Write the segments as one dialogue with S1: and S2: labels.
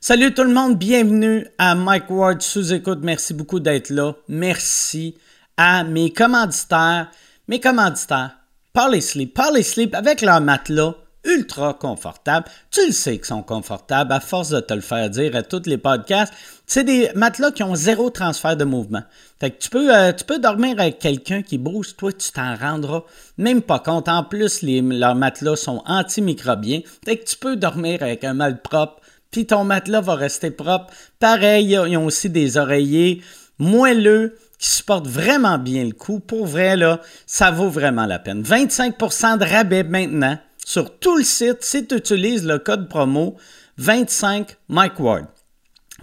S1: Salut tout le monde, bienvenue à Mike Ward sous écoute. Merci beaucoup d'être là. Merci à mes commanditaires, mes commanditaires, Parley Sleep, Parley Sleep avec leur matelas ultra confortable. Tu le sais qu'ils sont confortables à force de te le faire dire à tous les podcasts. C'est des matelas qui ont zéro transfert de mouvement. Fait que tu peux, euh, tu peux dormir avec quelqu'un qui bouge, toi tu t'en rendras même pas compte. En plus, les, leurs matelas sont antimicrobiens. Fait que tu peux dormir avec un malpropre puis ton matelas va rester propre. Pareil, ils ont aussi des oreillers moelleux qui supportent vraiment bien le coup. Pour vrai, là, ça vaut vraiment la peine. 25 de rabais maintenant sur tout le site si tu utilises le code promo 25 Mike Ward.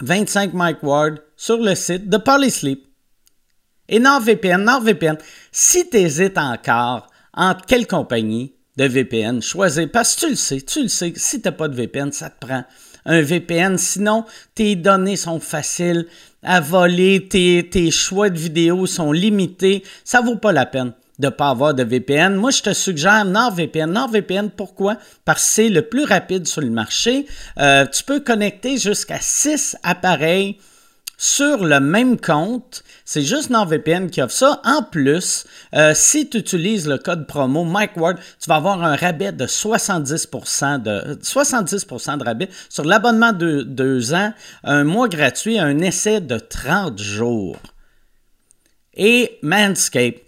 S1: 25 Mike Ward sur le site de Polysleep. Et NordVPN, NordVPN, si tu hésites encore entre quelle compagnie de VPN choisir, parce que tu le sais, tu le sais, si tu pas de VPN, ça te prend un VPN. Sinon, tes données sont faciles à voler, tes, tes choix de vidéos sont limités. Ça vaut pas la peine de ne pas avoir de VPN. Moi, je te suggère NordVPN. NordVPN, pourquoi? Parce que c'est le plus rapide sur le marché. Euh, tu peux connecter jusqu'à 6 appareils sur le même compte. C'est juste NordVPN qui offre ça. En plus, euh, si tu utilises le code promo Mike Ward, tu vas avoir un rabais de 70% de, 70% de rabais sur l'abonnement de 2 ans, un mois gratuit, un essai de 30 jours. Et Manscaped.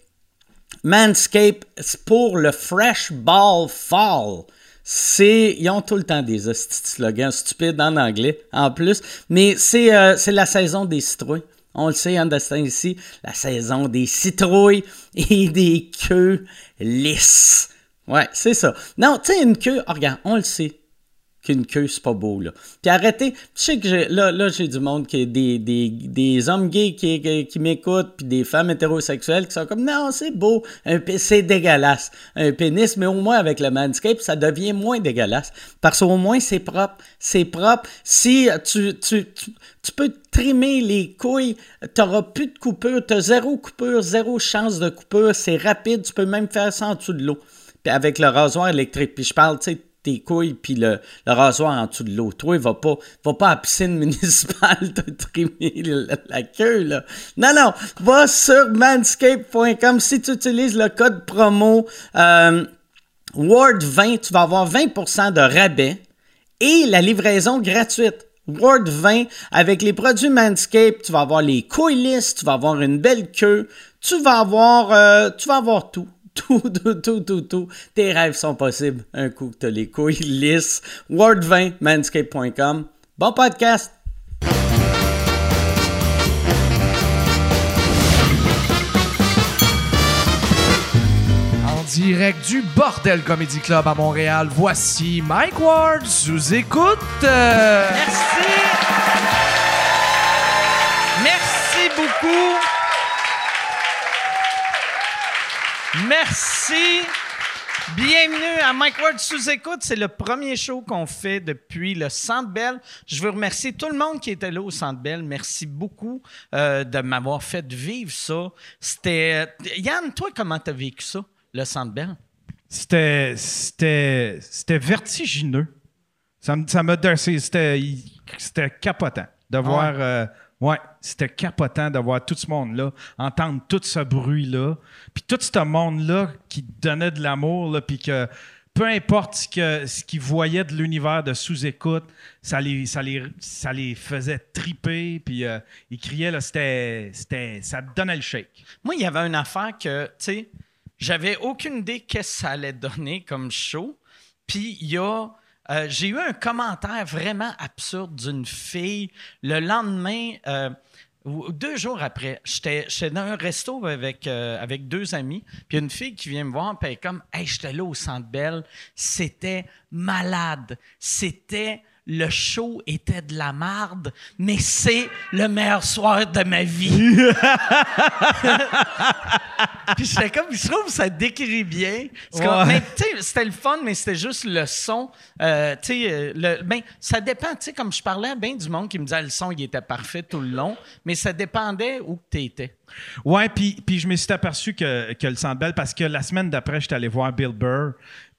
S1: Manscape pour le Fresh Ball Fall. C'est, ils ont tout le temps des hosties de slogans stupides en anglais en plus, mais c'est euh, c'est la saison des citrouilles. On le sait, en destin ici, la saison des citrouilles et des queues lisses. Ouais, c'est ça. Non, tu sais, une queue, oh, regarde, on le sait qu'une queue, c'est pas beau, là. Puis arrêtez, je sais que j'ai- là, là j'ai du monde, qui est des, des, des hommes gays qui, qui, qui m'écoutent, puis des femmes hétérosexuelles qui sont comme, non, c'est beau, un pé- c'est dégueulasse, un pénis, mais au moins avec le Manscape, ça devient moins dégueulasse, parce qu'au moins, c'est propre, c'est propre. Si tu, tu, tu, tu peux trimer les couilles, t'auras plus de coupure, t'as zéro coupure, zéro chance de coupure, c'est rapide, tu peux même faire ça en dessous de l'eau, puis avec le rasoir électrique, puis je parle, tu sais, tes couilles puis le, le rasoir en dessous de l'eau. Toi, va pas, va pas à la piscine municipale te trimer la, la queue, là. Non, non, va sur manscape.com. Si tu utilises le code promo euh, Ward20, tu vas avoir 20% de rabais et la livraison gratuite. Word 20, avec les produits Manscaped, tu vas avoir les couilles lisses, tu vas avoir une belle queue, tu vas avoir, euh, tu vas avoir tout. Tout, tout, tout, tout, tout. Tes rêves sont possibles un coup que tu as les couilles lisses. Word 20, manscaped.com. Bon podcast!
S2: En direct du Bordel Comedy Club à Montréal, voici Mike Ward sous écoute. Euh,
S3: Merci. Merci beaucoup. Merci. Bienvenue à Mike Ward sous écoute. C'est le premier show qu'on fait depuis le Centre Bell. Je veux remercier tout le monde qui était là au Centre Bell. Merci beaucoup euh, de m'avoir fait vivre ça. C'était Yann, toi, comment t'as vécu ça, le Centre Bell?
S4: C'était, c'était, c'était vertigineux. Ça me, ça m'a don- c'est- c'était, il- c'était capotant de voir. euh, ouais, c'était capotant de voir tout ce monde-là, entendre tout ce bruit-là, puis tout ce monde-là qui donnait de l'amour, là, puis que peu importe ce, que, ce qu'ils voyaient de l'univers de sous-écoute, ça les, ça, les, ça les faisait triper, puis euh, ils criaient, là, c'était, c'était, ça donnait le shake.
S3: Moi, il y avait une affaire que, tu sais, j'avais aucune idée qu'est-ce que ça allait donner comme show. Puis il y a. euh, j'ai eu un commentaire vraiment absurde d'une fille le lendemain, euh, ou deux jours après. J'étais j'étais dans un resto avec, euh, avec deux amis, puis une fille qui vient me voir, puis elle est comme Hey, j'étais là au centre Belle, c'était malade, c'était le show était de la marde, mais c'est le meilleur soir de ma vie. Puis j'étais comme, je trouve que ça décrit bien. C'est comme,
S4: Ouais.
S3: mais tu sais, c'était le fun, mais c'était juste le son. Euh, tu sais, euh, le- ben, ça dépend. Tu sais, comme je parlais à bien du monde qui me disait, Ah, le son, il était parfait tout le long, mais ça dépendait où tu étais.
S4: Ouais, puis, puis je me suis aperçu que, que le Centre Bell, parce que la semaine d'après, j'étais allé voir Bill Burr,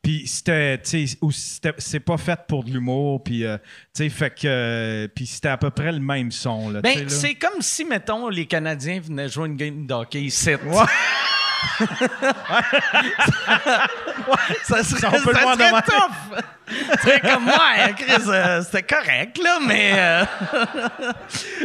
S4: Puis c'était, tu sais, ou c'était- c'est pas fait pour de l'humour, puis euh, tu sais, fait que, euh, puis c'était à peu près le même son là. tu sais,
S1: Ben,
S4: là.
S1: c'est comme si, mettons, les Canadiens venaient jouer une game d'hockey ici. ça serait,
S4: On peut le
S1: ça
S4: voir
S1: serait
S4: demain.
S1: tough. C'est comme moi, Chris, euh, c'était correct, là, mais euh,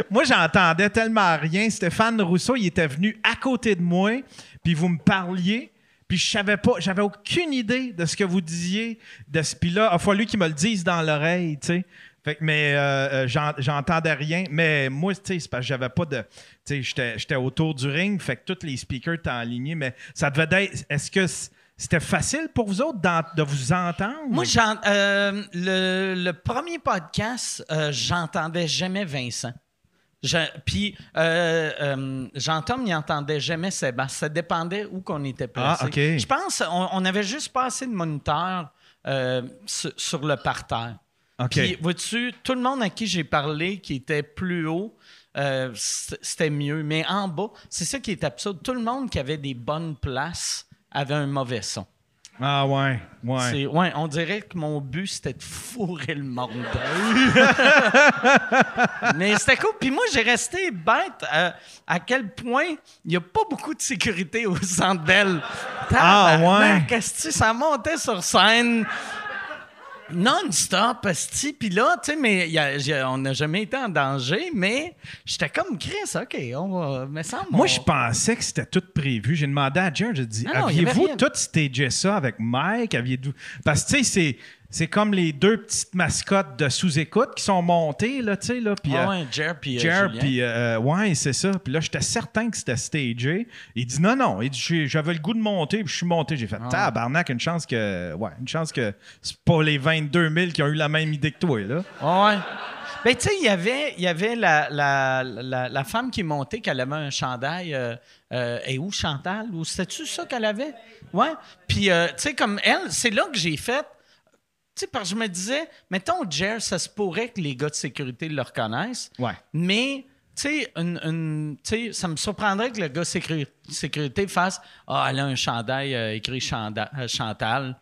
S4: Moi, j'entendais tellement rien. Stéphane Rousseau, il était venu à côté de moi, puis vous me parliez, puis je savais pas, j'avais aucune idée de ce que vous disiez de ce Ah, puis là, il a fallu qu'ils me le disent dans l'oreille, tu sais. Fait que, mais euh, euh, j'en- j'entendais rien. Mais moi, tu sais, c'est parce que j'avais pas de. Tu sais, j'étais- j'étais autour du ring, fait que tous les speakers étaient alignés, mais ça devait être. Est-ce que c- c'était facile pour vous autres d'en- de vous entendre?
S1: moi, j'en- euh, le, le premier podcast, euh, j'entendais jamais Vincent. Je- Puis, euh, euh, Jean-Tom n'y entendait jamais Sébastien. Ça dépendait où qu'on était placé.
S4: Ah, ok.
S1: Je pense on, on avait juste pas assez de moniteurs euh, sur, sur le parterre.
S4: OK.
S1: Puis, vois-tu, tout le monde à qui j'ai parlé qui était plus haut, euh, c- c'était mieux. Mais en bas, c'est ça qui est absurde. Tout le monde qui avait des bonnes places avait un mauvais son.
S4: Ah, ouais. Ouais.
S1: C'est- ouais, on dirait que mon but, c'était de fourrer le monde. Mais c'était cool. Puis moi, j'ai resté bête euh, à quel point il n'y a pas beaucoup de sécurité au centre Bell.
S4: Ah,
S1: Tabarnak, esti, ça montait sur scène non-stop, esti. Puis là, tu sais, mais il y a- j'ai- on n'a jamais été en danger, mais j'étais comme Chris, OK, on Ah va... Mais ça,
S4: Moi, je pensais que c'était tout prévu. J'ai demandé à Jerry, j'ai dit
S1: Non, non, il y avait
S4: Aviez-vous
S1: rien.
S4: tout stagé ça avec Mike Aviez-vous- Parce que, tu sais, c'est. C'est comme les deux petites mascottes de sous-écoute qui sont montées, là, tu sais, là. Puis,
S1: Ah
S4: euh,
S1: ouais, Jer, puis euh,
S4: Jer,
S1: Julien.
S4: puis euh, ouais, c'est ça. Puis là, j'étais certain que c'était stagé. Il dit non, non. Il dit J'ai- j'avais le goût de monter, puis je suis monté. J'ai
S1: Ah.
S4: fait tabarnak, une chance que, ouais, une chance que c'est pas les 22 000 qui ont eu la même idée que toi, là.
S1: Ouais. Ben, tu sais, il y avait, il y avait la, la, la, la femme qui est montée, qu'elle avait un chandail. Euh, euh, et où, Chantal? Ou c'était-tu ça qu'elle avait? Ouais. Puis, euh, tu sais, comme elle, c'est là que j'ai fait. Tu sais, parce que je me disais, mettons, Jer, ça se pourrait que les gars de sécurité le reconnaissent.
S4: Ouais.
S1: Mais, tu sais, une, une- tu sais, ça me surprendrait que le gars de sécurité, sécurité fasse Ah, elle a un chandail euh, écrit Chanda- euh, Chantal.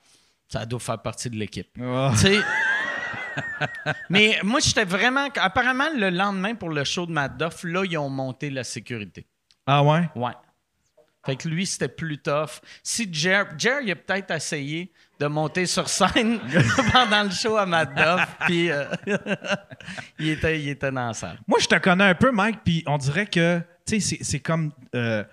S1: Ça doit faire partie de l'équipe.
S4: Ah.
S1: Tu sais. Mais moi, j'étais vraiment. Apparemment, le lendemain pour le show de Madoff, là, ils ont monté la sécurité.
S4: Ah ouais?
S1: Ouais. Fait que lui, c'était plus tough. Si Jer, Jer il a peut-être essayé de monter sur scène pendant le show à Madoff, puis euh, il, était, il était dans la salle.
S4: Moi, je te connais un peu, Mike, puis on dirait que, tu sais, c'est- c'est comme. euh,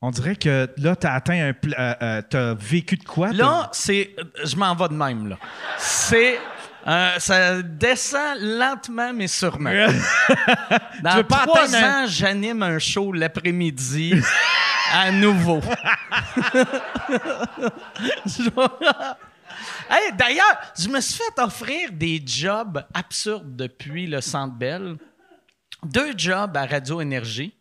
S4: on dirait que là, t'as atteint un. pla- euh, euh, t'as vécu de quoi?
S1: Là, c'est. euh, Je m'en vais de même, là. C'est. euh, ça descend lentement, mais sûrement. Dans hein?
S4: veux pas
S1: trois
S4: atteindre un-
S1: ans, j'anime un show l'après-midi à nouveau. Je vais- Hey, D'ailleurs, je me suis fait offrir des jobs absurdes depuis le Centre Bell. Deux jobs à Radio Énergie.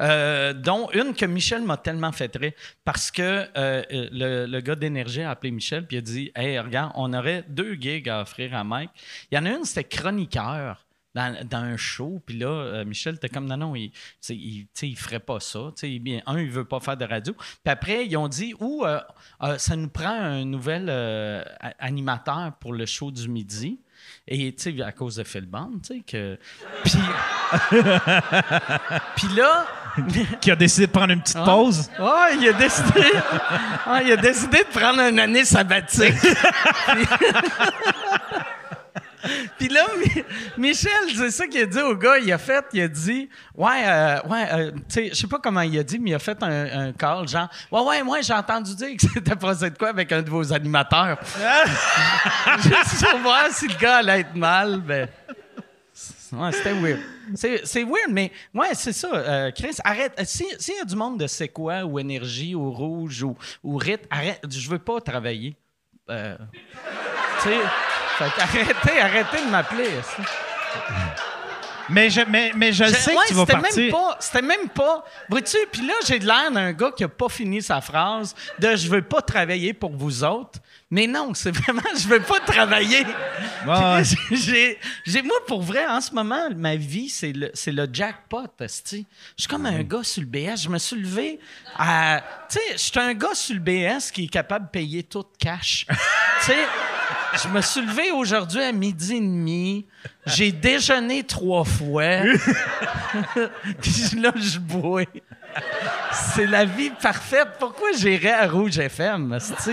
S1: Euh, dont une que Michel m'a tellement fait rire parce que euh, euh, le, le gars d'énergie a appelé Michel puis il a dit Hey, regarde, on aurait deux gigs à offrir à Mike. Il y en a une, c'était chroniqueur dans, dans un show. Puis là, euh, Michel était comme Non, non, il, tu sais, il, tu sais, il ferait pas ça. Tu sais, il- un, il veut pas faire de radio. Puis après, ils ont dit Ou euh, euh, ça nous prend un nouvel euh, a- animateur pour le show du midi. Et tu sais, à cause de Philband, tu sais, que. Puis. Puis là.
S4: Qui a décidé de prendre une petite pause?
S1: Ah, il a décidé. Ah, il a décidé de prendre une année sabbatique. Puis- Puis là, Mi- Michel, c'est ça qu'il a dit au gars. Il a fait, il a dit, ouais, euh, ouais, euh, tu sais, je sais pas comment il a dit, mais il a fait un, un call, genre, ouais, ouais, moi, j'ai entendu dire que c'était passé de quoi avec un de vos animateurs. Juste pour voir si le gars allait être mal, ben. Ouais, c'était weird. C'est, c'est weird, mais ouais, c'est ça. euh, Chris, arrête. Euh, si- S'il y a du monde de C'est quoi ou Énergie ou Rouge ou, ou Rite, arrête. Je veux pas travailler. Euh, tu sais, fait qu'arrêtez, arrêtez de m'appeler. ça.
S4: Mais je, mais, mais je le
S1: Je-
S4: sais
S1: ouais,
S4: que tu vas
S1: c'était
S4: partir.
S1: Même pas, c'était même pas. Vois-tu, puis là, j'ai de l'air d'un gars qui a pas fini sa phrase de je veux pas travailler pour vous autres. Mais non, c'est vraiment je veux pas travailler.
S4: Ouais.
S1: Puis j'ai, j'ai- moi, pour vrai, en ce moment, ma vie, c'est le, c'est le jackpot. esti. Je suis comme
S4: Mm.
S1: un gars sur le BS. Je me suis levé à. Tu sais, je suis un gars sur le BS qui est capable de payer tout cash. tu sais, je me suis levé aujourd'hui à midi et demi. J'ai déjeuné trois fois. Puis là, je bois. C'est la vie parfaite. Pourquoi j'irais à Rouge FM? esti?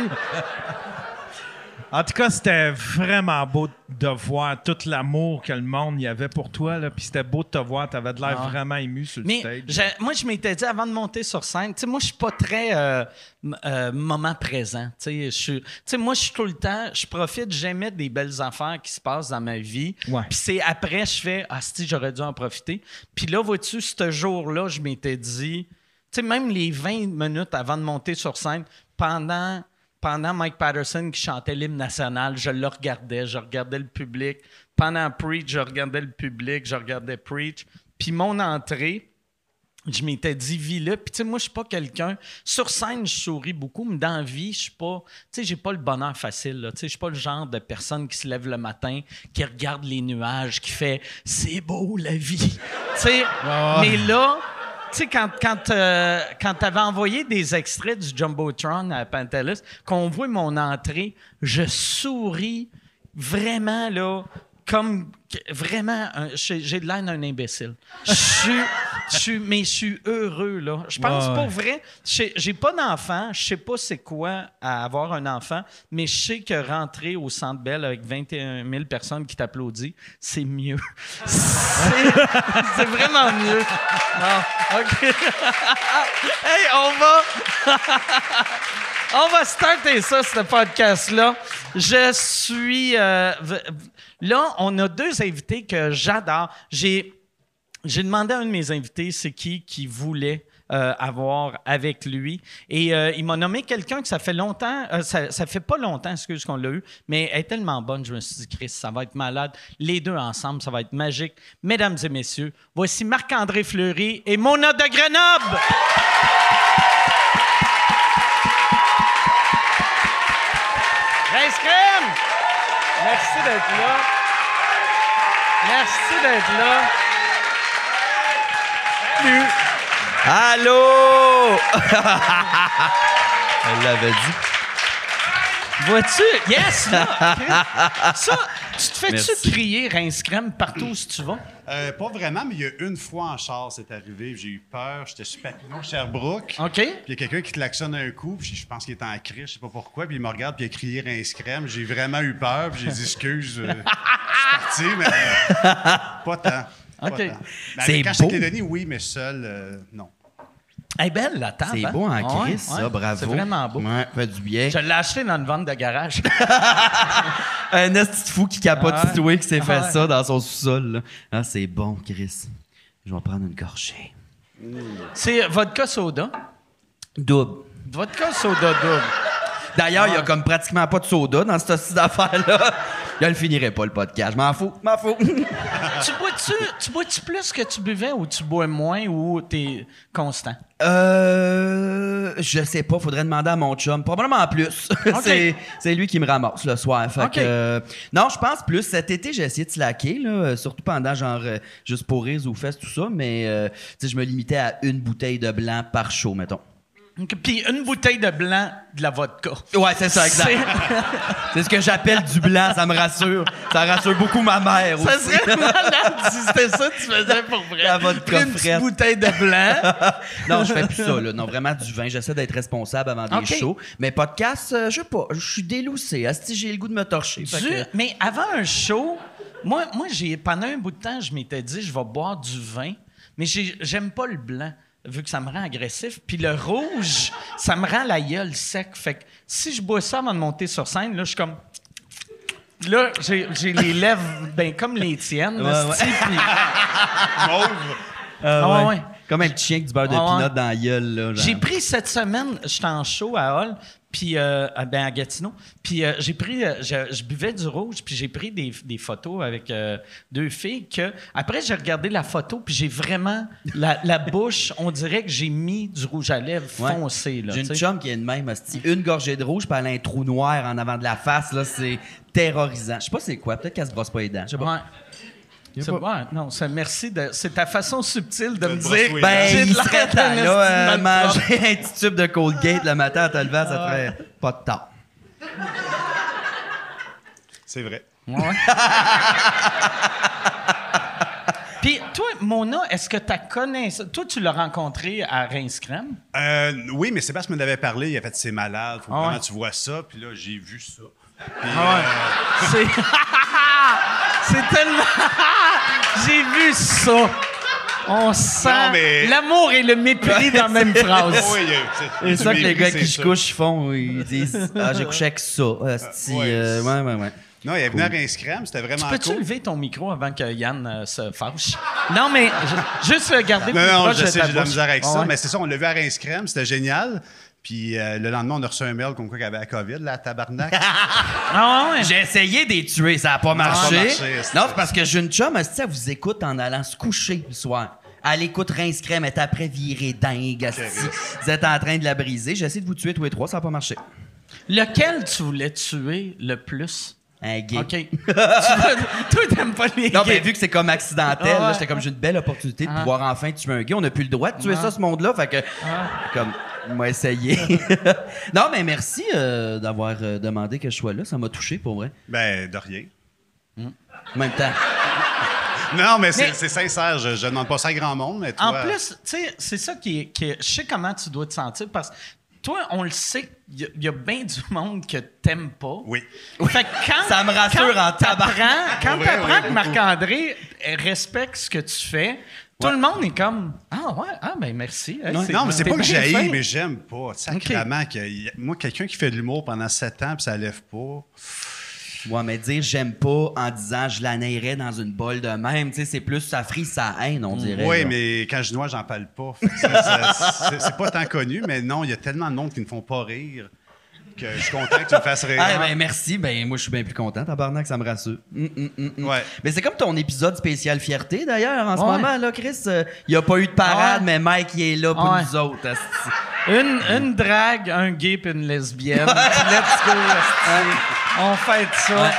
S4: En tout cas, c'était vraiment beau de voir tout l'amour que le monde y avait pour toi. Là. Puis c'était beau de te voir. T'avais de l'air
S1: Ah.
S4: vraiment ému sur le
S1: Mais
S4: stage. euh.
S1: j'ai- moi, je m'étais dit avant de monter sur scène, tu sais, moi, je suis pas très euh, m- euh, moment présent. Tu sais, je suis- tu sais, moi, je suis tout le temps, je profite jamais des belles affaires qui se passent dans ma vie.
S4: Ouais.
S1: Puis c'est après, je fais, ah, si, j'aurais dû en profiter. Puis là, vois-tu, ce jour-là, je m'étais dit, tu sais, même les 20 minutes avant de monter sur scène, pendant. Pendant Mike Patterson qui chantait l'hymne national, je le regardais, je regardais le public. Pendant Preach, je regardais le public, je regardais Preach. Puis mon entrée, je m'étais dit vis-le puis tu sais moi je suis pas quelqu'un sur scène je souris beaucoup mais dans la vie je suis pas tu sais j'ai pas le bonheur facile là. tu sais je suis pas le genre de personne qui se lève le matin qui regarde les nuages qui fait c'est beau la vie tu sais mais là tu sais quand quand euh, quand t'avais envoyé des extraits du jumbotron à Pantelis qu'on voit mon entrée je souris vraiment là comme que- vraiment un- j'ai j'ai de l'air d'un imbécile. Je suis je suis- mais je suis heureux là. Je pense
S4: Ouais.
S1: pour vrai, j'ai j'ai pas d'enfant, je sais pas c'est quoi à avoir un enfant, mais je sais que rentrer au Centre Bell avec 21 000 personnes qui t'applaudissent, c'est mieux. C'est c'est vraiment mieux. Non, OK. hey, on va on va starter ça, ce podcast-là. Je suis. euh, v- v- là, on a deux invités que j'adore. J'ai, j'ai demandé à un de mes invités c'est qui qui voulait. euh, avoir avec lui. Et euh, il m'a nommé quelqu'un que ça fait longtemps, euh, ça, ça fait pas longtemps, excuse qu'on l'a eu, mais elle est tellement bonne, je me suis dit, Chris, ça va être malade. Les deux ensemble, ça va être magique. Mesdames et messieurs, voici Marc-André Fleury et Mona de Grenoble! Rince Crème! Merci d'être là. Merci d'être là. Salut!
S5: Allô! Elle l'avait dit.
S1: Vois-tu? Yes! là, Chris. Ça, tu te
S5: Merci.
S1: fais-tu crier Rince Crème partout où tu vas?
S6: Euh, pas vraiment, mais il y a une fois en char, c'est arrivé. J'ai eu peur. J'étais sur Papineau, Sherbrooke.
S5: Ah.
S1: OK?
S6: Puis il y a quelqu'un qui klaxonne un coup, puis je pense qu'il est en crise, je sais pas pourquoi, puis il me regarde, puis il a crié rince crème. J'ai vraiment eu peur, puis j'ai dit excuse, euh, je suis parti, mais euh, pas tant.
S1: OK.
S6: Pas tant. Mais
S5: C'est
S6: avec- quand j'étais
S5: beau.
S6: Denis, oui, mais seul, euh, non.
S1: Elle est belle, la table.
S5: C'est
S1: hein?
S5: beau en
S1: Ah ouais,
S5: Chris,
S1: ouais.
S5: ça, bravo.
S1: C'est vraiment beau.
S5: Ouais, fait du bien.
S1: Je l'ai acheté dans une vente de garage.
S5: Un esti de fou qui capote
S1: Ah ouais.
S5: tout qui s'est fait
S1: Ah ouais.
S5: ça dans son sous-sol. là. Ah, c'est bon, Chris. Je vais en prendre une gorgée.
S1: C'est euh, vodka soda.
S5: Double.
S1: Vodka soda double.
S5: D'ailleurs, il y a comme pratiquement pas de soda dans cette hostie d'affaires-là. Là, elle finirait pas le podcast. Je m'en fous, je m'en fous.
S1: tu bois-tu tu bois-tu plus que tu buvais ou tu bois moins ou t'es constant?
S5: Euh. Je sais pas, faudrait demander à mon chum. Probablement plus. c'est, c'est lui qui me ramasse le soir. Fait
S1: Ok.
S5: que, euh, non, je pense plus. Cet été, j'ai essayé de slacker, là, euh, surtout pendant genre euh, juste pour rire ou fesses, tout ça, mais euh, tu sais, je me limitais à une bouteille de blanc par show, mettons.
S1: Donc, Puis une bouteille de blanc, de la vodka.
S5: Ouais, c'est ça, exact. C'est ce que j'appelle du blanc, ça me rassure. Ça rassure beaucoup ma mère
S1: C'est- Ça
S5: aussi.
S1: serait malade si c'était ça que tu faisais pour vrai.
S5: La vodka
S1: Prends une
S5: frette.
S1: petite bouteille de blanc.
S5: non, je fais plus ça, là. Non, vraiment du vin. J'essaie d'être responsable avant des
S1: Ok.
S5: shows. Mais podcast, euh, je sais pas. Je suis déloussé. Asti, j'ai le goût de me torcher. Fait
S1: Du-
S5: que-
S1: Mais avant un show, moi, moi j'ai, pendant un bout de temps, je m'étais dit, je vais boire du vin, mais j'ai- j'aime pas le blanc, vu que ça me rend agressif. Puis le rouge, ça me rend la gueule sec. Fait que si je bois ça avant de monter sur scène, là, je suis comme... Là, j'ai, j'ai les lèvres ben, comme les tiennes. là,
S5: Ouais, ouais.
S1: c'est-tu, puis-
S6: Mauve,
S1: Ah ouais, ouais.
S5: Comme un petit chien avec du beurre de
S1: Ouais, ouais.
S5: pinot dans la gueule. Là, genre.
S1: J'ai pris cette semaine, j'étais en show à Hall, puis euh, à- ben à Gatineau, puis euh, j'ai pris, euh, je, je buvais du rouge, puis j'ai pris des, des photos avec euh, deux filles que après j'ai regardé la photo, puis j'ai vraiment la, la bouche, on dirait que j'ai mis du rouge à lèvres
S5: Ouais.
S1: foncé là.
S5: J'ai une
S1: tu sais.
S5: chum qui a une même hostie. Une gorgée de rouge, puis elle a un trou noir en avant de la face. là, C'est terrorisant. Je sais pas c'est quoi. Peut-être qu'elle se brosse pas les dents. Je sais pas.
S1: Ouais. C'est ouais, non, c'est merci de, c'est ta façon subtile de,
S6: De
S1: me
S6: te brosser
S1: dire.
S6: les
S5: Ben,
S1: j'ai
S5: il
S1: de l'air
S5: serait temps,
S1: d'un esti de
S5: là, euh,
S1: malpropre.
S5: manger un petit tube de Colgate le matin en te levant, ça
S1: Ah.
S5: te ferait pas de temps.
S6: C'est vrai.
S1: Ouais. Puis toi, Mona, est-ce que tu connais Toi, tu l'as rencontré à Reinscram.
S6: Euh, oui, mais Sébastien me l'avait parlé. Il a fait c'est malade. Faut
S1: Ah ouais.
S6: vraiment que tu vois ça. Puis là, j'ai vu ça. Puis,
S5: Ah
S6: euh,
S1: C'est C'est tellement J'ai vu ça. On sent
S6: Non, mais-
S1: l'amour et le mépris dans la même
S6: oh,
S1: phrase.
S6: oui, il y a- c'est-
S5: C'est ça que
S6: du
S5: les
S6: début,
S5: gars
S6: c'est
S5: qui se
S6: ça.
S5: couchent font. Ils disent Ah, j'ai couché avec ça. hostie,
S6: Ouais.
S5: euh, ouais, ouais, ouais.
S6: Non, il est venu à Rinscram, c'était vraiment
S1: Peux-tu
S6: cool.
S1: lever ton micro avant que Yann euh, se fâche? Non, mais je- juste le garder plus
S6: Non, non,
S1: proche
S6: je
S1: de
S6: sais,
S1: ta
S6: j'ai de la
S1: bouche.
S6: misère avec
S1: Ah
S6: ça,
S1: ouais.
S6: mais c'est ça, on l'a vu à Rinscram, c'était génial. Puis euh, le lendemain, on a reçu un mail comme quoi qu'il y avait la COVID, là, à tabarnak.
S1: Ah ouais.
S5: J'ai essayé de les tuer, ça n'a pas marché.
S6: pas marché, c'est
S5: non,
S6: ça.
S5: c'est parce que j'ai une chum, elle, elle vous écoute en allant se coucher le soir. Elle écoute Rince Crème, elle est après virée dingue. asti. Vous êtes en train de la briser. J'ai essayé de vous tuer tous les trois, ça n'a pas marché.
S1: Lequel tu voulais tuer le plus?
S5: Un gay.
S1: OK. Tu vois, toi, t'aimes pas les
S5: Non,
S1: gays.
S5: mais vu que c'est comme accidentel,
S1: Ah ouais.
S5: là, j'étais comme j'ai une belle opportunité de
S1: Ah.
S5: pouvoir enfin tuer un gay. On n'a plus le droit de tuer
S1: Ah.
S5: ça, ce monde-là. Fait que,
S1: Ah.
S5: comme, moi, essayé. non, mais merci euh, d'avoir euh, demandé que je sois là. Ça m'a touché pour vrai.
S6: ben, de rien.
S5: En même temps.
S6: Non, mais
S1: Mais-
S6: c'est c'est sincère, je, je demande pas ça à grand monde, mais toi...
S1: En plus, tu sais, c'est ça qui est, qui est- Je sais comment tu dois te sentir parce que toi, on le sait, il y a- il y, a bien du monde que t'aimes pas.
S6: Oui.
S1: Fait que quand,
S5: Ça me rassure
S1: quand
S5: en tabarnak.
S1: t'apprends- Quand
S6: Ouais,
S1: t'apprends
S6: ouais,
S1: que Marc-André respecte ce que tu fais, tout le monde est comme Ah ouais, ah ben merci. Hey,
S6: Non, mais c'est
S1: t'es
S6: pas que
S1: bien fin.
S6: j'haïs, mais j'aime pas. Sacrément, que y- moi, quelqu'un qui fait de l'humour pendant sept ans puis ça lève pas...
S5: Ouais, mais dire j'aime pas en disant je la naillerais dans une bolle de même, tu sais, c'est plus ça frise sa haine, on dirait.
S6: Oui,
S5: là.
S6: mais quand je noie, j'en parle pas. Fait que ça- ça- C'est c'est pas tant connu, mais non, il y a tellement de monde qui ne font pas rire que je suis content que tu me fasses rire.
S1: euh,
S5: Ah, ben merci, ben moi je suis bien plus content, tabarnak, ça me rassure. Hum, hum, hum, hum.
S6: Ouais.
S5: Mais c'est comme ton épisode spécial fierté d'ailleurs en ce
S1: Ouais.
S5: moment, là, Chris. Il n'y a pas eu de parade,
S1: Ouais.
S5: mais Mike il est là pour
S1: Ouais.
S5: nous autres. asti.
S1: Une, une drague, un gay puis une lesbienne. Puis Let's go. esti. On fête ça.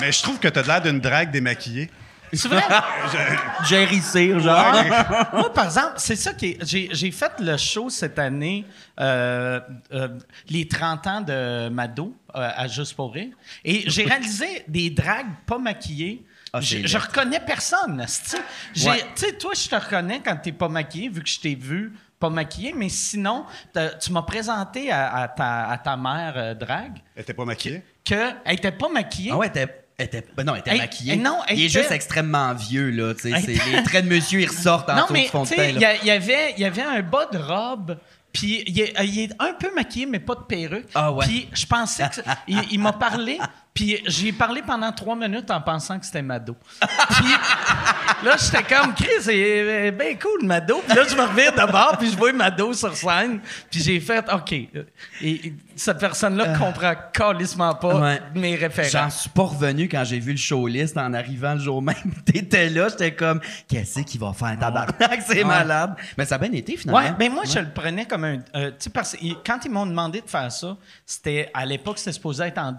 S6: Mais je trouve que t'as l'air d'une drague démaquillée.
S1: C'est vrai?
S5: Jerry Cyr, genre.
S1: Ouais. Moi, par exemple, c'est ça qui est- j'ai, j'ai fait le show cette année, euh, euh, les 30 ans de Mado euh, à Juste pour rire. Et j'ai réalisé des dragues pas maquillées.
S5: Ah, c'est
S1: je,
S5: laid.
S1: je reconnais personne. esti. J'ai-
S5: Ouais.
S1: Tu sais, toi, je te reconnais quand t'es pas maquillé, vu que je t'ai vu pas maquillé. Mais sinon, t'as- tu m'as présenté à, à ta, à ta mère euh, drague
S6: Elle était pas maquillée?
S1: qu'elle était pas maquillée.
S5: Ah ouais, t'es. Était, ben non, elle était
S1: Elle-
S5: maquillée.
S1: elle- non, elle
S5: il est
S1: était-
S5: juste extrêmement vieux, là. tu sais,
S1: Elle
S5: c'est-
S1: était-
S5: Les traits de monsieur, ils ressortent en
S1: Non,
S5: dessous du
S1: mais
S5: fond de
S1: tu
S5: teint.
S1: sais,
S5: là.
S1: il y, a- il y avait, il y avait un bas de robe. Puis il est, il est un peu maquillé, mais pas de perruque.
S5: Ah ouais.
S1: Puis je pensais que... il il m'a parlé, puis j'ai parlé pendant trois minutes en pensant que c'était Mado. Puis là, j'étais comme, Chris, c'est bien cool, Mado. Puis là, je me reviens d'abord, puis je vois Mado sur scène. Puis j'ai fait, OK, et, et cette personne-là comprend calissement pas
S5: Euh. Ouais.
S1: mes
S5: J'en
S1: références.
S5: suis pas revenu quand j'ai vu le showlist en arrivant le jour même. T'étais là, j'étais comme, qu'est-ce qu'il va faire, tabarnak? C'est malade. Mais ça a bien été, finalement.
S1: Ouais, ben moi, je le prenais comme un. euh, tu sais, parce que il- quand ils m'ont demandé de faire ça, c'était à l'époque, c'était supposé être en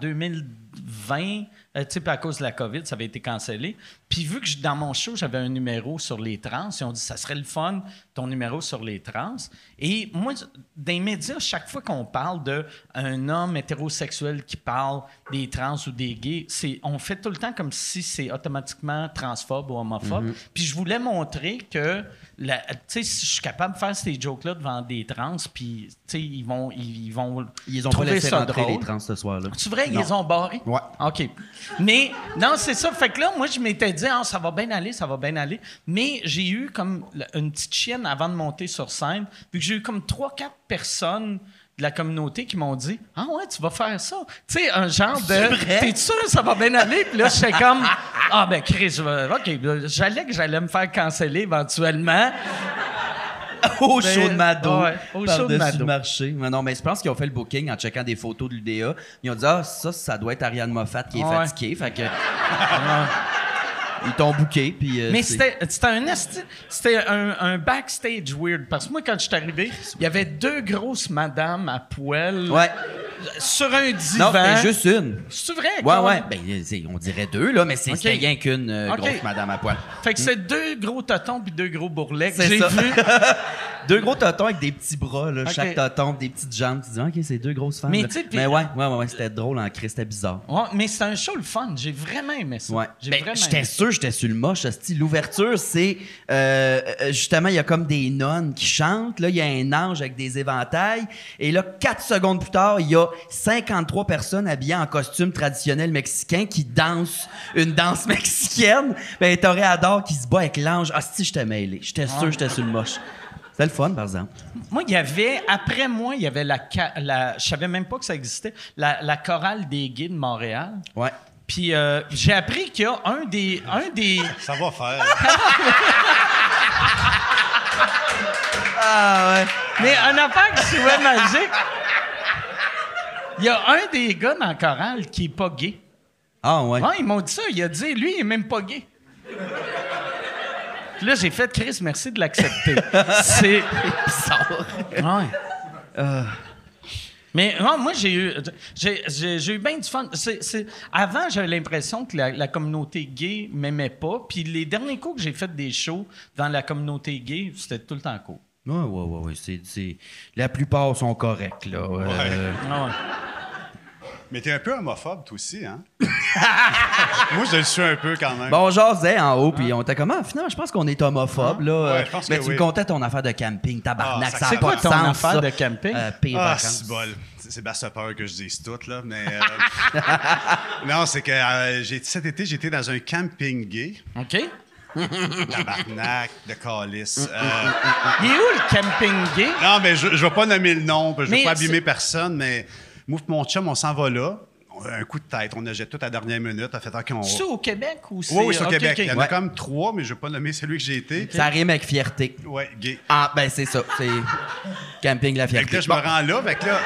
S1: 2020. euh, tu sais, puis à cause de la COVID, ça avait été cancellé. Puis vu que je- dans mon show, j'avais un numéro sur les trans, ils ont dit ça serait le fun, ton numéro sur les trans. Et moi, dans les médias, chaque fois qu'on parle d'un homme hétérosexuel qui parle des trans ou des gays, c'est- on fait tout le temps comme si c'est automatiquement transphobe ou homophobe. Puis je voulais montrer que la- tu sais, si je suis capable de faire ces jokes-là devant des trans, puis tu sais, ils vont, ils, ils vont
S5: Ils ont pas
S1: trouver
S5: laissé
S1: ça
S5: rentrer
S1: drôle.
S5: les trans ce soir-là.
S1: C'est vrai, ils
S5: Non.
S1: les ont barrés?
S5: Ouais.
S1: OK. Mais, non, c'est ça. Fait que là, moi, je m'étais dit, Ah, ça va bien aller, ça va bien aller. Mais j'ai eu comme la- une petite chienne avant de monter sur scène, puis que j'ai eu comme trois, quatre personnes de la communauté qui m'ont dit Ah ouais, tu vas faire ça. Tu sais, un genre de.
S5: vrai?
S1: T'es sûr, que ça va bien aller? Puis là, j'étais comme Ah, ben, Chris, euh, OK. euh, J'allais que j'allais me faire canceller éventuellement.
S5: au
S1: Mais-
S5: show de Mado.
S1: ouais, au show de
S5: Ben, par-dessus
S1: Mado.
S5: le marché. Mais non, mais je pense qu'ils ont fait le booking en checkant des photos de l'UDA. Ils ont dit, ah, ça, ça doit être Ariane Moffat qui est
S1: Ouais.
S5: fatiguée. Fait que. Ils t'ont booké, puis. euh,
S1: Mais
S5: c'est-
S1: c'était c'était un, esti- c'était un, un backstage weird. Parce que moi, quand je suis arrivé, il y avait deux grosses madames à poil
S5: Ouais.
S1: sur un divan.
S5: Non, c'était juste une.
S1: C'est vrai?
S5: Ouais,
S1: quand-
S5: ouais. Ben, c'est- on dirait deux, là, mais c'est- c'était rien qu'une euh,
S1: Ok.
S5: grosse madame à poil.
S1: Fait que c'est deux gros totons puis deux gros bourrelets que
S5: mm. C'est
S1: j'ai
S5: ça.
S1: vu.
S5: Deux gros totons avec des petits bras, là,
S1: Ok.
S5: chaque toton, des petites jambes. Tu dis, Ah, OK, c'est deux grosses femmes.
S1: Mais
S5: là.
S1: tu sais, puis-
S5: mais ouais, ouais, ouais, ouais, c'était drôle en Christ, c'était bizarre.
S1: Ouais, mais c'est un show le fun. J'ai vraiment aimé ça.
S5: Ouais.
S1: J'ai
S5: Ben,
S1: vraiment
S5: j'étais
S1: aimé ça.
S5: sûr, j'étais sur le moche. hostie. L'ouverture, c'est euh, euh, justement, il y a comme des nonnes qui chantent. Là, il y a un ange avec des éventails. Et là, quatre secondes plus tard, il y a 53 personnes habillées en costume traditionnel mexicain qui dansent une danse mexicaine. Ben, Toréador qui se bat avec l'ange. Ah, si, j'étais mêlé. J'étais sûr, j'étais sur le moche. C'était le fun, par exemple.
S1: Moi, il y avait, après moi, il y avait la. ca- la je savais même pas que ça existait, la, la chorale des guides de Montréal.
S5: Ouais.
S1: Puis euh, j'ai appris qu'il y a un des. Un des
S6: Ça va faire.
S5: Ah, ouais.
S1: mais un affaire que je trouvais magique. Il y a un des gars dans la chorale qui est pas gay.
S5: Ah, ouais.
S1: Ouais, ils m'ont dit ça. Il a dit, lui, il est même pas gay. Puis là, j'ai fait, Chris, merci de l'accepter. C'est.
S5: Bizarre.
S1: Ouais. Mais non, moi, j'ai eu, j'ai, j'ai- j'ai eu bien du fun. C'est- c'est- avant, j'avais l'impression que la, la communauté gay m'aimait pas. Puis les derniers coups que j'ai fait des shows dans la communauté gay, c'était tout le temps cool.
S5: Ouais, ouais, ouais, ouais. c'est- c'est- La plupart sont corrects, là. Euh,
S1: Ah
S6: Mais t'es un peu homophobe, toi aussi, hein? Moi, je le suis un peu quand même.
S5: Bon, on jasait en haut, puis on était comme, ah, finalement, je pense qu'on est homophobe, là.
S6: Ouais,
S5: Euh,
S6: je pense
S5: mais
S6: que
S5: tu
S6: oui.
S5: me comptais ton affaire de camping, tabarnak,
S6: Ah, ça
S5: ça a
S6: c'est
S5: pas
S6: quoi
S5: de
S1: ton
S5: sens,
S1: affaire
S5: ça.
S1: de camping?
S5: Euh, pire
S6: Ah,
S5: vacances.
S6: c'est bol. C'est bien ça peur que je dise tout, là. Mais, euh, non, c'est que euh, j'ai- cet été, j'étais dans un camping gay,
S1: OK? Il
S6: tabarnak, de calice. Euh,
S1: est où le camping gay?
S6: non, mais je ne vais pas nommer le nom, parce que je ne
S1: Mais
S6: vais pas
S1: c'est-
S6: abîmer personne, mais moi pis mon chum, on s'en va là. On a Un coup de tête, on a jeté tout à la dernière minute. On fait tant qu'on...
S1: C'est au Québec ou c'est.
S6: Oui, oui, c'est au
S1: OK,
S6: Québec.
S1: OK.
S6: Il y en a
S5: Ouais.
S6: comme trois, mais je ne vais pas nommer celui que j'ai été.
S5: Ça rime avec fierté.
S6: Ouais, gay.
S5: Ah, ben, c'est ça. C'est camping, la
S6: Fait que
S5: fierté.
S6: là, je me rends là, fait que là...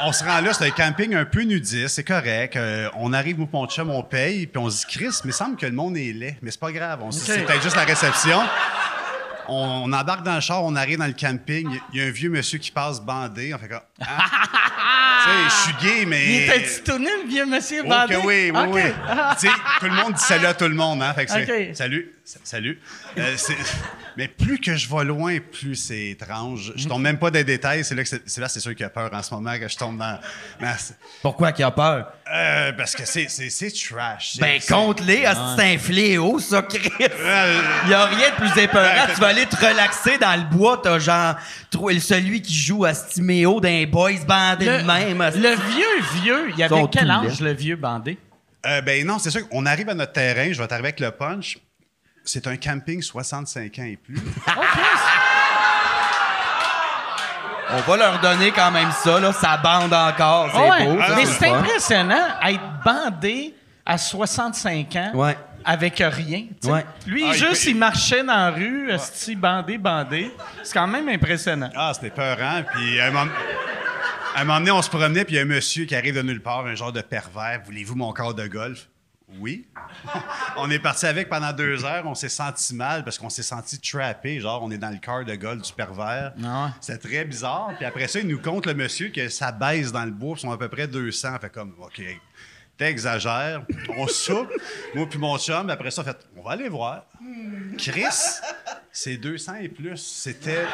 S6: On se rend là, c'est un camping un peu nudiste, c'est correct. Euh, on arrive au pont de chum, on paye, puis on se dit, Chris, mais semble que le monde est laid. Mais c'est pas grave, on se dit,
S1: Ok.
S6: c'est peut-être juste la réception. On, on embarque dans le char, on arrive dans le camping, il y a un vieux monsieur qui passe bandé. On fait comme. Ah. tu sais, je suis gay, mais.
S1: Il était-tu tourné, le vieux monsieur
S6: Oh
S1: bandé?
S6: que oui, oui,
S1: OK.
S6: oui. tu sais, tout le monde dit salut à tout le monde, hein. Fait que c'est
S1: Ok.
S6: salut, sa- salut. Euh, c'est- mais plus que je vais loin, plus c'est étrange. Je tombe même pas dans les détails. C'est là que c'est c'est là, c'est sûr qu'il y a peur en ce moment que je tombe dans. dans-
S5: Pourquoi qu'il a peur?
S6: Euh, parce que c'est c'est- c'est trash. C'est-
S5: Ben,
S6: c'est-
S5: compte-les, hostie, c'est un fléau, ça, Chris.
S6: Euh,
S5: Il y a rien de plus épeurant. tu vas aller te relaxer dans le bois, t'as genre trouvé celui qui joue à Stiméo d'un boys bandé
S1: Le,
S5: de même. ah, hostie.
S1: le vieux, vieux, il avait
S5: Sont
S1: quel
S5: tous
S1: âge, le vieux bandé?
S6: euh, ben non, c'est sûr qu'on arrive à notre terrain. Je vais t'arriver avec le punch. C'est un camping 65 ans et plus.
S5: On va leur donner quand même ça, là. Ça bande encore, c'est
S1: Ouais,
S5: beau. ça,
S1: mais
S5: c'est
S1: c'est
S5: le fun.
S1: impressionnant être bandé à 65 ans
S5: Ouais.
S1: avec rien. tu sais.
S5: Ouais.
S1: Lui,
S6: Ah, il
S1: juste, il,
S6: peut-
S1: marchait dans la rue, esti, bandé, bandé. C'est quand même impressionnant.
S6: Ah, c'était peurant. Puis à un moment, à un moment donné, on se promenait, puis il y a un monsieur qui arrive de nulle part, un genre de pervers. Voulez-vous mon corps de golf? Oui. on est parti avec pendant deux heures. On s'est senti mal parce qu'on s'est senti trappé. Genre, on est dans le corps de golf du pervers.
S1: Ah ouais.
S6: C'est très bizarre. Puis après ça, il nous compte, le monsieur, que ça baisse dans le bois. Ils sont à peu près 200. Fait comme, OK, t'exagères. On soupe. Moi, puis mon chum. Après ça, on fait, on va aller voir. Chris, c'est 200 et plus. C'était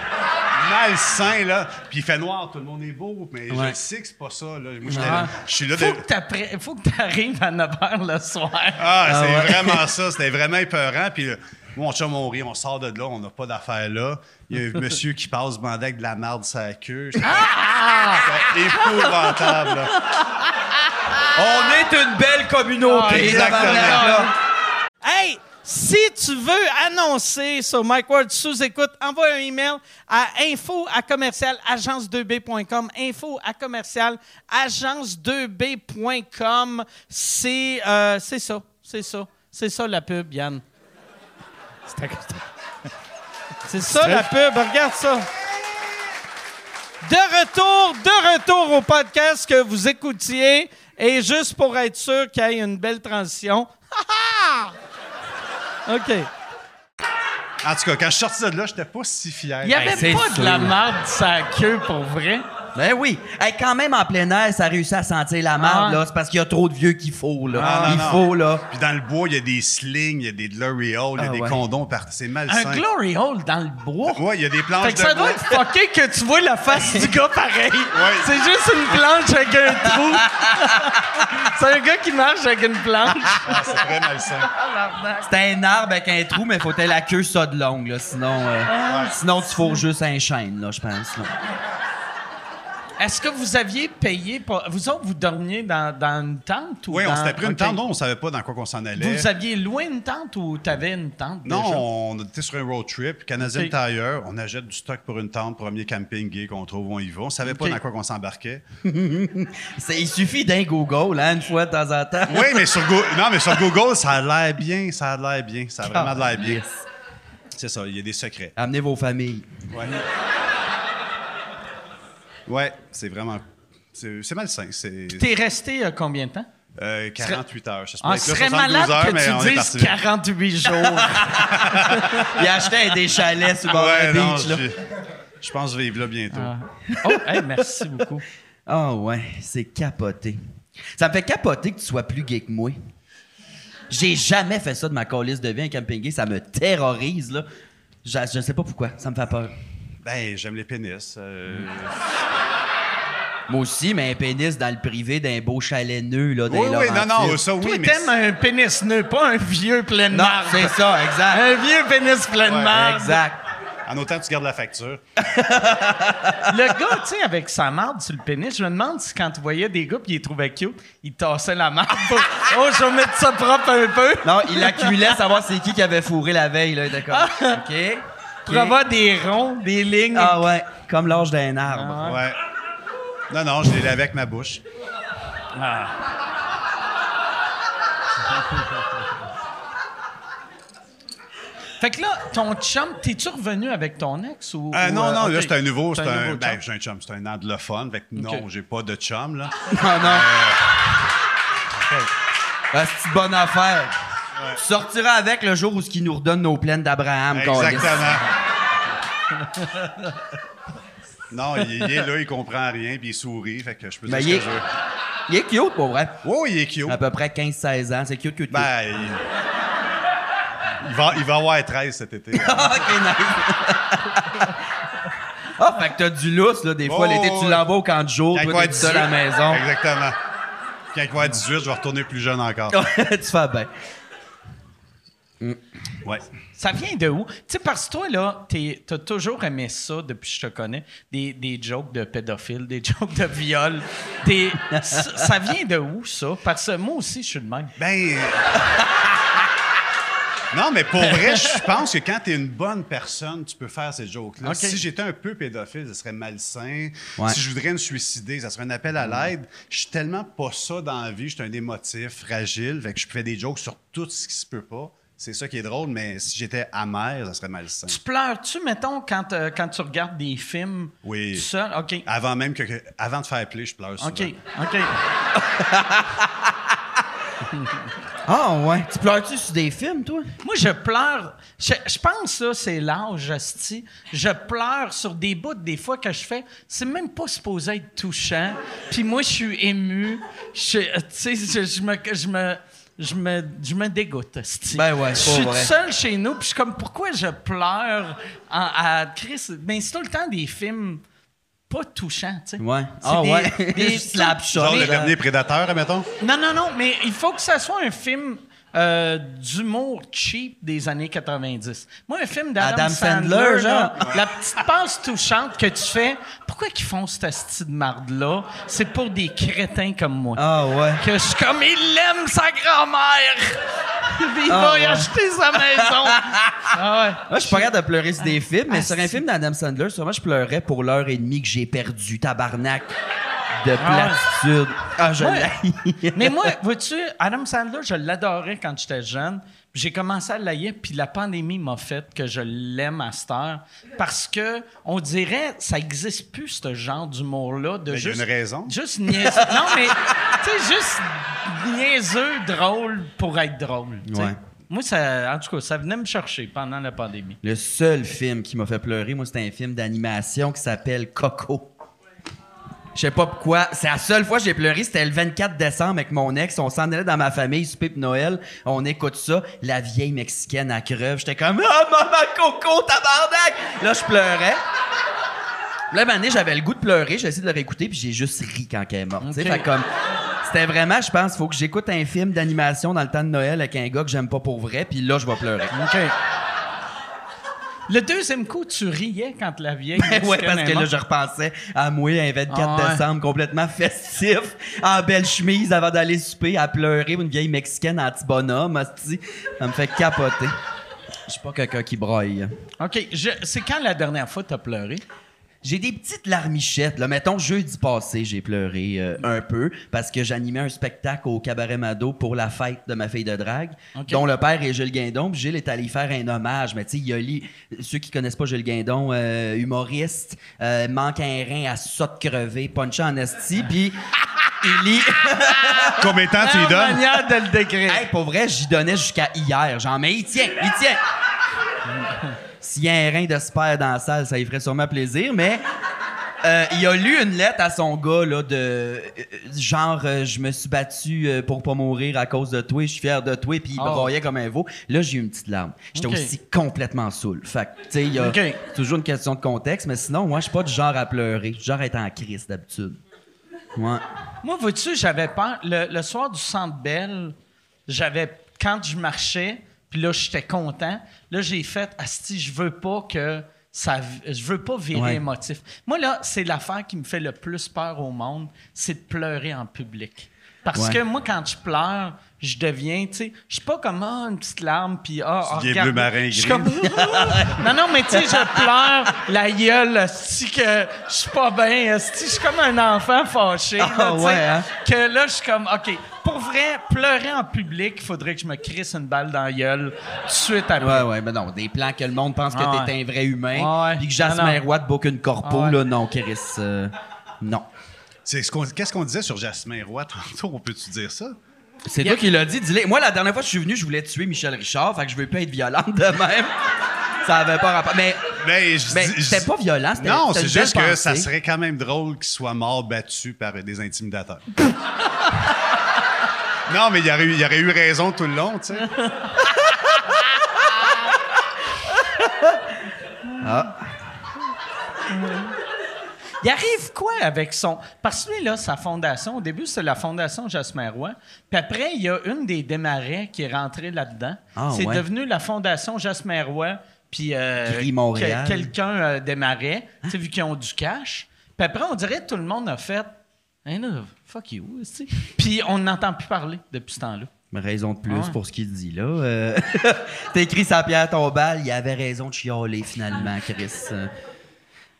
S6: malsain, là. Puis il fait noir, tout le monde est beau, mais je
S5: Ouais.
S6: le sais que c'est pas ça, là. Moi, j'étais-
S1: Ah.
S6: je suis là de...
S1: Faut que t'appre- faut que t'arrives à 9 h le soir.
S6: Ah, c'est
S5: ouais.
S6: vraiment ça. C'était vraiment épeurant. Puis euh, moi, mon chum, on rit, on sort de là, on n'a pas d'affaires là. Il y a un monsieur qui passe bandé avec de la merde sa queue. J'étais-
S1: Ah!
S6: C'était épouvantable, là.
S5: On est une belle communauté.
S6: Ah, exactement.
S5: tabarnak, là.
S7: Hey, Si tu veux annoncer sur Mike Ward sous écoute, envoie un email à info à commercial agence2b.com. Info à commercial agence2b.com. C'est euh, c'est ça, c'est ça, c'est ça la pub, Yann. C'est ça la pub, regarde ça. De retour, de retour au podcast que vous écoutiez. Et juste pour être sûr qu'il y ait une belle transition. Ha, ha! OK.
S6: En tout cas, quand je suis sorti de là, j'étais pas si fier.
S1: Il n'y avait
S5: c'est
S1: pas
S5: sûr.
S1: de la merde sa queue pour vrai.
S5: Ben oui. Hey, quand même, en plein air, ça réussit à sentir la merde,
S1: Ah.
S5: là. C'est parce qu'il y a trop de vieux qu'il faut, là.
S6: Ah, non,
S5: Il
S6: non.
S5: faut, là.
S6: Puis dans le bois, il y a des slings, il y a des L'Oreal, il y a
S5: Ah,
S6: des
S5: ouais.
S6: condoms partout. C'est malsain.
S1: Un glory hole dans le bois.
S6: Ouais, il y a des planches
S1: Fait que ça
S6: de
S1: doit
S6: bois.
S1: être fucké que tu vois la face du gars pareil. C'est juste une planche avec un trou. C'est un gars qui marche avec une planche.
S6: Ah, c'est très malsain.
S5: C'est un arbre avec un trou, mais faut être la queue ça de longue, là. Sinon, euh, sinon tu fourres juste un chêne, là, je pense. là.
S1: Est-ce que vous aviez payé pour. Vous autres, vous dormiez dans, dans une tente ou
S6: Oui, on
S1: dans-
S6: s'était pris une
S1: OK.
S6: tente, non, on savait pas dans quoi qu'on s'en allait.
S1: Vous aviez loué une tente ou t'avais une tente
S6: Non,
S1: déjà?
S6: on était sur un road trip, Canadien
S1: Ok.
S6: Tire, on achète du stock pour une tente, premier camping gay qu'on trouve, on y va. On savait pas
S1: Ok.
S6: dans quoi qu'on s'embarquait.
S5: C'est- Il suffit d'un Google, hein, une fois de temps en temps.
S6: Oui, mais sur, Go- non, mais sur Google, ça a l'air bien, ça a l'air bien, ça a vraiment
S1: Ah,
S6: de l'air bien.
S5: Yes.
S6: C'est ça, il y a des secrets.
S5: Amenez vos familles.
S6: Ouais, Ouais, c'est vraiment... C'est c'est malsain, c'est
S1: T'es resté euh, combien de temps?
S6: euh, 48 heures. Je sais
S1: On
S6: pas,
S1: serait
S6: là, 72
S1: malade
S6: heures, mais
S1: que
S6: on
S1: tu
S6: est
S1: dises
S6: parti.
S1: 48 jours.
S5: Il a acheté un des chalets sur le bord de la
S6: Ouais, non,
S5: beach, là.
S6: je- je pense vivre là bientôt.
S1: oh, hey, merci beaucoup.
S5: Ah ouais, c'est capoté. Ça me fait capoter que tu sois plus gay que moi. J'ai jamais fait ça de ma colisse de vie, un camping gay. Ça me terrorise, là. Je, je sais pas pourquoi, ça me fait peur.
S6: Ben, j'aime les pénis. euh,
S1: Ah.
S5: Moi aussi, mais un pénis dans le privé d'un beau chalet nœud, là, dans
S6: Oui,
S5: les
S6: oui, non, non,
S5: Laurentides.
S6: ça, oui,
S1: Toi,
S6: mais...
S1: t'aimes un pénis nœud, pas un vieux plein de
S5: Non,
S1: marde.
S5: c'est ça, exact.
S1: Un vieux pénis plein de
S6: Ouais,
S1: marde.
S5: Exact.
S6: En autant que tu gardes la facture.
S1: Le gars, tu sais, avec sa marde sur le pénis, je me demande si quand tu voyais des gars pis il les trouvait cute, il tassait la marde pour « Oh, je vais mettre ça propre un peu
S5: Non, il accumulait à savoir c'est qui qui avait fourré la veille, là, d'accord.
S6: Ah.
S5: OK. »
S1: pour avoir des ronds, des lignes.
S5: Ah ouais, comme l'âge d'un arbre.
S1: Ah.
S6: Ouais. Non, non, je l'ai lavé avec ma bouche.
S1: Fait que là, ton chum, t'es-tu revenu avec ton ex ou...
S6: Euh,
S1: ou,
S6: non,
S1: euh,
S6: non, là,
S1: ok.
S6: c'est un nouveau. C'est
S1: T'as
S6: un.
S1: nouveau chum.
S6: ben, j'ai un chum, c'est un anglophone. Fait que non, j'ai pas de chum, là.
S5: Non, non. Ah, c'est une bonne affaire. Tu sortiras avec le jour où ce qui nous redonne nos plaines d'Abraham. câlisse.
S6: Exactement. non, il, il est là, il comprend rien, puis il sourit. Fait que je peux
S1: Ben,
S5: Mais il
S6: dire
S5: est,
S6: ce que je veux.
S5: il est cute, pour vrai.
S6: Oh, il est cute.
S5: À peu près 15-16 ans. C'est cute, cute, cute.
S6: Ben, il... il va, il va avoir 13 cet été.
S5: Ah, ok, nice. Ah, fait que t'as du lousse, là, des fois.
S6: Oh,
S5: L'été, tu
S6: ouais.
S5: l'envoies au camp de jour.
S6: Quand il va
S5: Toi, t'es
S6: être
S5: tout seul à la
S6: 18.
S5: maison.
S6: Exactement. Quand il va avoir 18, je vais retourner plus jeune encore.
S5: tu fais bien. Ah.
S6: Ouais.
S1: Ça vient de où? Tu sais, parce que toi, là, t'es- t'as toujours aimé ça depuis que je te connais, des, des jokes de pédophiles, des jokes de viol. Des, ça ça vient de où, ça? Parce que moi aussi, je suis le même.
S6: Ben. Non, mais pour vrai, je pense que quand tu es une bonne personne, tu peux faire ces jokes-là.
S1: Ok.
S6: Si j'étais un peu pédophile, ce serait malsain.
S5: Ouais.
S6: Si je voudrais me suicider, ça serait un appel à l'aide. Je suis tellement pas ça dans la vie. Je suis un émotif, fragile. Fait que je fais des jokes sur tout ce qui se peut pas. C'est ça qui est drôle, mais si j'étais amer, ça serait malsain.
S1: Tu pleures-tu, mettons, quand, euh, quand tu regardes des films
S6: Oui.
S1: tout seul? OK.
S6: Avant même que, que- Avant de faire play, je pleure souvent.
S1: OK. OK.
S5: Ah, ouais. Tu pleures-tu sur des films, toi?
S1: Moi, je pleure. Je, je pense, là, c'est l'âge, asti. Je pleure sur des bouts, des fois, que je fais. C'est même pas supposé être touchant. Puis moi, je suis ému. Je, euh, tu sais, je, je me. Je me je me, je me dégoûte, asti.
S5: Ben
S1: Je
S5: ouais, c'est pas
S1: suis tout
S5: vrai.
S1: seul chez nous, puis je suis comme, pourquoi je pleure en- à Chris? Mais c'est tout le temps des films pas touchants, tu sais.
S5: Ouais.
S1: C'est
S5: Ah
S1: des-
S5: ouais.
S1: des-
S5: Slap shot.
S6: Genre
S1: Mais-
S6: le dernier prédateur, admettons.
S1: non, non, non, mais il faut que ça soit un film euh, d'humour cheap des années 90. Moi, un film d'Adam
S5: Adam
S1: Sandler,
S5: Sandler,
S1: là, la petite passe touchante que tu fais, pourquoi qu'ils font cette style de marde-là? C'est pour des crétins comme moi.
S5: Ah, ouais.
S1: Que je suis comme, il aime sa grand-mère! Puis il va y acheter sa maison. Ah
S5: Ah, Moi, je suis pas capable de pleurer sur des films, mais sur un film d'Adam Sandler, sûrement, je pleurais pour l'heure et demie que j'ai perdu, tabarnak de platitude. Ah, je
S1: Ouais.
S5: l'ai.
S1: ouais. Mais moi, vois-tu, Adam Sandler, je l'adorais quand j'étais jeune. Puis J'ai commencé à l'haïr, puis la pandémie m'a fait que je l'aime à cette heure. Parce que, on dirait, ça n'existe plus, ce genre d'humour-là. De
S6: Mais Ben, il y a
S1: juste,
S6: une raison.
S1: Juste niaiseux. non, mais, tu sais, juste niaiseux, drôle pour être drôle. tu sais.
S5: Ouais.
S1: Moi, ça, en tout cas, ça venait me chercher pendant la pandémie.
S5: Le seul film qui m'a fait pleurer, moi, c'était un film d'animation qui s'appelle Coco. Je sais pas pourquoi. C'est la seule fois que j'ai pleuré, c'était le 24 décembre avec mon ex. On s'en allait dans ma famille, souper pour Noël. On écoute ça. La vieille Mexicaine à creuve. J'étais comme Ah, maman Coco, tabarnak! Là, je pleurais. Là, un moment donné, j'avais le goût de pleurer. J'ai essayé de le réécouter, puis j'ai juste ri quand elle est morte. Tu sais,
S1: Ok.
S5: fait comme. C'était vraiment, je pense, faut que j'écoute un film d'animation dans le temps de Noël avec un gars que j'aime pas pour vrai, puis là, je vais pleurer.
S1: OK. Le deuxième coup, tu riais quand la vieille.
S5: Ben ouais,
S1: Mexicaine
S5: parce que
S1: est
S5: là,
S1: morte.
S5: je repensais à moi, un 24
S1: Ah ouais.
S5: décembre, complètement festif, en belle chemise, avant d'aller souper, à pleurer une vieille Mexicaine anti-bonhomme, hostie. Ça me fait capoter. Je suis pas quelqu'un qui braille.
S1: OK. je- C'est quand la dernière fois tu as pleuré?
S5: J'ai des petites larmichettes. Là. Mettons, jeudi passé, j'ai pleuré euh, un peu parce que j'animais un spectacle au Cabaret Mado pour la fête de ma fille de drague,
S1: Ok.
S5: dont le père est Jules Guindon. Puis Gilles est allé faire un hommage. Mais tu sais, il y a li- ceux qui connaissent pas Jules Guindon, euh, humoriste, euh, manque un rein à saute crever, punché en esti, puis il lit...
S6: Combien de temps
S1: Ah,
S6: tu lui donnes?
S1: manière de le décrire.
S5: Hey, pour vrai, j'y donnais jusqu'à hier. Genre, mais il tient, il tient. S'il y a un rein de sperme dans la salle, ça y ferait sûrement plaisir, mais euh, il a lu une lettre à son gars, là, de euh, genre, euh, je me suis battu euh, pour pas mourir à cause de toi, je suis fier de toi, puis il
S1: Oh.
S5: broyait comme un veau. Là, j'ai eu une petite larme. J'étais
S1: Ok.
S5: aussi complètement saoul. Fait que, tu sais, il y a
S1: Ok.
S5: toujours une question de contexte, mais sinon, moi, je suis pas du genre à pleurer. Je suis du genre à être en crise d'habitude. Ouais.
S1: Moi, vois-tu, j'avais peur. Le, le soir du Centre Bell, j'avais... Quand je marchais, puis là, j'étais content, là, j'ai fait... Asti, je veux pas que... Ça, je veux pas virer
S5: Ouais.
S1: émotif. Moi, là, c'est l'affaire qui me fait le plus peur au monde, c'est de pleurer en public. Parce
S5: Ouais.
S1: que moi, quand je pleure, je deviens, tu sais, je suis pas comme, ah, une petite larme, puis ah, ah,
S6: Tu deviens
S1: regarde.
S6: bleu marin
S1: Je suis
S6: gris.
S1: comme, non, non, mais tu sais, je pleure la gueule, esti, que je suis pas bien, esti, je suis comme un enfant fâché, là,
S5: Ah,
S1: tu sais,
S5: ouais, hein?
S1: que là, je suis comme, OK, pour vrai, pleurer en public, il faudrait que je me crisse une balle dans la gueule tout de suite après.
S5: Ouais, ouais, mais non, des plans que le monde pense que
S1: Ah
S5: t'es
S1: ouais.
S5: un vrai
S1: Ah
S5: humain,
S1: ouais.
S5: puis que
S1: Non,
S5: Jasmin
S1: non.
S5: Roy te book une corpo,
S1: Ah ouais.
S5: là, non, Chris, euh, non.
S6: C'est ce qu'on- Qu'est-ce qu'on disait sur Jasmin Roy tantôt? On peut-tu dire ça?
S5: C'est toi qui l'as dit, dis-le. Moi, la dernière fois que je suis venu, je voulais tuer Michel Richard, fait que je veux pas être violente de même. ça avait pas rapport, mais,
S6: Ben, je
S5: mais
S6: dis- je-
S5: c'était pas violent, c'était
S6: Non,
S5: c'était
S6: c'est
S5: une belle
S6: juste que ça
S5: pensée.
S6: serait quand même drôle qu'il soit mort battu par des intimidateurs. non, mais il y aurait, eu- il y aurait eu raison tout le long, tu sais.
S1: Il arrive quoi avec son. Parce que lui, là, sa fondation, au début, c'est la fondation Jasmin Roy. Puis après, il y a une des démarrais qui est rentrée là-dedans.
S5: Ah,
S1: c'est
S5: ouais.
S1: devenu la fondation Jasmin Roy. Puis. euh,
S5: Gris Montréal.
S1: que- quelqu'un euh, démarrait, tu sais, vu qu'ils ont du cash. Puis après, on dirait que tout le monde a fait. Hey, là, fuck you, tu sais. Puis on n'entend plus parler depuis ce temps-là.
S5: Mais Raison de plus
S1: Ah ouais.
S5: pour ce qu'il dit, là. euh, T'as écrit sa pierre tombale, il avait raison de chialer, finalement, Chris. Euh,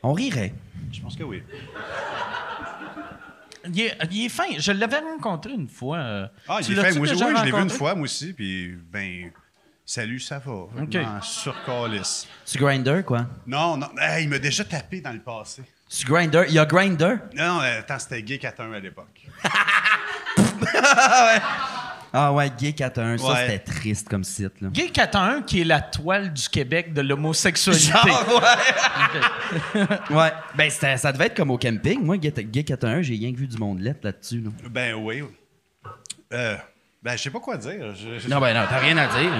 S5: On rirait.
S6: Je pense que oui.
S1: Il est, il est fin. Je l'avais rencontré une fois. euh.
S6: Ah,
S1: Tu
S6: il est
S1: l'as-tu
S6: fait. Moi,
S1: déjà
S6: oui, je l'ai vu une
S1: rencontré?
S6: fois, moi aussi, puis ben, salut, ça va. Non, surcalisse.
S5: Tu grinder, quoi?
S6: Non, non, hey, il m'a déjà tapé dans le passé.
S5: Tu grinder? Il y a grinder?
S6: Non, non, attends, c'était Gay 4-1 à l'époque.
S5: Ah ouais, Gay 41, ça
S6: Ouais.
S5: c'était triste comme site. Là.
S1: Gay 401, qui est la toile du Québec de l'homosexualité.
S5: Ouais. Ben c'était- ça devait être comme au camping. Moi, Gay, Gay 41, j'ai rien que vu du monde lettre là-dessus. là.
S6: Ben oui. Euh, ben, je sais pas quoi dire. Je- je-
S5: Non, ben non, t'as rien à dire.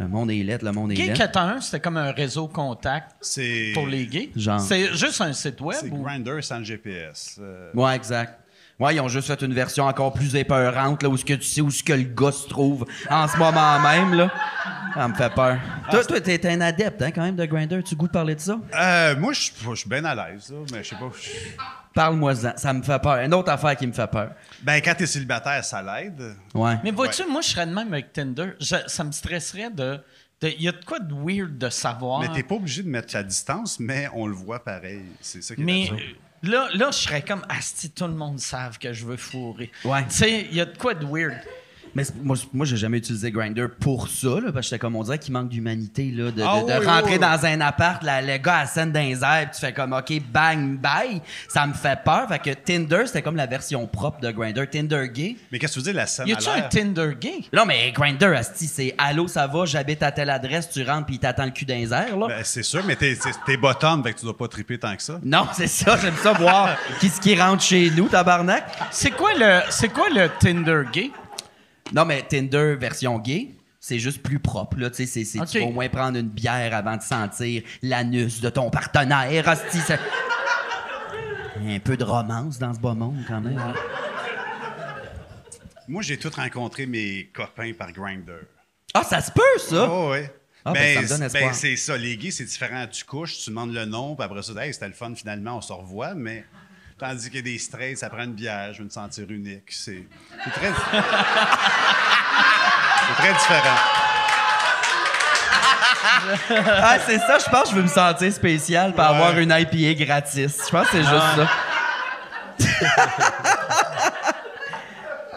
S5: Le monde est lettre, le monde est
S1: Gay
S5: lettre.
S1: 401, c'était comme un réseau contact
S6: C'est
S1: pour les gays.
S5: Genre.
S1: C'est juste un site web.
S6: c'est
S1: ou-
S6: Grindr sans le GPS. Euh,
S5: Ouais, exact. Ouais, ils ont juste fait une version encore plus épeurante, là, où ce que tu sais où ce que le gars se trouve en ce moment même, là. Ça me fait peur. Toi, toi, t'es un adepte, hein, quand même, de Grindr. Tu goûtes parler de ça?
S6: Euh, moi, je je suis bien à l'aise, là, mais je sais pas. je-
S5: Parle-moi-en. Ça me fait peur. Une autre affaire qui me fait peur.
S6: Ben, quand t'es célibataire, ça l'aide.
S5: Ouais.
S1: Mais vois-tu, moi, je serais de même avec Tinder. Je- ça me stresserait de. de- Il y a de quoi de weird de savoir.
S6: Mais t'es pas obligé de mettre à distance, mais on le voit pareil. C'est ça qui est
S1: Mais
S6: absurde.
S1: euh, là, là, je serais comme Asti, tout le monde savent que je veux fourrer.
S5: Ouais.
S1: Tu sais, il y a de quoi de weird.
S5: Mais c'est- moi, c'est- moi j'ai jamais utilisé Grinder pour ça, là, parce que j'étais comme on dirait qu'il manque d'humanité, là, de, de-
S6: Ah
S5: de
S6: oui, oui,
S5: rentrer
S6: oui.
S5: dans un appart, là, le gars à scène d'un airs, puis tu fais comme OK, bang, bye. Ça me fait peur. Fait que Tinder, c'était comme la version propre de Grinder. Tinder gay.
S6: Mais qu'est-ce que tu veux dire, la scène
S1: Y
S6: à
S1: a-tu un
S6: l'air?
S1: Tinder gay?
S5: Non, mais Grinder, Asti, c'est Allô, ça va, j'habite à telle adresse, tu rentres, puis il t'attend le cul d'un airs, là.
S6: Ben, c'est sûr, mais t'es, t'es, t'es bottom, fait que tu dois pas triper tant que ça.
S5: Non, c'est ça, j'aime ça voir qui ce qui rentre chez nous, tabarnak.
S1: C'est quoi le, c'est quoi le Tinder gay?
S5: Non, mais Tinder version gay, c'est juste plus propre. Là. Tu sais, c'est, c'est- Tu
S1: Ok.
S5: vas au moins prendre une bière avant de sentir l'anus de ton partenaire. Hostie, ça- Il y a Un peu de romance dans ce beau monde, quand même. hein.
S6: Moi, j'ai tout rencontré mes copains par Grindr.
S5: Ah, ça se peut, ça!
S6: Oh, oui.
S5: Ah, ben, ça me donne espoir.
S6: c'est ça. Les gays, c'est différent. Tu couches, tu demandes le nom, puis après ça, hey, c'était le fun, finalement, on se revoit, mais. Tandis que des straights, ça prend une bière, je veux me sentir unique. C'est, c'est très. c'est très différent.
S5: Ah, c'est ça, je pense que je veux me sentir spécial par
S6: Ouais.
S5: avoir une IPA gratis. Je pense que c'est juste ça.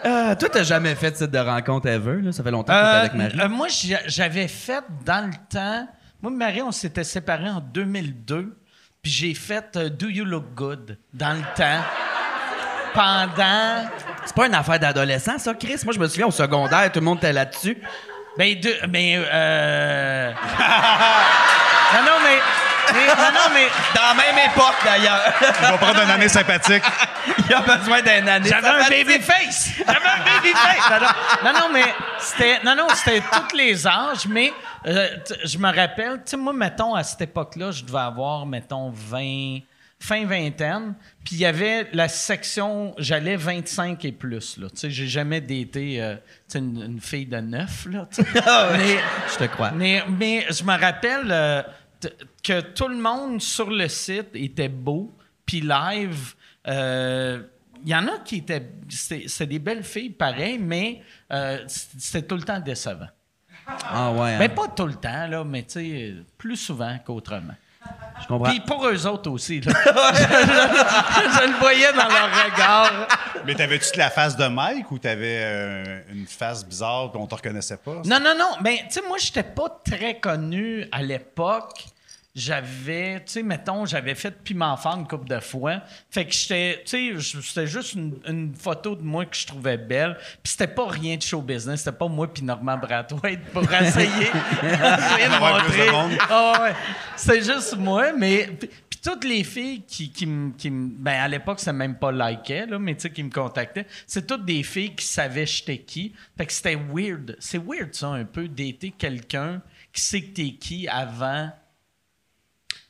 S5: Euh, toi, t'as jamais fait de site de rencontre ever, là? Ça fait longtemps que t'es
S1: Euh,
S5: avec Marie.
S1: euh, moi, j'ai- j'avais fait dans le temps. Moi et Marie, on s'était séparés en 2002. Puis j'ai fait euh, Do You Look Good dans le temps. Pendant.
S5: C'est pas une affaire d'adolescent, ça, Chris. Moi, je me souviens, au secondaire, tout le monde était là-dessus.
S1: Ben, deux. Ben, euh. non, non, mais. mais- non, non, mais.
S5: Dans la même époque, d'ailleurs.
S6: On va prendre une année sympathique.
S5: Il a besoin d'un année.
S1: J'avais un baby face! J'avais un baby face! Non, non, non, non, mais c'était. Non, non, c'était tous les âges, mais euh, t- je me rappelle, tu sais, moi, mettons, à cette époque-là, je devais avoir, mettons, 20. Fin vingtaine, puis il y avait la section, j'allais 25 et plus. Là. Tu sais, j'ai jamais daté euh, tu sais, une, une fille de 9. Là, tu sais. mais,
S5: Je te crois.
S1: mais, mais je me rappelle euh, t- que tout le monde sur le site était beau, puis live. euh, Il y en a qui étaient. C'est c'est des belles filles, pareil, mais euh, c- c'était tout le temps décevant.
S5: Ah ouais. hein.
S1: Mais pas tout le temps, là, mais tu sais, plus souvent qu'autrement.
S5: je comprends.
S1: Puis pour eux autres aussi, là. je, je- je le voyais dans leur regard.
S6: Mais t'avais-tu la face de Mike ou t'avais euh, une face bizarre qu'on te reconnaissait pas?
S1: Non, non, non. Mais tu sais, moi, j'étais pas très connu à l'époque. J'avais, tu sais, mettons, j'avais fait Piment Fort une couple de fois. Fait que j'étais, tu sais, je- c'était juste une, une photo de moi que je trouvais belle. Puis c'était pas rien de show business. C'était pas moi puis Normand Brathwaite pour essayer, essayer de
S6: Avoir plus de
S1: montrer.
S6: monde.
S1: Ah ouais. C'était juste moi, mais. Puis puis toutes les filles qui, qui, me- qui me- ben à l'époque, c'était même pas liké, là, mais tu sais, qui me contactaient, c'est toutes des filles qui savaient j'étais qui. Fait que c'était weird. C'est weird, ça, un peu, d'été quelqu'un qui sait que t'es qui avant.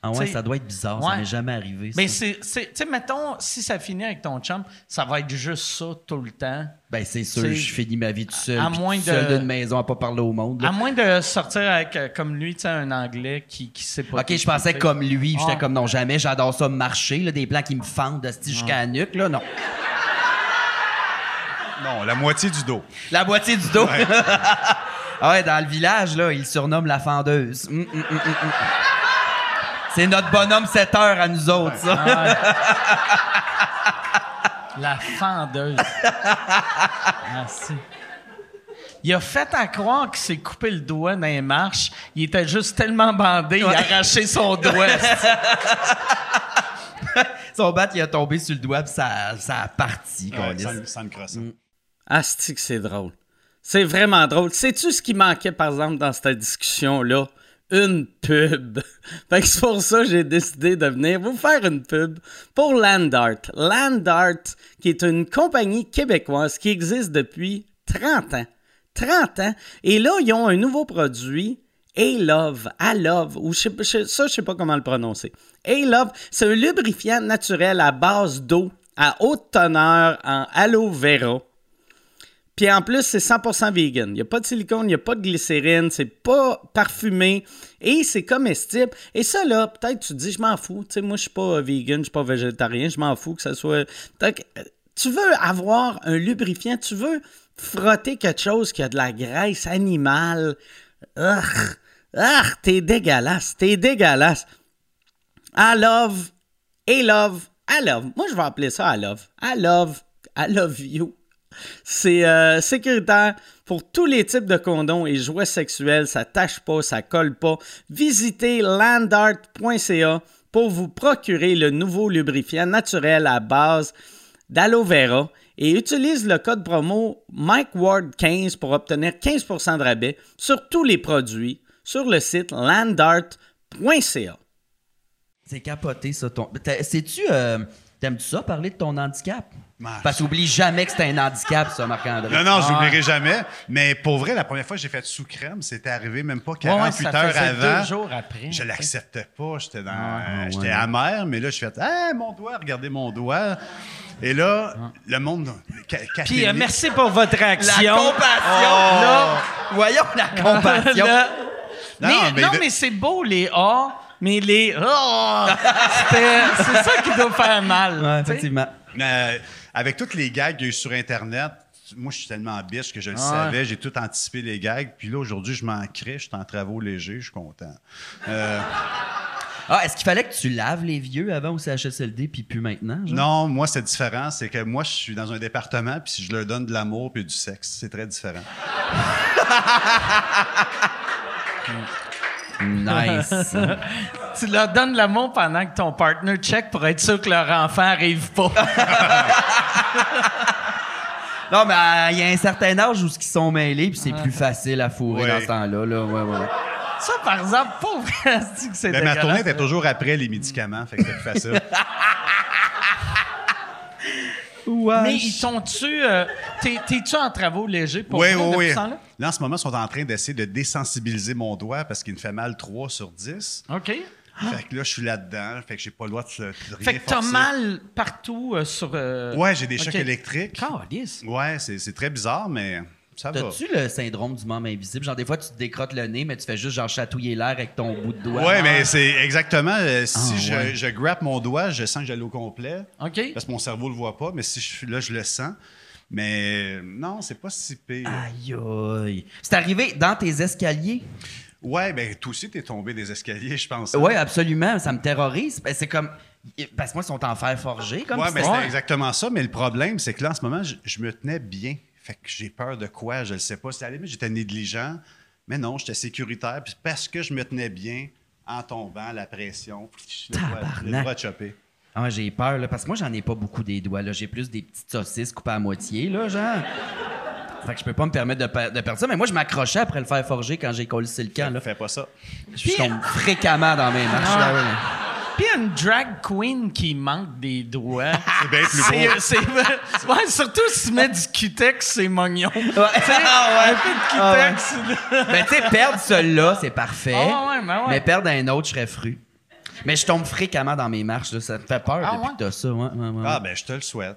S5: Ah ouais,
S1: t'sais-
S5: ça doit être bizarre. Ça
S1: Ouais.
S5: m'est jamais arrivé. ça.
S1: Mais c'est. c'est- Tu sais, mettons, si ça finit avec ton chum, ça va être juste ça tout le temps.
S5: Ben, c'est sûr,
S1: c'est-
S5: je finis ma vie tout seul.
S1: À
S5: puis
S1: moins
S5: tout
S1: de-
S5: seul d'une maison à pas parler au monde. là.
S1: À moins de sortir avec, euh, comme lui, tu sais, un anglais qui, qui sait pas. Ah.
S5: Ok,
S1: qui
S5: je pensais
S1: t'es.
S5: comme lui. J'étais
S1: Ouais.
S5: comme non, jamais. J'adore ça marcher. Là, des plans qui me fendent de style jusqu'à
S1: Ah.
S5: la nuque. Là, non.
S6: Non, la moitié du dos.
S5: La moitié du dos. Ah ouais, dans le village, là, il surnomme la fendeuse. Hum, hum, hum, hum, hum. C'est notre bonhomme 7 heures à nous autres, ça.
S1: La fendeuse. Merci. Il a fait à croire qu'il s'est coupé le doigt dans les marches. Il était juste tellement bandé, il a arraché son doigt.
S5: Son bat, il a tombé sur le doigt, puis ça, ça a parti.
S6: Ouais,
S5: câlisse.
S6: sans, sans le crosser.
S8: Asti que c'est drôle. C'est vraiment drôle. Sais-tu ce qui manquait, par exemple, dans cette discussion-là? Une pub. Fait que c'est pour ça que j'ai décidé de venir vous faire une pub pour Landart. Landart, qui est une compagnie québécoise qui existe depuis 30 ans. 30 ans. Et là, ils ont un nouveau produit, A-Love, A-Love, ou je sais, pas- je- ça, je sais pas comment le prononcer. A-Love, c'est un lubrifiant naturel à base d'eau à haute teneur en aloe vera. Puis en plus, c'est 100% vegan. Il n'y a pas de silicone, il n'y a pas de glycérine, c'est pas parfumé et c'est comestible. Et ça, là, peut-être tu te dis, je m'en fous. Tu sais, moi, je suis pas euh, vegan, je suis pas végétarien, je m'en fous que ça soit. Fait que, euh, Tu veux avoir un lubrifiant, tu veux frotter quelque chose qui a de la graisse animale. Ah, ah, t'es dégueulasse, t'es dégueulasse. I love, I love, I love. Moi, je vais appeler ça I love. I love, I love you. C'est euh, sécuritaire pour tous les types de condoms et jouets sexuels. Ça tâche pas, ça colle pas. Visitez landart.ca pour vous procurer le nouveau lubrifiant naturel à base d'aloe vera et utilise le code promo MikeWard15 pour obtenir 15% de rabais sur tous les produits sur le site landart.ca.
S5: C'est capoté, ça. Ton... T'as- Sais-tu. euh, T'aimes-tu ça, parler de ton handicap?
S6: Marche.
S5: Parce qu'oublie jamais que c'est un handicap, ça, Marc-André. Ah,
S6: Non, non, je n'oublierai jamais. Mais pour vrai, la première fois que j'ai fait sous crème, c'était arrivé même pas
S1: Ouais, ouais,
S6: 48
S1: ça
S6: heures
S1: faisait
S6: avant.
S1: deux jours après.
S6: Je l'acceptais pas. J'étais dans,
S5: Ah,
S6: j'étais
S5: ouais.
S6: amer, mais là, je fais Ah, mon doigt, regardez mon doigt. Et là, le monde. ca-
S1: Puis
S6: catholique-
S1: euh, merci pour votre Oh.
S5: La
S1: action.
S5: compassion,
S6: Oh.
S5: là! Voyons la compassion!
S1: Là.
S6: Non,
S1: mais,
S6: mais
S1: non,
S6: de-
S1: mais c'est beau, les A, mais les
S6: Oh!
S1: Ah! C'était- c'est ça qui doit faire mal.
S5: Ouais,
S1: tu sais.
S5: effectivement.
S6: Mais, euh, avec toutes les gags qu'il y a eu sur Internet, moi, je suis tellement biche que je le savais. J'ai tout anticipé les gags. Puis là, aujourd'hui, je m'en crée. Je suis en travaux légers. Je suis content. Euh,
S5: Ah, est-ce qu'il fallait que tu laves les vieux avant au CHSLD puis plus maintenant? genre?
S6: non, moi, c'est différent. C'est que moi, je suis dans un département, puis je leur donne de l'amour puis du sexe. C'est très différent.
S5: Nice!
S1: Tu leur donnes de l'amour pendant que ton partner check pour être sûr que leur enfant arrive pas.
S5: non, mais euh, il y a un certain âge où ce qu'ils sont mêlés puis c'est plus facile à fourrer
S6: Ouais.
S5: dans ce temps-là. Là. Ouais, ouais.
S1: ça, par exemple, pour vrai, c'est que c'est
S6: Mais ma
S1: dégueulasse.
S6: tournée était toujours après les médicaments. Fait que c'était plus facile.
S1: Mais ils sont-tu... euh, t'es- T'es-tu en travaux légers pour
S6: Oui,
S1: vrai
S6: oui,
S1: depuis
S6: oui.
S1: ce temps-là?
S6: Là, en ce moment, ils sont en train d'essayer de désensibiliser mon doigt parce qu'il me fait mal 3 sur 10.
S1: OK.
S6: Fait que là, je suis là-dedans. Fait que j'ai pas le droit de, se- de rien
S1: Ah! Fait que t'as
S6: forcer.
S1: mal partout euh, sur... euh,
S6: Ouais, j'ai des chocs
S1: OK.
S6: électriques.
S1: Calisse.
S6: Ouais, c'est c'est très bizarre, mais ça va.
S5: T'as-tu le syndrome du membre invisible? Genre, des fois, tu te décrottes le nez, mais tu fais juste genre chatouiller l'air avec ton bout de doigt.
S6: Ouais, mais c'est exactement. euh, si
S5: Ah,
S6: je,
S5: ouais.
S6: je grappe mon doigt, je sens que j'allais au complet.
S1: OK.
S6: Parce que mon cerveau le voit pas, mais si je suis là, je le sens. Mais non, c'est pas si pire.
S5: Ah, Aïe, aïe. C'est arrivé dans tes escaliers?
S6: Ouais, ben toi aussi, t'es tombé des escaliers, je pense. hein?
S5: Oui, absolument. Ça me terrorise. Ben, C'est comme. Parce que moi, ils sont en fer forgé. Comme
S6: ouais,
S5: ça.
S6: mais c'était exactement ça. Mais le problème, c'est que là, en ce moment, je, je me tenais bien. Fait que j'ai peur de quoi, je le sais pas. C'est à la limite, j'étais négligent, mais non, j'étais sécuritaire. Puis parce que je me tenais bien, en tombant, la pression, le doigt- le
S5: Tabarnak.
S6: doigt chopé.
S5: Ah, j'ai peur, là, parce que moi, j'en ai pas beaucoup des doigts. là. J'ai plus des petites saucisses coupées à moitié, là, genre. Fait que je peux pas me permettre de, per- de perdre ça. Mais moi, je m'accrochais après le fer forgé quand j'ai collé le camp, là.
S6: Fais pas ça.
S5: Je tombe fréquemment dans mes marches.
S1: Ah.
S5: là, ouais.
S1: Puis une drag queen qui manque des doigts.
S6: C'est bien plus beau.
S1: C'est- c'est- ouais, surtout si tu mets du cutex, c'est mignon.
S5: Ouais. Ah, ouais.
S1: Un peu de
S5: Ah, ouais.
S1: cutex. là.
S5: Mais Ben, tu sais, perdre celui-là, c'est parfait.
S1: Ah ouais, ben ouais.
S5: Mais perdre un autre, je serais fru. Mais je tombe fréquemment dans mes marches, là. Ça me fait peur
S1: Ah,
S5: depuis
S1: ouais?
S5: que t'as ça, ouais, ouais, ouais.
S6: Ah, ben, je te le souhaite.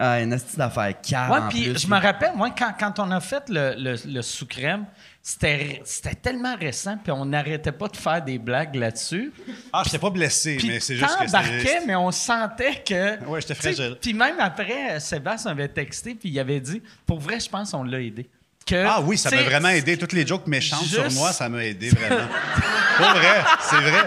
S5: Ah, une astuce d'affaire calme.
S1: Ouais,
S5: en
S1: puis
S5: plus,
S1: je
S5: là.
S1: me rappelle, moi, quand, quand on a fait le, le- le sous-crème, c'était ré- c'était tellement récent, puis on n'arrêtait pas de faire des blagues là-dessus.
S6: Ah, j'étais pas blessé, mais
S1: Puis
S6: c'est juste que
S1: t'embarquais,
S6: c'était-
S1: mais on sentait que...
S6: Ouais, j'étais
S1: tu sais,
S6: fragile.
S1: Puis même après, euh, Sébastien avait texté, puis il avait dit, pour vrai, je pense qu'on l'a aidé. Que,
S6: Ah oui, ça
S1: tu
S6: m'a
S1: sais,
S6: vraiment aidé. Toutes les jokes méchantes sur
S1: Juste-
S6: moi, ça m'a aidé vraiment. pour vrai, c'est vrai.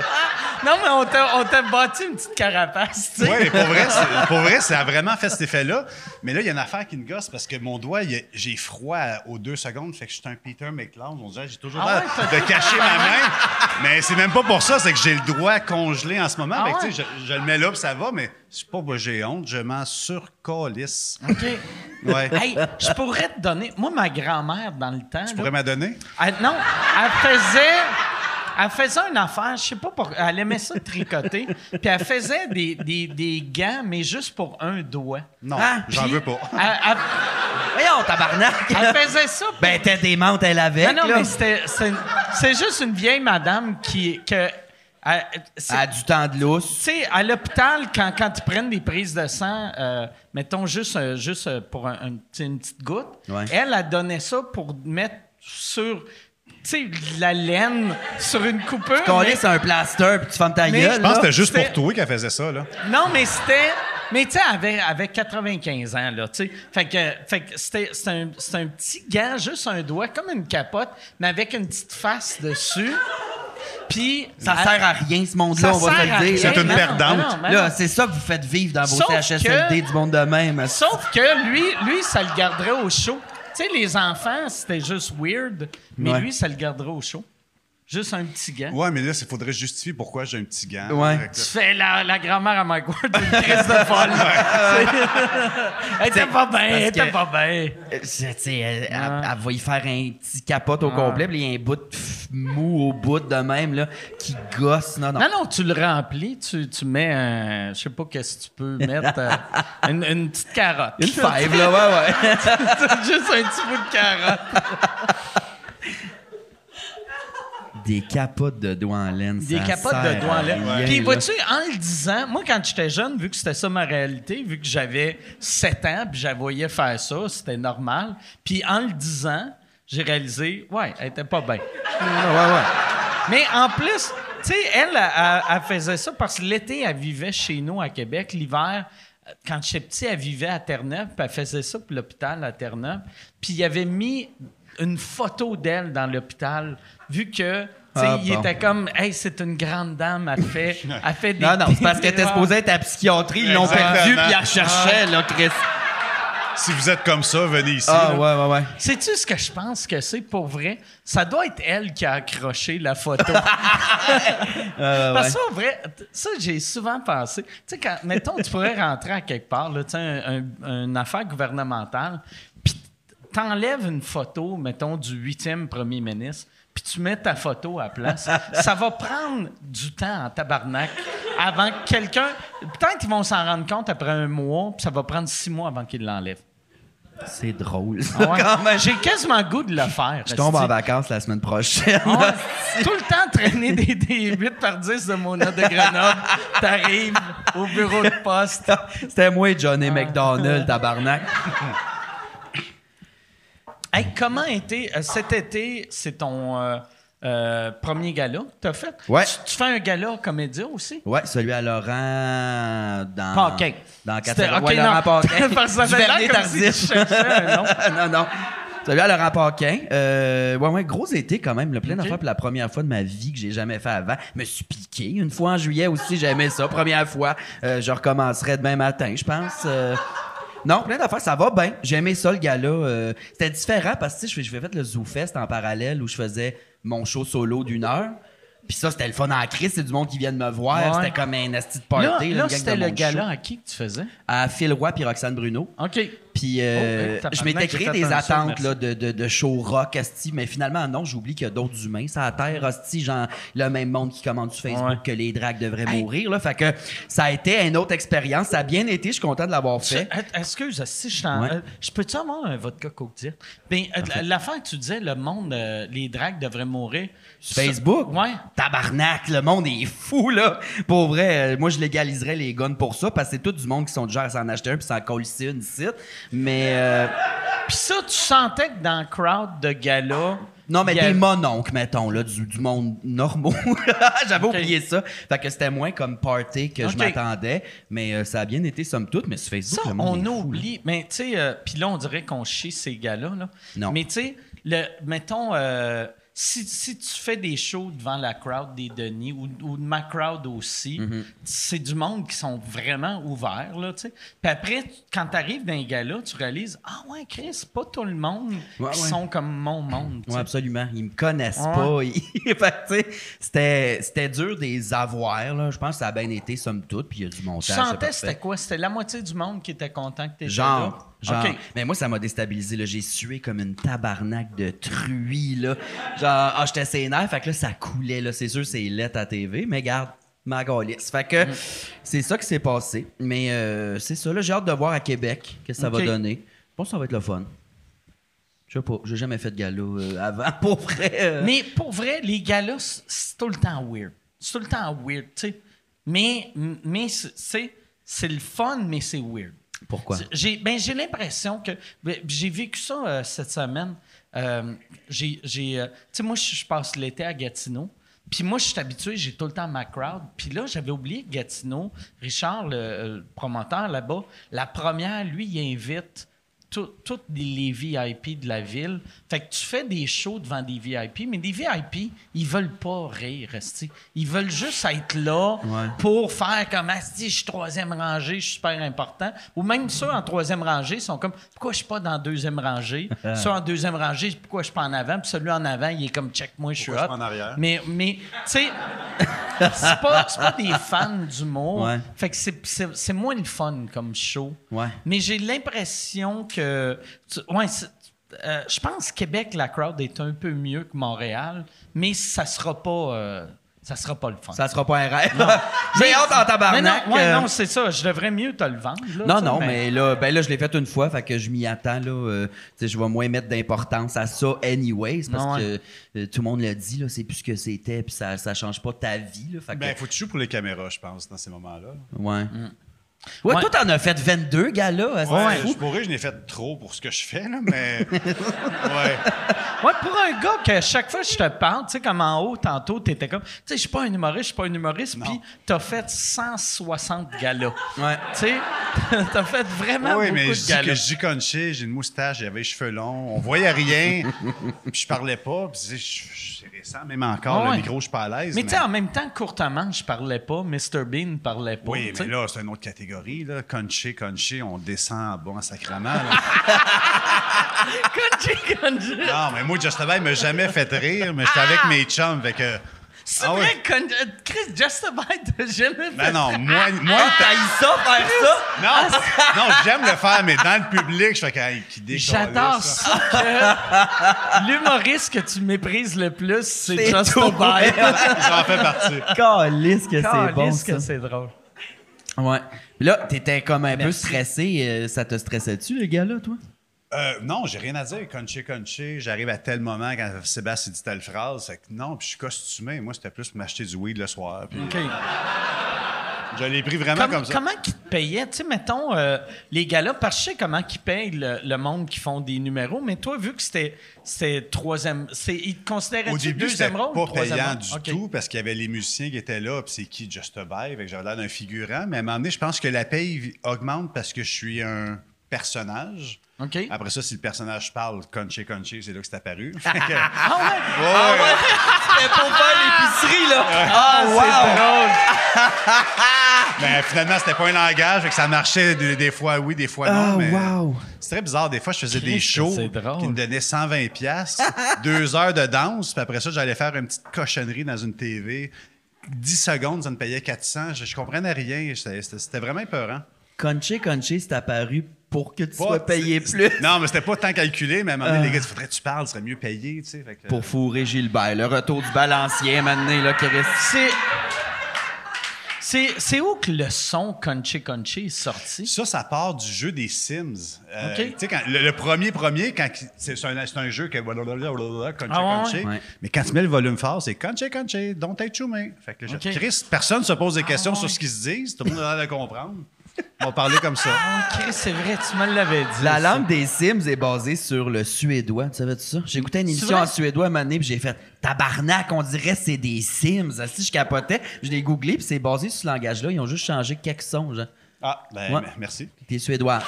S1: Non, mais on t'a, on t'a bâti une petite carapace, tu sais.
S6: Oui, mais pour vrai, c'est- pour vrai, ça a vraiment fait cet effet-là. Mais là, il y a une affaire qui me gosse parce que mon doigt, il y a- j'ai froid aux deux secondes. Fait que je suis un Peter McLeod. On dirait que j'ai toujours
S1: Ah
S6: l'air
S1: ouais, t'as-
S6: de cacher ma main. Mais c'est même pas pour ça, c'est que j'ai le doigt congelé en ce moment.
S1: Ah
S6: Fait que,
S1: ouais?
S6: tu sais, je, je le mets là, puis ça va, mais c'est pas que j'ai honte, je m'en surcolisse.
S1: OK.
S6: Ouais.
S1: Hey, je pourrais te donner. Moi, ma grand-mère, dans le temps.
S6: Tu
S1: là,
S6: pourrais m'adonner?
S1: elle- non, elle faisait. Elle faisait une affaire, je sais pas pourquoi. Elle aimait ça tricoter. Puis elle faisait des, des, des gants, mais juste pour un doigt.
S6: Non,
S5: Ah,
S6: j'en
S1: Puis
S6: veux pas.
S1: Elle, elle-
S5: Voyons, tabarnak!
S1: elle faisait ça. pour- Ah
S5: Ben, t'es démente, elle avait.
S1: non, non,
S5: là.
S1: mais c'était, c'est, c'est juste une vieille madame qui. Que, Elle- c'est-
S5: Elle a du temps de lousse.
S1: tu sais, à l'hôpital, quand, quand ils prennent des prises de sang, euh, mettons juste, euh, juste euh, pour un- un petit- une petite goutte,
S5: Ouais.
S1: elle, a donné ça pour mettre sur, tu sais, de la laine sur une coupure.
S5: Collé,
S1: mais-
S5: c'est un plaster, puis tu fermes ta
S1: Mais-
S5: gueule.
S6: Je pense que
S5: là.
S6: c'était juste
S1: c'était-
S6: pour toi qu'elle faisait ça, là.
S1: Non, mais c'était. Mais tu sais, avec, avec 95 ans, là, tu sais. Fait que, fait que c'était, c'était un, c'était un petit gant, juste un doigt, comme une capote, mais avec une petite face dessus. Puis.
S5: Ça
S1: elle-
S5: sert à rien, ce monde-là,
S1: ça
S5: on va
S1: sert
S5: te
S1: à
S5: le dire.
S1: rien.
S6: C'est une
S1: Non,
S6: perdante.
S1: non, non,
S5: Là,
S1: non.
S5: c'est ça que vous faites vivre dans vos
S1: Sauf
S5: CHSLD
S1: que-
S5: du monde de même.
S1: Sauf que lui, lui, ça le garderait au chaud. Tu sais, les enfants, c'était juste weird, mais
S5: Ouais.
S1: lui, ça le garderait au chaud. Juste un petit gant.
S6: Ouais, mais là, il faudrait justifier pourquoi j'ai un petit gant.
S5: Ouais.
S6: Fait que-
S1: Tu fais la, la grand-mère à Mike Ward, une crise de folle. elle était pas bien, elle
S5: parce
S1: était
S5: que-
S1: pas bien.
S5: Euh, c'est- tu sais, elle, elle-
S1: Ah.
S5: elle va y faire un petit capote au complet, puis il y a un bout de f- mou au bout de même, là, qui gosse. Non, non.
S1: Non, non, tu le remplis, tu, tu mets un. Je sais pas qu'est-ce que tu peux mettre. euh, une, une petite carotte.
S5: Une five, là, ouais, ouais.
S1: Juste un petit bout de carotte.
S5: Des capotes de doigts en laine,
S1: Des
S5: ça
S1: capotes de
S5: sert
S1: doigts
S5: à
S1: là.
S5: rien,
S1: Puis
S5: là.
S1: vois-tu, en le disant, moi quand j'étais jeune, vu que c'était ça ma réalité, vu que j'avais 7 ans, puis j'avais voyé faire ça, c'était normal. Puis en le disant, j'ai réalisé, ouais, elle était pas bien. Mais en plus, tu sais, elle, elle, elle- elle faisait ça parce que l'été, elle vivait chez nous à Québec. L'hiver, euh, quand j'étais petit, elle vivait à Terre-Neuve, puis elle faisait ça pour l'hôpital à Terre-Neuve. Puis il avait mis une photo d'elle dans l'hôpital, vu que, tu sais,
S5: Ah,
S1: il
S5: bon.
S1: était comme, hey, c'est une grande dame, elle fait, elle fait des.
S5: Non, non, c'est parce que t'es
S1: délires.
S5: supposé être à la psychiatrie, ils l'ont
S6: Exactement.
S5: perdu, puis ils la recherchaient, là, Chris.
S6: Si vous êtes comme ça, venez ici.
S5: Ah,
S6: là.
S5: ouais, ouais, ouais.
S1: Sais-tu ce que je pense que c'est pour vrai? Ça doit être elle qui a accroché la photo.
S5: Euh, ouais.
S1: Parce que ça, en vrai, t- ça, j'ai souvent pensé. Tu sais, quand, mettons, tu pourrais rentrer à quelque part, là, tu sais, un- un- une affaire gouvernementale, puis t'enlèves une photo, mettons, du huitième premier ministre, puis tu mets ta photo à la place. ça va prendre du temps en tabarnak avant que quelqu'un. Peut-être qu'ils vont s'en rendre compte après un mois, puis ça va prendre six mois avant qu'ils l'enlèvent.
S5: C'est drôle, ça,
S1: Ah ouais?
S5: quand même.
S1: J'ai quasiment le goût de le faire.
S5: Je tombe en
S1: esti.
S5: vacances la semaine prochaine.
S1: Ah ouais. Tout le temps traîner des, des 8 par 10 de Mona de Grenoble. T'arrives au bureau de poste.
S5: C'était moi et
S1: Ah.
S5: Johnny McDonald, tabarnak.
S1: Hey, comment était euh, cet été, c'est ton euh, euh, premier gala que t'as fait?
S5: Ouais.
S1: Tu, tu fais un gala comédien aussi?
S5: Ouais, celui à Laurent dans.
S1: Paquin.
S5: Ah, Dans
S1: C'était-
S5: 80.
S1: ok,
S5: ouais, Laurent
S1: non.
S5: Paquin.
S1: Parce que ça fait
S5: Duvernay
S1: l'air comme si tu
S5: Tardif.
S1: cherchais un nom.
S5: non, non. Celui à Laurent Paquin. Euh, ouais, ouais, gros été quand même. Le plein d'affaires pour la première fois de ma vie que j'ai jamais fait avant. Je me suis piqué une fois en juillet aussi. J'aimais ça. Première fois. Euh, je recommencerai demain matin, je pense. Euh, Non, plein d'affaires, ça va bien. J'aimais ça, le gars-là. Euh, C'était différent parce que tu sais, je fais- je vais faire le Zoo Fest en parallèle où je faisais mon show solo d'une heure. Puis ça, c'était le fun en crise. C'est du monde qui vient de me voir.
S1: Ouais.
S5: C'était comme un asti de
S1: Là,
S5: party.
S1: là,
S5: une gang de
S1: c'était le
S5: monde
S1: gala
S5: chaud.
S1: à qui que tu faisais?
S5: À Phil Roy puis Roxane Bruno.
S1: OK.
S5: Puis euh,
S1: Oh, hey,
S5: je
S1: tabarnak,
S5: m'étais créé
S1: j'ai fait
S5: des
S1: un saut,
S5: attentes
S1: merci.
S5: là, de, de, de show rock, asti, mais finalement, non, j'oublie qu'il y a d'autres humains. Ça à terre, asti, genre le même monde qui commande sur Facebook
S1: Ouais.
S5: que les drags devraient mourir. Là, fait que ça a été une autre expérience. Ça a bien été, je suis content de l'avoir
S1: Tu-
S5: fait.
S1: euh, Excuse, si je t'en.
S5: Ouais.
S1: euh, Je peux-tu avoir un vodka coke dire? Ben, euh, la- l'affaire que tu disais, le monde, euh, les dragues devraient mourir.
S5: Facebook?
S1: euh, Ouais.
S5: Tabarnak, le monde est fou, là. Pour vrai, euh, moi, je légaliserais les guns pour ça, parce que c'est tout du monde qui sont déjà à s'en acheter un puis s'en coller une ici. Mais euh,
S1: Puis ça, tu sentais que dans le crowd de gala.
S5: non, mais
S1: il y a-
S5: des mononcles, mettons, là, du, du monde normaux. J'avais oublié ça. Fait que c'était moins comme party que
S1: Ok.
S5: je m'attendais. Mais euh, ça a bien été, somme toute. Mais sur Facebook,
S1: Ça,
S5: le monde
S1: on
S5: est fou,
S1: oublie. Mais tu sais, euh, puis là, on dirait qu'on chie ces gars-là. Là.
S5: Non.
S1: Mais tu sais, le- mettons, euh, si, si tu fais des shows devant la crowd des Denis ou, ou de ma crowd aussi,
S5: Mm-hmm.
S1: c'est du monde qui sont vraiment ouverts. Là, tu sais. Puis après, tu- quand tu arrives dans les gars-là, tu réalises Ah ouais, Chris, c'est pas tout le monde
S5: Ouais,
S1: qui
S5: ouais.
S1: sont comme mon monde. tu
S5: Oui,
S1: sais.
S5: absolument. Ils me connaissent
S1: Ouais.
S5: pas. Ils- fait que, tu sais, c'était, c'était dur de les avoir. Là. Je pense que ça a bien été, somme toute. Puis il y a du montage.
S1: Tu
S5: c'est
S1: sentais
S5: parfait.
S1: c'était quoi? C'était la moitié du monde qui était content que tu
S5: Genre.
S1: là?
S5: Genre.
S1: OK.
S5: Mais moi, ça m'a déstabilisé. là. J'ai sué comme une tabarnak de truie. Là. Genre, ah, j'étais sénère. Fait que là, ça coulait. Là. C'est sûr, c'est laid à TV. Mais garde, ma galice. Fait que
S1: Mm.
S5: c'est ça qui s'est passé. Mais euh, c'est ça. Là, j'ai hâte de voir à Québec que ça
S1: Ok.
S5: va donner. Je pense que ça va être le fun. Je sais pas. J'ai jamais fait de gala euh, avant, pour vrai. euh.
S1: Mais pour vrai, les galas, c'est tout le temps weird. c'est tout le temps weird, tu sais. Mais, mais c'est- c'est c'est le fun, mais c'est weird.
S5: Pourquoi?
S1: C'est- J'ai ben, j'ai l'impression que. ben, J'ai vécu ça euh, cette semaine. Euh, j'ai. j'ai, euh, tu sais, moi, je je passe l'été à Gatineau. Puis moi, je suis habitué, j'ai tout le temps ma crowd. Puis là, j'avais oublié que Gatineau, Richard, le, euh, le promoteur là-bas, la première, lui, il invite tout- toutes les, les VIP de la ville. Fait que tu fais des shows devant des VIP, mais des VIP, ils veulent pas rire, esti. Ils veulent juste être là
S5: Ouais.
S1: pour faire comme Asti, je suis troisième rangée, je suis super important. Ou même ceux en troisième rangée sont comme Pourquoi je suis pas dans la deuxième rangée? ceux en deuxième rangée, pourquoi je suis pas en avant? Puis celui en avant, il est comme check moi, je suis
S6: Pourquoi je
S1: hot.
S6: suis en arrière?
S1: Mais, mais tu sais, c'est pas, c'est pas des fans d'humour.
S5: Ouais.
S1: Fait que c'est- c'est c'est moins le fun comme show.
S5: Ouais.
S1: Mais j'ai l'impression que. tu- ouais, c'est- euh, je pense que Québec, la crowd est un peu mieux que Montréal, mais ça sera pas. euh, ça sera pas le fun.
S5: Ça sera pas un rêve. J'ai hâte en
S1: Mais
S5: tabarnak.
S1: non, ouais,
S5: euh,
S1: non, c'est ça. Je devrais mieux te le vendre. là,
S5: Non,
S1: tu sais,
S5: non, mais là, ben là, je l'ai fait une fois, fait que je m'y attends, là. euh, tu sais, je vais moins mettre d'importance à ça anyways, parce
S1: Non,
S5: que euh, tout le monde l'a dit, là, c'est plus ce que c'était, puis ça, ça change pas ta vie, là. Fait que,
S6: Ben, faut que tu joues pour les caméras, je pense, dans ces moments-là.
S5: ouais. mm. Ouais,
S1: Ouais.
S5: toi, t'en as fait 22, gars, là. c'est
S6: Ouais,
S5: fou.
S6: je pourrais, je n'ai fait trop pour ce que je fais, là, mais. ouais.
S1: Ouais, pour un gars que chaque fois que je te parle, tu sais, comme en haut, tantôt, t'étais comme, tu sais, je suis pas un humoriste, je suis pas un humoriste, puis t'as fait 160 galas.
S5: Ouais.
S1: Tu sais, t'as fait vraiment
S6: Oui,
S1: beaucoup
S6: mais je
S1: de
S6: dis que
S1: galas.
S6: je déconchais, j'ai une moustache, j'avais les cheveux longs, on voyait rien, puis je parlais pas, puis je disais, je- je- c'est récent, même encore,
S1: Ah ouais.
S6: le micro, je suis pas à l'aise.
S1: Mais tu sais, en même temps, courtement, je parlais pas, Mr. Bean parlait pas.
S6: Oui,
S1: tu sais.
S6: mais là, c'est une autre catégorie, là. Conché, conché, on descend en bas en sacrement, là.
S1: Conji, Conji.
S6: Non, ah, mais moi, Just Abay m'a jamais fait rire, mais j'étais avec mes chums, fait que.
S1: Ah! C'est
S6: Ah
S1: vrai
S6: ouais.
S1: que Conji- euh, Chris Justabite t'a jamais
S6: Ben
S1: fait.
S6: non, moi, moi
S5: T'as
S6: t'as-
S5: eu ça, faire ça?
S6: non, non j'aime le faire, mais dans le public, je fais quand même qui décolle,
S1: J'adore
S6: ça.
S1: ça que l'humoriste que tu méprises le plus, c'est
S5: C'est
S1: Justabite.
S6: J'en fais partie.
S5: Calisse que c'est
S1: Calisse
S5: bon,
S1: que
S5: ça.
S1: c'est drôle.
S5: Ouais. Puis là, t'étais comme un peu stressé. euh, ça te stressait-tu, le gars, là, toi?
S6: Euh, non, j'ai rien à dire. Conché, conché, j'arrive à tel moment quand Sébastien dit telle phrase. Fait que non, puis je suis costumé. Moi, c'était plus pour m'acheter du weed le soir. Puis
S1: OK.
S6: Je l'ai pris vraiment
S1: Comme-
S6: comme, ça.
S1: Comment qu'ils te payaient? Tu sais, mettons, euh, les gars-là, parce que je sais comment qu'ils payent le, le monde qui font des numéros, mais toi, vu que c'était c'était troisième, c'est- ils te considéraient
S6: Au
S1: tu
S6: début, c'était
S1: deuxième
S6: pas
S1: rôle ou troisième
S6: payant
S1: round?
S6: du
S1: OK.
S6: tout parce qu'il y avait les musiciens qui étaient là, puis c'est qui Just a Vibe, fait que j'avais l'air d'un figurant. Mais à un moment donné, je pense que la paye augmente parce que je suis un personnage.
S1: OK.
S6: Après ça, si le personnage parle, conché, conché, c'est là que c'est apparu. Fait que- Ouais,
S1: Ah ouais?
S6: ouais.
S5: C'était pour faire l'épicerie, là. Ah, wow!
S6: Mais finalement, c'était pas un langage, fait que ça marchait des, des fois oui, des fois non.
S5: Ah,
S6: mais
S5: wow.
S6: C'est très bizarre. Des fois, je faisais des
S1: Christ,
S6: shows
S1: c'est drôle.
S6: qui me donnaient 120 pièces, deux heures de danse, puis après ça, j'allais faire une petite cochonnerie dans une TV. 10 secondes, ça me payait 400. Je, je comprenais rien. C'était c'était- c'était vraiment épeurant.
S5: Conché, conché, c'est apparu pour que tu
S6: Pas-
S5: sois payé
S6: c'est-
S5: plus.
S6: Non, mais c'était pas tant calculé, mais à un moment donné, les gars, il faudrait que tu parles, tu serais mieux payé, tu sais. fait que-
S5: Pour fourrer Gilbert. Le retour du balancier, maintenant, là, qui reste.
S1: C'est. C'est, c'est où que le son Conchi Conchi est sorti?
S6: Ça, ça part du jeu des Sims. Euh,
S1: OK.
S6: tu sais, quand- le, le premier, premier, quand il- c'est c'est un, c'est un jeu que blablabla, blablabla, conché,
S1: Ah ouais?
S6: conché.
S5: Ouais.
S6: Mais quand tu mets le volume fort, c'est conché, conché, don't être chumé. Fait que là, je-
S1: OK.
S6: Chris, personne se
S5: Ah
S6: pose des questions sur ce qu'ils se disent. Tout le monde a l'air de comprendre. On va parler comme ça.
S5: Ah
S1: Chris, c'est vrai, tu me l'avais dit.
S5: La
S1: ça.
S5: langue des Sims est basée sur le suédois. Tu savais-tu ça? J'écoutais une émission
S1: vrai?
S5: en suédois à un moment donné, puis j'ai fait Tabarnak, on dirait c'est des Sims. Si je capotais, je l'ai googlé, puis c'est basé sur ce langage-là. Ils ont juste changé quelques sons, genre.
S6: Ah, ben,
S5: Ouais.
S6: m- merci.
S5: T'es suédois.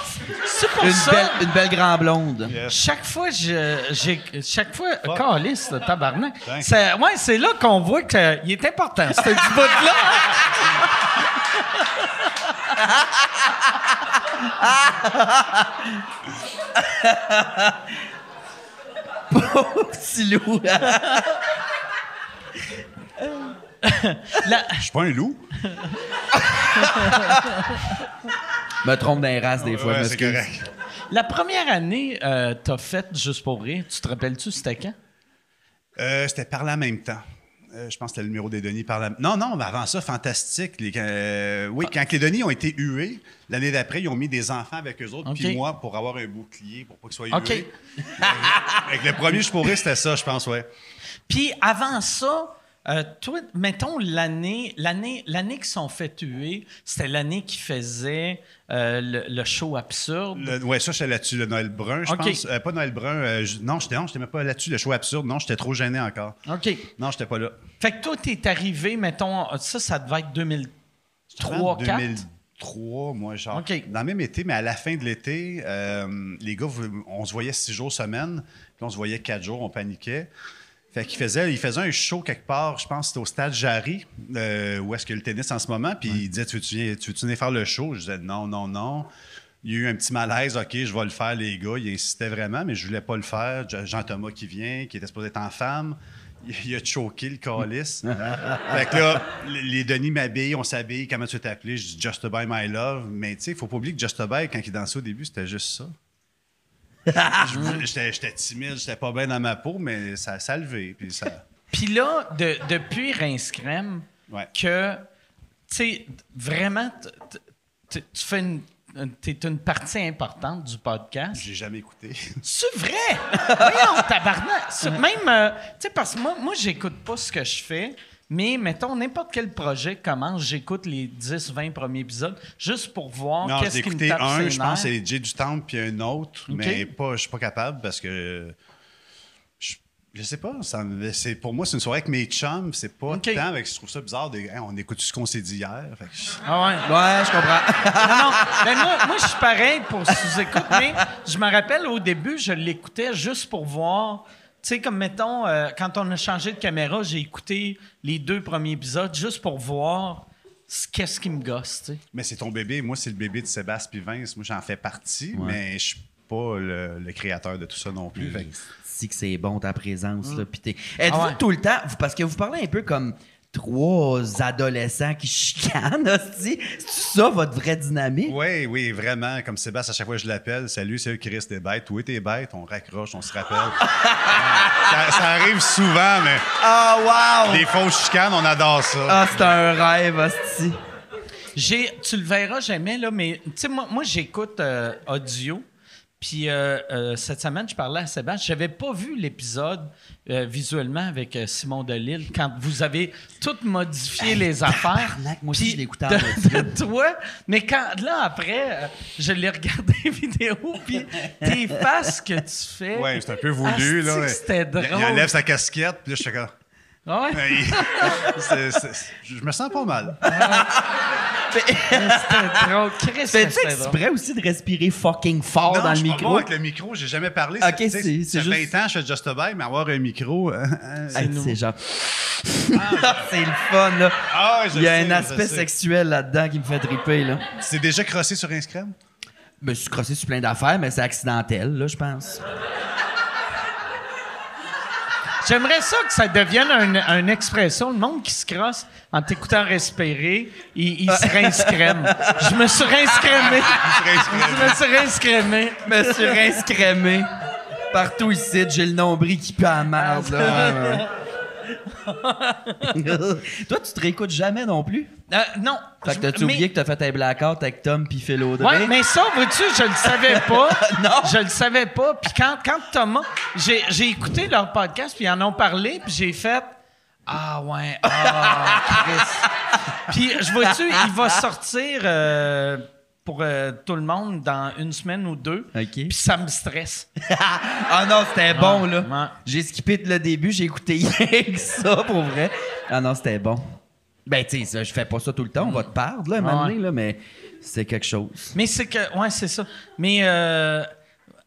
S1: C'est pour
S5: Une
S1: ça.
S5: belle, une belle grand blonde.
S1: Chaque fois, je, j'ai, chaque fois, calisse, le tabarnak.
S6: Ben.
S1: C'est, ouais, c'est là qu'on voit qu'il est important. C'est du bout là.
S5: Petit loup.
S6: Je suis pas un loup.
S5: me trompe dans les races des fois,
S6: Ouais,
S5: je
S6: c'est
S5: m'excuse.
S6: correct.
S1: La première année, euh, t'as fait juste pour rire. Tu te rappelles-tu, c'était quand?
S6: Euh, c'était par là en même temps. Euh, je pense que c'était le numéro des Denis par là. Non, non, mais avant ça, fantastique. Les- euh,
S1: Ah.
S6: oui, quand les Denis ont été hués, l'année d'après, ils ont mis des enfants avec eux autres,
S1: OK.
S6: puis moi, pour avoir un bouclier, pour pas qu'ils soient
S1: OK.
S6: hués. Euh, Avec le premier, je pourrais, c'était ça, je pense, ouais.
S1: Puis avant ça, euh, toi, mettons l'année, l'année, l'année qu'ils sont fait tuer, c'était l'année qui faisait euh, le, le show absurde.
S6: Le- ouais, ça, j'étais là-dessus, le Noël Brun, je
S1: Ok.
S6: pense. Euh, pas Noël Brun, euh, je- non, j'étais non, j'étais même pas là-dessus, le show absurde. Non, j'étais trop gêné encore.
S1: OK.
S6: Non, j'étais pas là.
S1: Fait que toi, t'es arrivé, mettons, ça, ça devait être 2003, 2004.
S6: 2003, moi, genre.
S1: OK.
S6: Dans le même été, mais à la fin de l'été, euh, les gars, vous- on se voyait six jours semaine, puis on se voyait quatre jours, on paniquait. Fait qu'il faisait, il faisait un show quelque part, je pense que c'était au stade Jarry, euh, où est-ce que le tennis en ce moment, puis il disait Tu veux-tu viens- tu veux-tu venir faire le show Je disais Non, non, non. Il y a eu un petit malaise, OK, je vais le faire, les gars. Il insistait vraiment, mais je voulais pas le faire. Je- Jean-Thomas qui vient, qui était supposé être en femme, il, il a choqué le calice. fait que là, les- les Denis m'habillent, on s'habille, comment tu t'appelles Je dis Just By My Love. Mais tu sais, il faut pas oublier que Just By, quand il dansait au début, c'était juste ça. Je voulais- J'étais j'étais timide, j'étais pas bien dans ma peau, mais ça, ça a levé. Puis ça.
S1: Puis là, de- depuis Rince Crème,
S6: Ouais.
S1: que, tu sais, vraiment, t- t- t- tu fais une. une- T'es une partie importante du podcast.
S6: J'ai jamais écouté.
S1: C'est vrai! Voyons, tabarnak! C'est- Même, euh, tu sais, parce que moi, moi j'écoute pas ce que je fais, mais mettons, n'importe quel projet commence, j'écoute les 10-20 premiers épisodes juste pour voir
S6: Non, j'ai
S1: qu'est-ce qui me
S6: écouté
S1: tape
S6: un,
S1: ses
S6: je pense,
S1: nerfs.
S6: c'est Jay du Temple, puis un autre,
S1: Ok.
S6: mais pas, je suis pas capable parce que. Je, je sais pas, ça me- c'est, pour moi, c'est une soirée avec mes chums, puis c'est pas
S1: Ok.
S6: le temps, avec, je trouve ça bizarre. de- Hey, on écoute ce qu'on s'est dit hier. Fait que je-
S1: Ah ouais.
S5: Ouais, je comprends.
S1: Non, non. Ben moi, moi, je suis pareil pour sous-écoute, mais je me rappelle au début, je l'écoutais juste pour voir. Tu sais, comme mettons, euh, quand on a changé de caméra, j'ai écouté les deux premiers épisodes juste pour voir ce- qu'est-ce qui me gosse, tu sais.
S6: mais c'est ton bébé, moi, c'est le bébé de Sébastien puis Vince. Moi, j'en fais partie, mais je suis pas le, le créateur de tout ça non plus. Fait que-
S5: Si que c'est bon ta présence,
S6: Mm.
S5: là, pis t'es- Êtes-vous
S1: Ah ouais.
S5: tout le temps, vous- parce que vous parlez un peu comme trois adolescents qui chicanent, hostie. C'est ça votre vraie dynamique?
S6: Oui, oui, vraiment. Comme Sébastien, à chaque fois que je l'appelle, salut, c'est Chris, t'es bête. Où est t'es bête? On raccroche, on se rappelle. ça, ça arrive souvent, mais
S5: Ah, wow!
S6: les fausses chicanes, on adore ça.
S5: Ah, c'est un rêve, hostie.
S1: J'ai, tu le verras jamais, là, mais tu sais, moi, moi j'écoute euh, audio. Puis euh, euh, cette semaine, je parlais à Sébastien. J'avais pas vu l'épisode euh, visuellement avec euh, Simon Delille quand vous avez tout modifié les affaires.
S5: tabarnak, moi aussi,
S1: Puis
S5: je l'ai écouté en
S1: de-
S5: audio.
S1: de toi, mais quand là après, euh, je l'ai regardé vidéo. Puis tes faces que tu fais.
S6: Ouais, c'est un peu voulu,
S1: Ah. Asti
S6: là.
S1: que
S6: ouais.
S1: C'était drôle.
S6: Il, il enlève sa casquette, puis là, je suis comme.
S1: Ouais.
S6: Il- c'est- c'est- je me sens pas mal.
S1: C'était drôle. Chris, que c'était
S5: Fais-tu
S1: drôle.
S5: exprès aussi de respirer fucking fort dans
S6: je
S5: le
S6: suis pas
S5: micro?
S6: bon avec le micro, j'ai jamais parlé.
S5: Ok,
S6: tu sais,
S5: c'est- c'est
S6: ça fait
S5: juste-
S6: 20 ans, je fais Just a Vibe, mais avoir un micro. hein, hein,
S5: Hey, c'est genre. c'est le fun, là.
S6: Ah, je
S5: Il y a
S6: sais,
S5: un
S6: je
S5: aspect
S6: sais.
S5: sexuel là-dedans qui me fait triper, là.
S6: C'est déjà crossé sur Instagram?
S5: Je me suis crossé sur plein d'affaires, mais c'est accidentel, là, je pense.
S1: J'aimerais ça que ça devienne un- une expression. Le monde qui se crosse en t'écoutant respirer, il, il se rince crème. Je me suis rince crémé. Je me suis rince crémé.
S5: Je me suis rinscrémé. Partout ici, j'ai le nombril qui pue à merde, là. Toi, tu te réécoutes jamais non plus?
S1: Euh, non.
S5: Fait que t'as-tu
S1: Je- mais-
S5: oublié que t'as fait un blackout avec Tom puis Phil Audrey?
S1: Ouais, mais ça, vois-tu, je le savais pas.
S5: Non.
S1: Je le savais pas. Puis quand, quand Thomas, j'ai, j'ai écouté leur podcast, puis ils en ont parlé, puis j'ai fait Ah ouais, ah, Chris. puis je vois-tu, il va sortir euh, pour euh, tout le monde dans une semaine ou deux.
S5: OK.
S1: Puis ça me stresse.
S5: ah non, c'était bon, là.
S1: ouais.
S5: J'ai skippé le début, j'ai écouté rien que ça, pour vrai. Ah non, c'était bon. Ben, tu sais, ça, je fais pas ça tout le temps, on va te perdre, là, un moment donné, là, mais c'est quelque chose.
S1: Mais c'est que, ouais, c'est ça. Mais euh,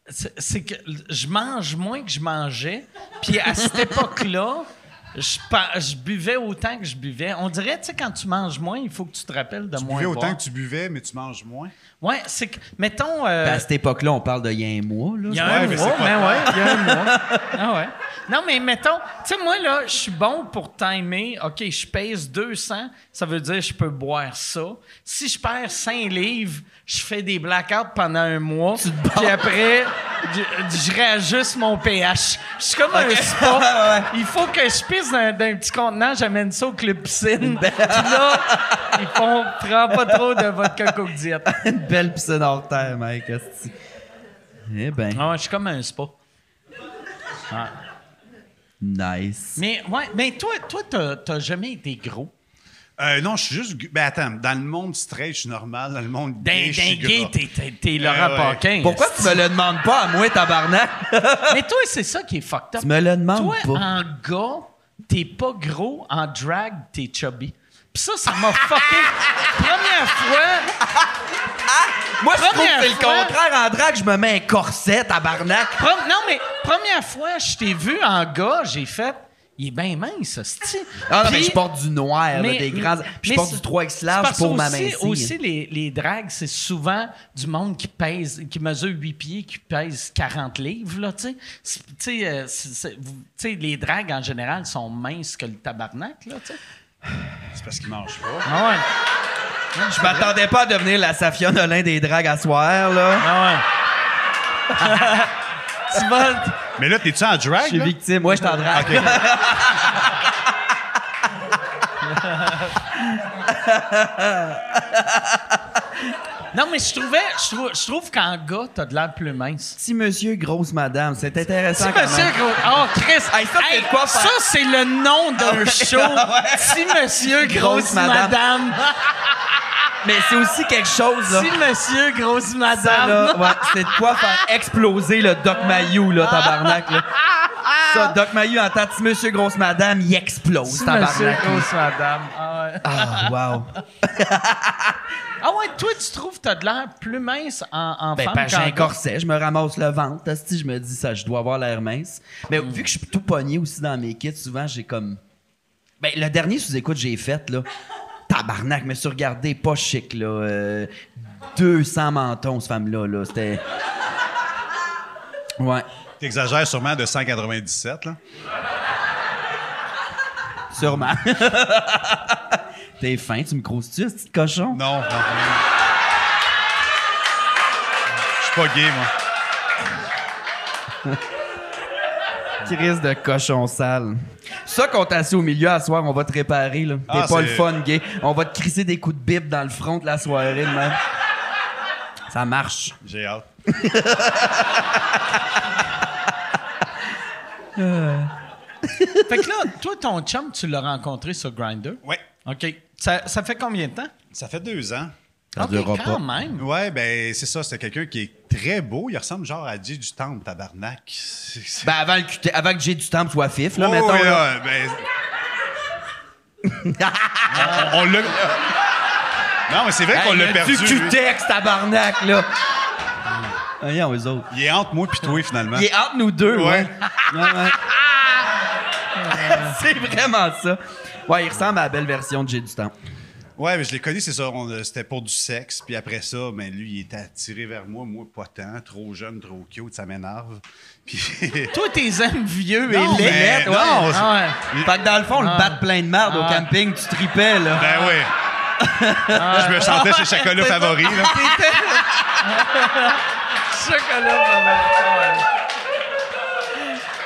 S1: c'est c'est que je mange moins que je mangeais. Puis à cette époque-là, je, pa- je buvais autant que je buvais. On dirait, tu sais, quand tu manges moins, il faut que tu te rappelles de
S6: Tu
S1: moins
S6: buvais autant
S1: boire.
S6: que tu buvais, mais tu manges moins.
S1: Ouais, c'est que, mettons, euh,
S5: Ben, à cette époque-là, on parle de il y a un mois, là.
S1: il y
S5: je
S1: a
S5: crois.
S1: un
S6: mais
S1: mois,
S6: c'est pas
S1: ben ouais, il y a un mois. Ah ouais. Non, mais mettons, tu sais, moi, là, je suis bon pour timer. OK, je pèse 200, ça veut dire que je peux boire ça. Si je perds 5 livres, je fais des blackouts pendant un mois. Puis après, je, je réajuste mon pH. Je suis comme un spa. Il faut que je pisse dans, dans un petit contenant, j'amène ça au club piscine. Puis là, ils font « Prends pas trop de vodka Coke Diet
S5: Une belle piscine hors terre, mec. esti. Eh ». ben.
S1: Ah ouais, je suis comme un spa.
S5: Nice.
S1: Mais, ouais, mais toi, toi, t'as- t'as jamais été gros.
S6: Euh, non, je suis juste. gu- Ben attends, dans le monde straight, je suis normal. Dans le monde gay,
S1: Dingue,
S6: Ben, je suis gras.
S1: t'es, t'es- t'es Laurent
S6: ouais.
S1: Paquin.
S5: Pourquoi tu me le demandes pas à moi, tabarnak?
S1: Mais toi, c'est ça qui est fucked up.
S5: Tu me le demandes
S1: Toi, hein.
S5: pas.
S1: en gars, t'es pas gros. En drag, t'es chubby. Pis ça, ça m'a fucké. Première fois,
S5: Moi, je trouve que c'est le
S1: Première fois-
S5: contraire. En drague, je me mets un corset, tabarnak.
S1: prom- non, mais première fois, je t'ai vu en gars, j'ai fait. Il est bien mince, ça,
S5: Ah non, mais je porte du noir, là, des grands. puis je porte du 3X large pour ma
S1: main.
S5: main
S1: Aussi, les, les dragues, c'est souvent du monde qui pèse, qui mesure 8 pieds, qui pèse 40 livres, là, tu sais. C'est- tu sais. euh, c'est- c'est- vous- tu sais, les dragues, en général, sont minces que le tabarnak, là, tu sais.
S6: C'est parce qu'il mange pas.
S1: Ah ouais.
S5: Je m'attendais pas à devenir la Safia Nolin des dragues à soir, là.
S1: Ah ouais. tu vas.
S6: Mais là, t'es-tu en
S5: Je
S6: drag?
S5: suis
S6: là?
S5: victime. Ouais, je t'en drague.
S1: Non, mais je trouvais. Je trouve, je trouve qu'en gars, t'as de l'air plus mince.
S5: Petit monsieur, grosse madame. C'est intéressant.
S1: Petit
S5: quand
S1: monsieur
S5: même.
S1: gros. Oh, Chris.
S5: Hey, ça, c'est de quoi faire?
S1: ça, c'est le nom d'un show. Si monsieur grosse,
S5: Grosse madame.
S1: madame.
S5: Mais c'est aussi quelque chose, là.
S1: Si monsieur grosse
S5: Ça,
S1: madame.
S5: là, ouais, c'est de quoi faire exploser le Doc Mayou, là, tabarnak, là. Ça, Doc Mayou entend petit monsieur, grosse madame, il explose,
S1: Si monsieur
S5: tabarnak.
S1: grosse madame. Ah ouais.
S5: Ah, wow.
S1: Ah ouais, toi, tu trouves que t'as de l'air plus mince en, en
S5: Ben,
S1: femme
S5: parce que j'ai
S1: qu'en
S5: un
S1: gars.
S5: corset, je me ramasse le ventre. Asti, je me dis ça, je dois avoir l'air mince. Mais vu que je suis tout pogné aussi dans mes kits, souvent, j'ai comme. Ben, le dernier sous-écoute que j'ai fait, là, tabarnak, mais suis regardé, pas chic, là. euh, 200 mentons, cette femme-là, là. C'était. Ouais.
S6: T'exagères sûrement de 197, là.
S5: Sûrement. T'es fin, tu me croustilles, ce petit cochon?
S6: Non, non. non. Je suis pas gay, moi.
S5: Crise de cochon sale. Ça, qu'on t'a assis au milieu à soir, on va te réparer, là. T'es
S6: Ah,
S5: pas
S6: c'est-
S5: le fun, gay. On va te crisser des coups de bip dans le front de la soirée, de même. Ça marche.
S6: J'ai hâte.
S1: Fait que là, toi, ton chum, tu l'as rencontré sur Grindr.
S6: Ouais.
S1: OK. Ça, ça fait combien de temps?
S6: Ça fait deux ans.
S5: Ça
S1: OK,
S5: durera
S1: quand même.
S6: Ouais, ben c'est ça. C'est quelqu'un qui est très beau. Il ressemble genre à Jay du Temple, tabarnak. C'est- c'est-
S5: Ben, avant, le QT avant que j'ai du temps soit fif, là,
S6: Oh,
S5: mettons.
S6: ouais,
S5: là.
S6: ouais, ben- on on l'a. Non, mais c'est vrai qu'on
S5: Hey,
S6: l'a
S5: le
S6: perdu.
S5: Du
S6: lui.
S5: Q-Tex, tabarnak, là. Voyons, eux autres.
S6: Il est entre moi et toi, finalement.
S5: Il est entre nous deux, ouais.
S6: Ouais.
S5: Ouais, ouais. C'est vraiment ça. Ouais, il ressemble à la belle version de J'ai du temps.
S6: Ouais, mais je l'ai connu, c'est ça. on, euh, C'était pour du sexe. Puis après ça, ben, lui, il était attiré vers moi. Moi, pas tant. Trop jeune, trop cute. Ça m'énerve. Puis.
S1: Toi, t'es aimes vieux
S6: Non,
S1: et laid.
S6: mais-
S5: lettres, ouais.
S6: non, c'est-
S1: Ah
S5: Fait que dans le fond, le bat de plein de merde au
S1: Ah.
S5: camping, tu tripais, là.
S6: Ben oui. je me sentais chez Chocolat Favori. Là.
S1: ouais. Chocolat, maman.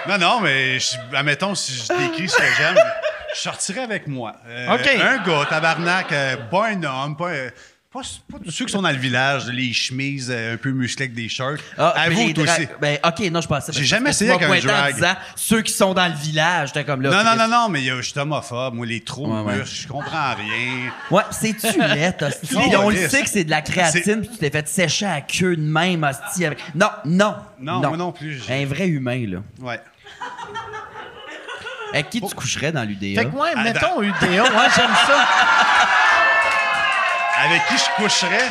S1: Ouais.
S6: Non, non, mais je- admettons, si je décris ce que j'aime, je sortirais avec moi. Euh,
S1: OK.
S6: Un gars, tabarnak, euh, pas un homme, pas, euh, pas, pas tous ceux qui sont dans le village, les chemises euh, un peu musclées avec des shirts.
S5: Ah, puis
S6: Avoue,
S5: les
S6: toi
S5: drag-
S6: aussi.
S5: Ben, ok, non, je pensais.
S6: J'ai jamais
S5: parce que
S6: essayé
S5: tu m'as
S6: avec un
S5: pointé en
S6: drag.
S5: disant, ceux qui sont dans le village, t'es comme là.
S6: Non, non,
S5: Christ.
S6: non, non, mais euh, je suis homophobe. Moi, les trous,
S5: Ah, Ouais, ouais.
S6: mûrs, je comprends rien.
S5: Ouais, c'est-tu laid, hostie?
S6: Oh,
S5: Puis on le
S6: yes.
S5: sait que c'est de la
S6: C'est-
S5: créatine, puis tu t'es fait sécher à la queue de même, hostie. Avec... Non, non. Hein?
S6: Non, moi non plus, j'ai-
S5: Un vrai humain, là.
S6: Ouais.
S5: Avec qui
S6: Oh.
S5: tu coucherais dans l'UDA?
S1: Fait que, ouais,
S6: Attends.
S1: mettons UDA. Ouais, j'aime ça.
S6: Avec qui je coucherais?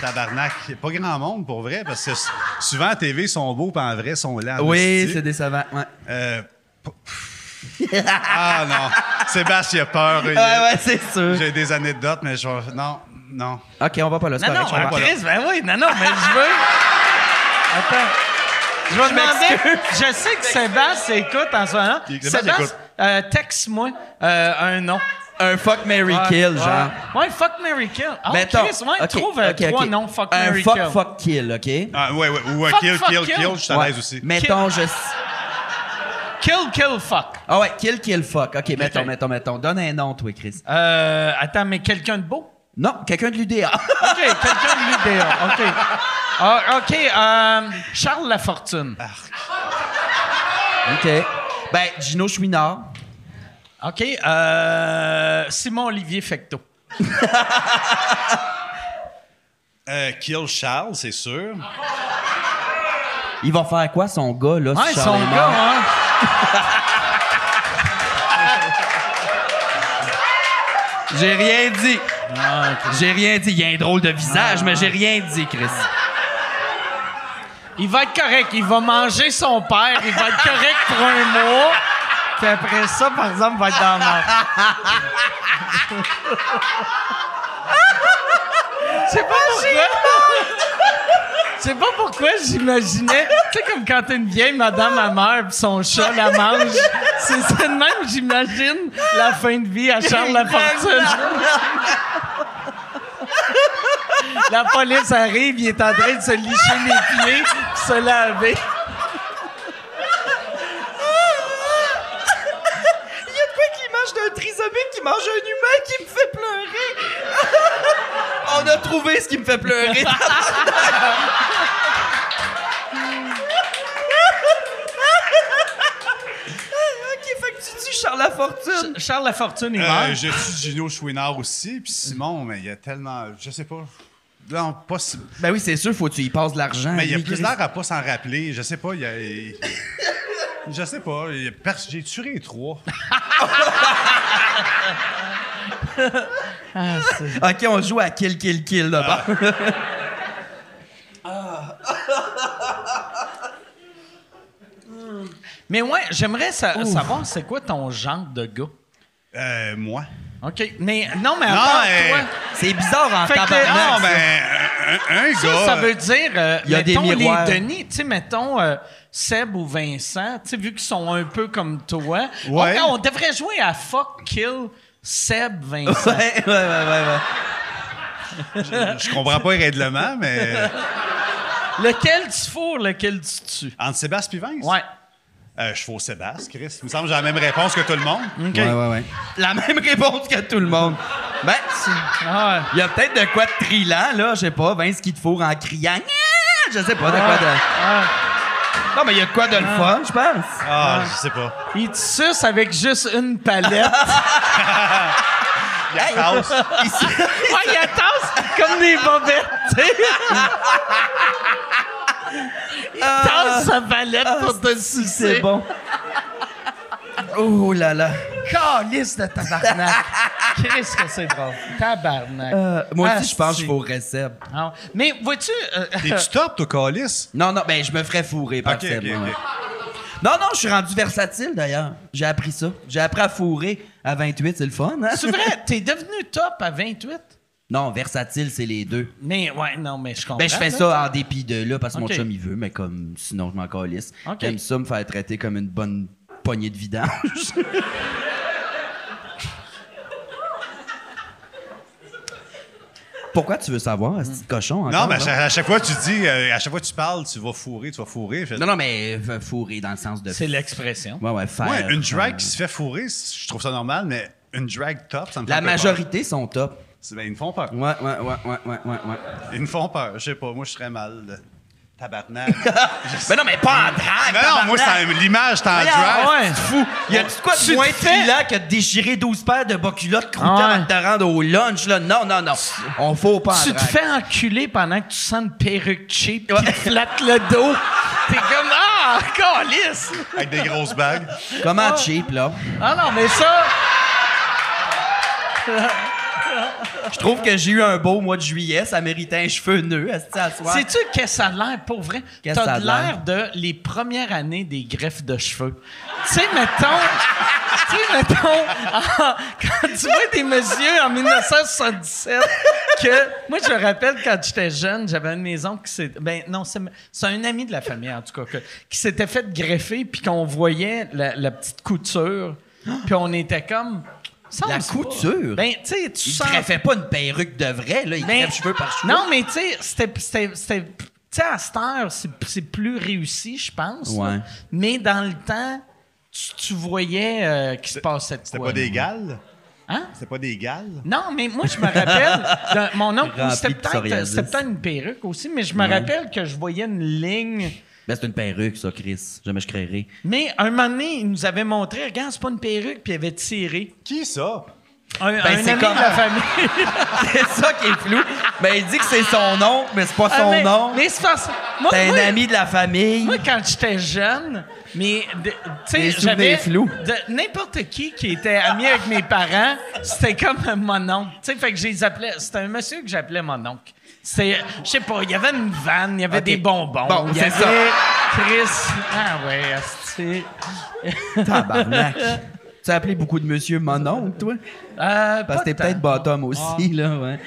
S6: Tabarnak. Y a Pas grand monde, pour vrai, parce que s- souvent, à TV, ils sont beaux, puis en vrai, ils sont lents.
S5: Oui,
S6: Hostie.
S5: c'est décevant. Ouais,
S6: Euh, p- ah non, Sébastien a peur. Il-
S5: ouais, ouais, c'est sûr.
S6: J'ai des anecdotes, mais je vais- non, non.
S5: Ok, on va pas là. c'est
S1: Non, non,
S5: correct, je
S1: ouais,
S5: comprends.
S1: Chris, ben oui, non, non, mais je veux. Attends. Je vais demander. Je sais que Sébastien écoute en ce moment.
S6: Il- Sébastien
S1: Sébastien,
S6: écoute.
S1: euh, texte-moi euh, un nom.
S5: Un fuck Mary
S1: Ouais,
S5: Kill, genre.
S1: Ouais, ouais, fuck Mary Kill. Ah,
S5: Mettons,
S1: Chris, ouais,
S5: ok,
S1: trouve euh,
S5: ok, ok.
S1: trois noms fuck
S5: Un
S1: Mary
S5: fuck,
S1: Kill.
S5: fuck kill, ok?
S6: Ah, ouais, ouais, ou euh,
S1: Fuck,
S6: kill,
S1: fuck,
S6: kill,
S1: kill.
S6: kill, je suis à
S5: Ouais.
S6: l'aise aussi.
S5: Mettons, je.
S1: Kill, kill, fuck.
S5: Ah ouais, kill, kill, fuck. OK, mettons, mettons, mettons. Donne un nom, toi, Chris.
S1: Euh, attends, mais quelqu'un de beau?
S5: Non, quelqu'un de l'UDA.
S1: OK, quelqu'un de l'UDA. OK. Ah, OK, euh, Charles Lafortune.
S5: OK. Ben, Gino Chouinard.
S1: OK. euh, Simon-Olivier Fecteau.
S6: Euh, Kill Charles, c'est sûr.
S5: Il va faire quoi, son gars, là, si
S1: Ouais, son
S5: Charles est mort?
S1: gars, hein? hein?
S5: J'ai rien dit.
S1: Ah,
S5: J'ai rien dit. Il y a un drôle de visage, mais j'ai rien dit, Chris.
S1: Il va être correct. Il va manger son père. Il va être correct pour un mois. Puis après ça, par exemple, il va être dans la merde. C'est pas pourquoi. C'est pas pourquoi j'imaginais. Tu sais, comme quand une vieille madame à meurt pis son chat la mange. C'est ça de même, j'imagine, la fin de vie à Charles Lafortune. La police arrive, il est en train de se licher les pieds, pis se laver.
S5: Il y a quoi qui l'image d'un trisomique qui mange un humain qui me fait pleurer? On a trouvé ce qui me fait pleurer. ok, fait que tu dis Charles Lafortune.
S1: Charles Lafortune, il meurt.
S6: Euh, je suis Gino Chouinard aussi. Puis Simon, mais il y a tellement. Je sais pas. Non, pas. si-
S5: Ben oui, c'est sûr, faut que tu y passes de l'argent.
S6: Mais il y a
S5: lui,
S6: plus
S5: Chris.
S6: l'air à pas s'en rappeler. Je sais pas. Il y a. il- Je sais pas. il y a pers- J'ai tué les trois.
S5: Ok, on joue à kill, kill, kill là-bas.
S1: Mais ouais, j'aimerais sa- savoir c'est quoi ton genre de gars.
S6: Euh, moi.
S1: OK. Mais non, mais attends,
S6: mais-
S1: toi.
S5: C'est bizarre en
S1: Fait que-
S5: tabarnak.
S1: Ah,
S6: Non,
S5: ça.
S6: ben, un, un
S1: Ça,
S6: gars.
S1: ça veut dire, euh,
S5: Il y a des
S1: mettons,
S5: miroirs.
S1: les Denis, tu sais, mettons, euh, Seb ou Vincent, tu sais, vu qu'ils sont un peu comme toi,
S6: Ouais.
S1: on, on devrait jouer à Fuck, Kill, Seb, Vincent.
S5: Ouais, ouais, ouais, ouais, ouais.
S6: Je comprends pas les règlements, mais.
S1: lequel tu fourres, lequel tu tues.
S6: Entre Sébastien et Vince?
S1: Ouais.
S6: Euh, je suis au Sébastien, Chris. Il me semble que j'ai la même réponse que tout le monde.
S5: Ouais, ouais, ouais. La même réponse que tout le monde. Ben, c'est-
S1: Ah,
S5: il y a peut-être de quoi de trilant, là, je sais pas, Vince qui te fourre en criant. Nyah! Je sais pas, de quoi de.
S1: Ah.
S5: Non, mais il y a de quoi de le fun, je pense.
S6: Ah, je sais pas.
S1: il te suce avec juste une palette.
S6: Il y a Klaus.
S5: Ici-
S1: ouais, il tasse comme des bobettes, tu sais. il tasse sa palette pour te sucer.
S5: C'est bon. Oh là là.
S1: Calice de tabarnak. Qu'est-ce que c'est drôle. Tabarnak.
S5: Euh, moi
S1: Ah,
S5: aussi, je pense que
S1: si.
S5: je fourrais Seb.
S1: Ah, Mais vois-tu, euh,
S6: T'es-tu top, toi, Calis?
S5: Non, non, ben, je me ferais fourrer par
S6: Ok,
S5: Seb.
S6: ok,
S5: moi, ouais.
S6: ok.
S5: Non, non, je suis rendu versatile, d'ailleurs. J'ai appris ça. J'ai appris à fourrer à 28, c'est le fun, hein?
S1: c'est vrai, t'es devenu top à 28.
S5: Non, versatile, c'est les deux.
S1: Mais ouais, non, mais je comprends.
S5: Ben, je fais
S1: là.
S5: ça en dépit de là parce que
S1: Ok.
S5: mon chum il veut, mais comme sinon je m'en calisse.
S1: Ok.
S5: J'aime ça me faire traiter comme une bonne poignée de vidange. Pourquoi tu veux savoir, ce petit cochon?
S6: Non,
S5: encore,
S6: mais à
S5: là?
S6: chaque, à chaque fois que tu dis, euh, à chaque fois que tu parles, tu vas fourrer, tu vas fourrer. Je-
S5: Non, non, mais euh, fourrer dans le sens de.
S1: C'est l'expression.
S5: Ouais, ouais, faire.
S6: Ouais, une
S5: euh,
S6: drag qui se fait fourrer, c- je trouve ça normal, mais une drag top, ça me fait
S5: La
S6: un peu peur.
S5: majorité sont top.
S6: C'est- Ben, ils me font peur.
S5: Ouais, ouais, ouais, ouais, ouais, ouais. ouais.
S6: Ils me font peur. Je sais pas, moi, je serais mal. là. Tabarnak.
S5: Mais Ben non, mais pas en drague!
S6: Mais non, moi, c'est un- l'image, t'es en drag.
S1: Ah ouais.
S5: fou. Y a quoi
S1: Tu
S5: de
S1: te
S5: moins
S1: fais-
S5: filant que de déchirer 12 paires de bas culottes
S1: Ah
S5: croûtants
S1: ouais.
S5: avant de te rendre au lunch, là? Non, non, non. On faut pas en
S1: Tu te
S5: drague.
S1: fais enculer pendant que tu sens une perruque cheap qui te flatte le dos. T'es comme, ah, calice.
S6: Avec des grosses bagues.
S5: Comment cheap, là?
S1: Ah non, mais ça,
S5: Je trouve que j'ai eu un beau mois de juillet. Ça méritait un cheveu nœud, asti, à soir.
S1: sais-tu qu'est-ce que ça a l'air pour vrai?
S5: Qu'est-ce que ça
S1: T'as
S5: a
S1: de l'air de les premières années des greffes de cheveux. tu sais, mettons. tu sais, mettons. ah, quand tu vois des messieurs en 1977, que. Moi, je me rappelle quand j'étais jeune, j'avais une maison qui s'est. Ben, non, c'est c'est un ami de la famille, en tout cas, que- qui s'était fait greffer, puis qu'on voyait la, la petite couture, puis on était comme. Ça,
S5: La
S1: on sait pas.
S5: couture?
S1: Ben, tu sais, tu
S5: Il
S1: sens.
S5: ne fait pas une perruque de vrai, là. Il
S1: Mais-
S5: crève cheveux par cheveux.
S1: Non, mais tu sais, c'était- c'était. c'était- Tu sais, à cette heure, c'est- c'est plus réussi, je pense. là.
S5: Ouais.
S1: Mais dans le temps, tu, tu voyais euh, qu'il se passait de
S6: C'était
S1: quoi.
S6: pas
S1: là.
S6: des gales?
S1: Hein?
S6: C'était pas des gales?
S1: Non, mais moi, je me rappelle, dans- mon oncle,
S5: Rempli
S1: c'était
S5: de
S1: peut-être
S5: psoriasis.
S1: c'était peut-être une perruque aussi, mais je me rappelle que je voyais une ligne
S5: Ben, c'est une perruque, ça, Chris. Jamais je créerai.
S1: Mais un moment donné, il nous avait montré, regarde, c'est pas une perruque, puis il avait tiré.
S6: Qui ça?
S1: Un, un
S5: Ben, c'est
S1: ami
S5: comme-
S1: de la famille.
S5: c'est ça qui est flou. Ben, il dit que c'est son oncle, mais c'est pas
S1: Ah,
S5: son
S1: mais-
S5: nom.
S1: Mais c'est parce moi,
S5: T'es un
S1: moi,
S5: ami de la famille.
S1: Moi, quand j'étais jeune, mais de- tu sais,
S5: Des souvenirs
S1: j'avais
S5: flous.
S1: de- n'importe qui qui était ami avec mes parents, c'était comme mon oncle. Tu sais, fait que je les appelais. C'était un monsieur que j'appelais mon oncle. C'était, je sais pas, il y avait une vanne, il y avait
S5: Ok.
S1: des bonbons.
S5: Bon,
S1: il y
S5: c'est
S1: avait
S5: ça.
S1: Chris. Ah ouais, asti.
S5: Tabarnak. tu as appelé beaucoup de monsieur mon oncle, toi?
S1: Euh,
S5: Parce
S1: pas
S5: que t'es
S1: tant. Ah.
S5: peut-être bottom aussi, là, ouais. Hmm.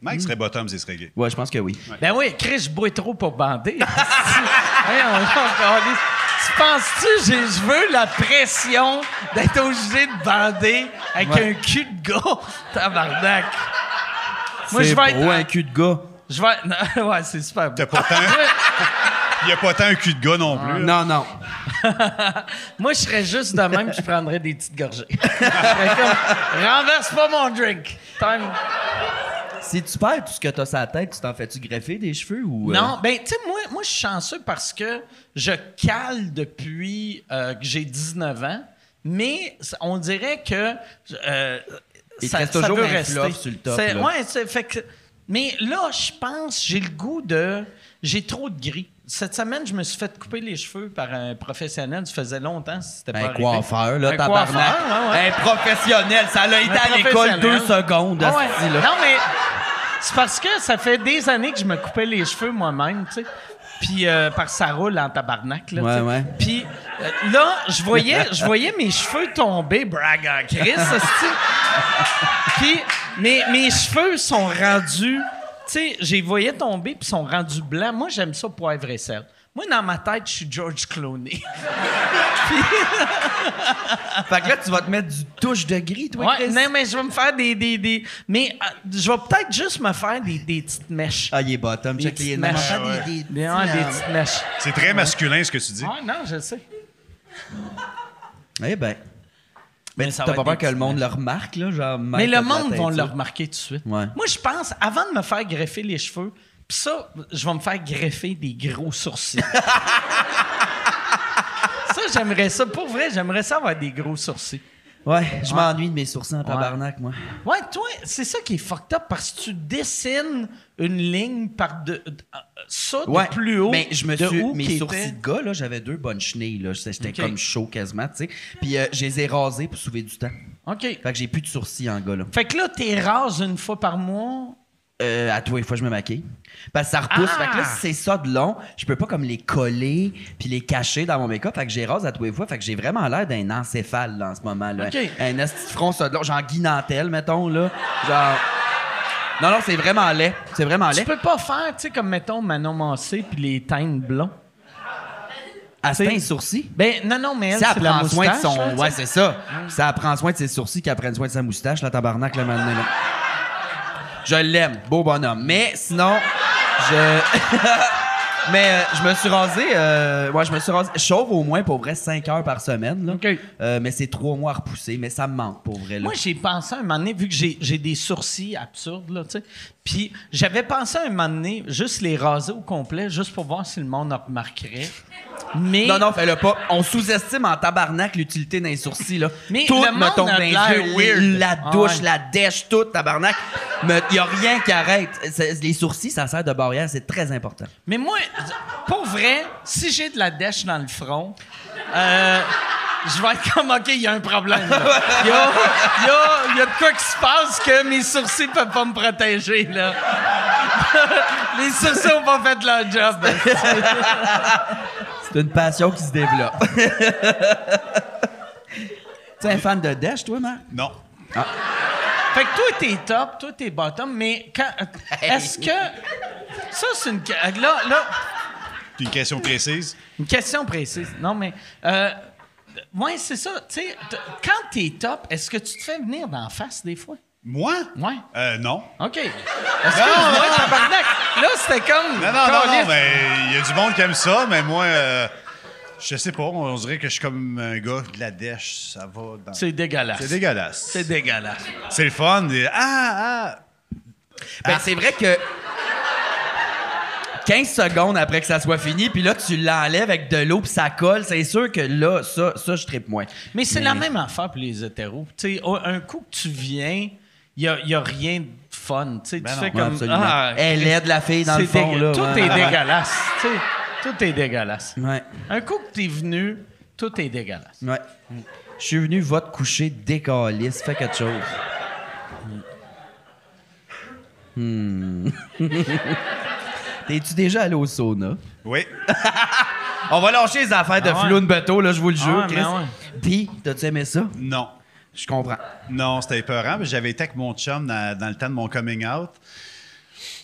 S6: Mike serait bottom, il serait gay.
S5: Ouais, je pense que oui.
S1: Ben oui, Chris, je bois trop pour bander. Voyons, donc, Alice, Tu penses-tu, j'ai- je veux la pression d'être obligé de bander avec
S5: Ouais.
S1: un cul de gars? Tabarnak. Moi,
S5: C'est
S1: je vais
S5: beau, hein?
S1: être.
S5: un cul de gars.
S1: Je vais non, ouais, c'est super beau.
S6: T'as pas tant... Il n'y a pas tant un cul de gars non plus. là.
S5: Non, non.
S1: Moi, je serais juste de même, je prendrais des petites gorgées. Je serais comme, renverse pas mon drink. Time.
S5: Si tu perds tout ce que t'as sur la tête, tu t'en fais-tu greffer des cheveux ou... euh,
S1: Non, ben, tu sais, moi, moi je suis chanceux parce que je cale depuis euh, que j'ai 19 ans, mais ça- on dirait que. euh,
S5: Il te reste toujours
S1: veut
S5: un fluff sur le top,
S1: C'est-
S5: là.
S1: Ouais, c'est- fait que- mais là, je pense, j'ai le goût de. J'ai trop de gris. Cette semaine, je me suis fait couper les cheveux par un professionnel. Ça faisait longtemps, c'était pas
S5: Un
S1: arrivé.
S5: Ben, coiffeur, là,
S1: Un
S5: tabarnak.
S1: coiffeur, ouais, ouais.
S5: Un professionnel. Ça l'a été
S1: Un
S5: à l'école
S1: professionnel.
S5: deux secondes,
S1: Ah ouais.
S5: hostie, là.
S1: Non, mais c'est parce que ça fait des années que je me coupais les cheveux moi-même, tu sais. Puis euh, par ça roule en tabarnak, là. tu
S5: Ouais,
S1: sais.
S5: ouais.
S1: Puis euh, là, je voyais, je voyais mes cheveux tomber, brague en crise, hostie. Puis mes, mes cheveux sont rendus... Tu sais, je les voyais tomber, puis sont rendus blancs. Moi, j'aime ça poivre et sel. Moi, dans ma tête, je suis George Clooney.
S5: Fait que là, tu vas te mettre du touche de gris, toi,
S1: Ouais,
S5: Chris.
S1: non, mais je vais me faire des... des, des- Mais euh, je vais peut-être juste me faire des, des petites mèches.
S5: Ah, il est bottom. Check les
S1: petites
S5: noms.
S1: mèches.
S5: Ah, des- des-
S1: Bien, des petites mèches.
S6: C'est très masculin ce que tu dis.
S1: Ah, non, je sais.
S5: Eh ben.
S1: Mais
S5: Mais
S1: ça
S5: t'as
S1: va
S5: pas
S1: être des
S5: peur que le monde le remarque, là, genre...
S1: Mais
S5: Mike a
S1: le
S5: de la
S1: monde va
S5: tête,
S1: le
S5: là.
S1: remarquer tout de suite.
S5: Ouais.
S1: Moi, je pense, avant de me faire greffer les cheveux, pis ça, je vais me faire greffer des gros sourcils. ça, j'aimerais ça. Pour vrai, j'aimerais ça avoir des gros sourcils.
S5: Ouais, je m'ennuie de mes sourcils en tabarnak, moi.
S1: Ouais, toi, c'est ça qui est fucked up parce que tu dessines une ligne par de, de- ça de
S5: Ouais.
S1: plus haut.
S5: Mais je me
S1: de
S5: suis.
S1: où qui
S5: Mes sourcils
S1: était-
S5: de gars, là, j'avais deux bonnes chenilles, là. J'étais j'étais
S1: Ok.
S5: comme chaud quasiment, tu sais. Puis euh, je les ai rasés pour sauver du temps.
S1: OK.
S5: Fait que j'ai plus de sourcils en gars, là.
S1: Fait que là, t'es rase une fois par mois.
S5: Euh, à tous les fois, je me maquille. Parce que ça repousse.
S1: Ah!
S5: Fait que là, si c'est ça de long, je peux pas comme les coller puis les cacher dans mon make-up. Fait que j'ai rase à tous les fois. Fait que j'ai vraiment l'air d'un encéphale, là, en ce moment, là.
S1: Ok.
S5: Un esti de front, ça de long. Genre Guy Nantel, mettons, là. Genre. Non, non, c'est vraiment laid. C'est vraiment
S1: Tu
S5: laid.
S1: peux pas faire, tu sais, comme mettons Manon Massé puis les teintes blondes.
S5: À
S1: tu sais-
S5: un sourcil.
S1: Ben non, non, mais elle,
S5: Ça
S1: c'est la
S5: prend soin de
S1: moustache.
S5: son.
S1: là, tu sais.
S5: ouais, c'est ça. Ça prend soin de ses sourcils qu'elle prenne soin de sa moustache, la tabarnak, le maintenant. là. Je l'aime, beau bonhomme. Mais sinon, je. Mais euh, je me suis rasé. Euh, ouais, je me suis rasé. Chauve au moins pour vrai 5 heures par semaine. Là.
S1: OK.
S5: Euh, mais c'est 3 mois à repousser. Mais ça me manque pour vrai. Là.
S1: Moi, j'ai pensé un moment donné, vu que j'ai j'ai des sourcils absurdes, là, tu sais. Puis j'avais pensé un moment donné, juste les raser au complet, juste pour voir si le monde en remarquerait. Mais.
S5: Non, non, fais-le pas. On sous-estime en tabarnak l'utilité d'un sourcil, là.
S1: Mais
S5: tout
S1: le monde
S5: me tombe
S1: a
S5: dans les
S1: l'air
S5: yeux.
S1: weird.
S5: les- La
S1: Ah
S5: douche,
S1: ouais.
S5: la dèche, tout, tabarnak. Il y a rien qui arrête. C'est- Les sourcils, ça sert de barrière. C'est très important.
S1: Mais moi, pour vrai, si j'ai de la dèche dans le front, euh, je vais être comme, OK, il y a un problème. là. Il y a, il y a- il y a de quoi qui se passe que mes sourcils peuvent pas me protéger. Là. Les sourcils ont pas fait leur job.
S5: C'est une passion qui se développe. T'es un fan de dèche, toi, Marc?
S6: Non.
S1: Fait que toi, t'es top, toi, t'es bottom, mais quand. Est-ce que. Ça, c'est une. que- Là, là,
S6: C'est une question précise.
S1: une question précise. Non, mais. Euh, ouais, c'est ça. Tu sais, t- quand t'es top, est-ce que tu te fais venir d'en face des fois?
S6: Moi?
S1: Ouais.
S6: Euh, non.
S1: OK. Excuse-moi, tabarnak. Là, c'était comme.
S6: Non, non, non, non,
S1: Calice.
S6: mais il y a du monde qui aime ça, mais moi, euh, je sais pas, on dirait que je suis comme un gars de la dèche, ça va dans...
S1: C'est dégueulasse.
S6: C'est dégueulasse.
S1: C'est dégueulasse.
S6: C'est le fun. des- Ah, ah!
S5: Ben, c'est vrai que. 15 secondes après que ça soit fini, puis là, tu l'enlèves avec de l'eau, puis ça colle. C'est sûr que là, ça, ça je tripe moins.
S1: Mais c'est la même affaire pour les hétéros. Tu sais, un un coup que tu viens, il n'y a, rien de fun. Tu sais, tu
S6: Ben non,
S1: fais
S5: Ouais,
S1: comme.
S5: absolument.
S1: ah,
S5: Elle aide la fille dans le
S1: c'est
S5: fond,
S1: dégueu-
S5: là.
S1: Tout
S5: ouais.
S1: est dégueulasse. tu sais. tout est dégueulasse.
S5: Ouais,
S1: Un coup que tu es venu, tout est dégueulasse.
S5: ouais. Je suis venu, va te coucher, décalisse, fais quelque chose. Hmm. T'es-tu déjà allé au sauna?
S6: Oui.
S5: On va lâcher les affaires de
S1: Ah ouais.
S5: Floune Beto, là, je vous le
S1: Ah
S5: jure,
S1: ouais,
S5: Chris.
S1: mais ouais.
S5: Puis, t'as-tu aimé ça?
S6: Non.
S5: Je comprends.
S6: Non, c'était épeurant. parce que J'avais été avec mon chum dans, dans le temps de mon coming out.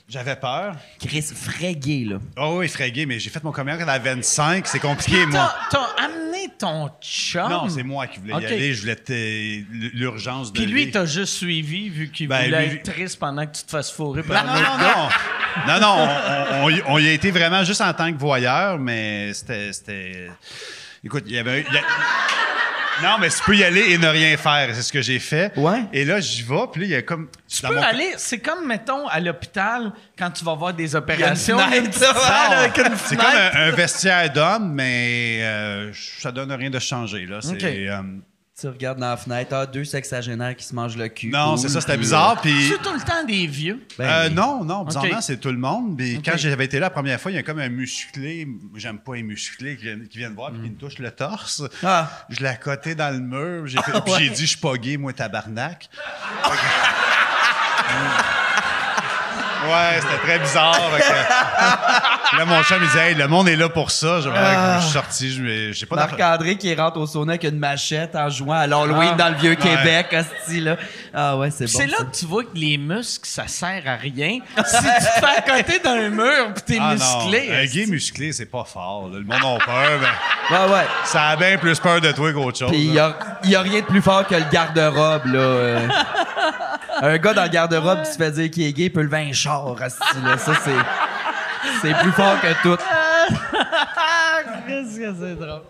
S6: J'avais peur.
S5: Chris frégué, là.
S6: Oh oui, frégué, mais j'ai fait mon coming out à 25. C'est compliqué, moi.
S1: T'as, t'as amené ton chum.
S6: Non, c'est moi qui voulais
S1: Ah. Ok.
S6: y aller. Je voulais t- l'urgence de
S1: Puis lui,
S6: vie.
S1: t'as juste suivi vu qu'il
S6: Ben,
S1: voulait
S6: lui-
S1: être triste pendant que tu te fasses fourrer
S6: Non,
S1: par
S6: non,
S1: un autre
S6: non, non. Non, non, on- on, on y- on y a été vraiment juste en tant que voyeur, mais c'était. c'était- Écoute, il y avait. un- il y a- Non, mais tu peux y aller et ne rien faire. C'est ce que j'ai fait.
S5: Ouais.
S6: Et là, j'y vais, puis là, il y a comme.
S1: Tu peux aller, c'est comme, mettons, à l'hôpital, quand tu vas voir des opérations.
S5: Il y a une
S1: il y a une petite
S6: Ah
S1: salle avec une
S6: C'est comme
S1: fenêtre.
S6: un, un vestiaire d'homme, mais euh, ça donne rien de changer. Là. C'est,
S1: Ok.
S6: euh,
S5: Tu regardes dans la fenêtre, ah, deux sexagénaires qui se mangent le cul.
S6: non,
S5: Cool.
S6: c'est ça, c'était
S5: Puis,
S6: bizarrement. bizarre. Puis,
S1: C'est tout le temps des vieux.
S5: euh, ben,
S6: Euh, non, non, bizarrement,
S1: Ok.
S6: c'est tout le monde. Puis quand
S1: Ok.
S6: j'avais été là la première fois, il y a comme un musclé, j'aime pas les musclés qui viennent, qui viennent voir puis qui me touchent le torse.
S5: Hmm. Ah.
S6: Je l'ai accoté dans le mur, j'ai fait- puis j'ai dit, je suis pas gay, moi, tabarnak. ouais, c'était très bizarre. fait que- Là, mon chum, il disait, hey, le monde est là pour ça. Je, je suis sorti, je- j'ai pas d'affaires.
S5: Ah. Marc-André qui rentre au sauna avec une machette en jouant à l'Halloween
S6: Ah.
S5: dans le Vieux-Québec, hostie, là. Ah ouais, c'est
S1: Puis
S5: bon.
S1: c'est là
S5: ça.
S1: que tu vois que les muscles, ça sert à rien. si tu te fais à côté d'un mur pis t'es
S6: Ah non,
S1: musclé.
S6: Un gay musclé, c'est pas fort. là. Le monde a peur, mais
S5: Ouais, ouais.
S6: ça a bien plus peur de toi qu'autre chose.
S5: Puis il y
S6: là.
S5: a, il y a rien de plus fort que le garde-robe, là. euh. un gars dans le garde-robe qui se fait dire qu'il est gay peut le vin char, hostie, là. Ça, c'est... C'est plus fort que tout.
S7: Qu'est-ce que c'est drôle?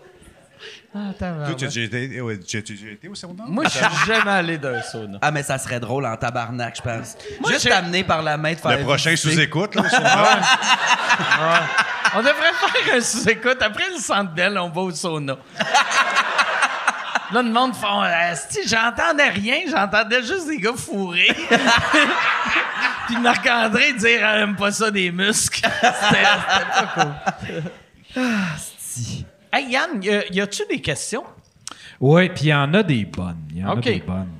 S7: Ah,
S6: Toi,
S7: tabarnak.
S6: tu- j'ai été, ouais, tu- tu- j'ai été au secondaire?
S1: Moi, je suis jamais allé d'un sauna.
S5: Ah, mais ça serait drôle en tabarnak, je pense.
S1: Moi,
S5: Juste
S1: j'ai-
S5: amené par la main de faire...
S6: Le prochain
S5: visiter.
S6: sous-écoute, là, au secondaire.
S1: On devrait faire un sous-écoute. Après le centre Bell, on va au sauna. Là, le monde font Si j'entendais rien, j'entendais juste des gars fourrés. Puis Marc-André dire Ah, Aime pas ça des muscles. C'était c'était pas cool. Hey Yann, y a- y a-tu des questions?
S9: Oui, puis il y en a des bonnes. Il y en
S1: OK.
S9: a des bonnes.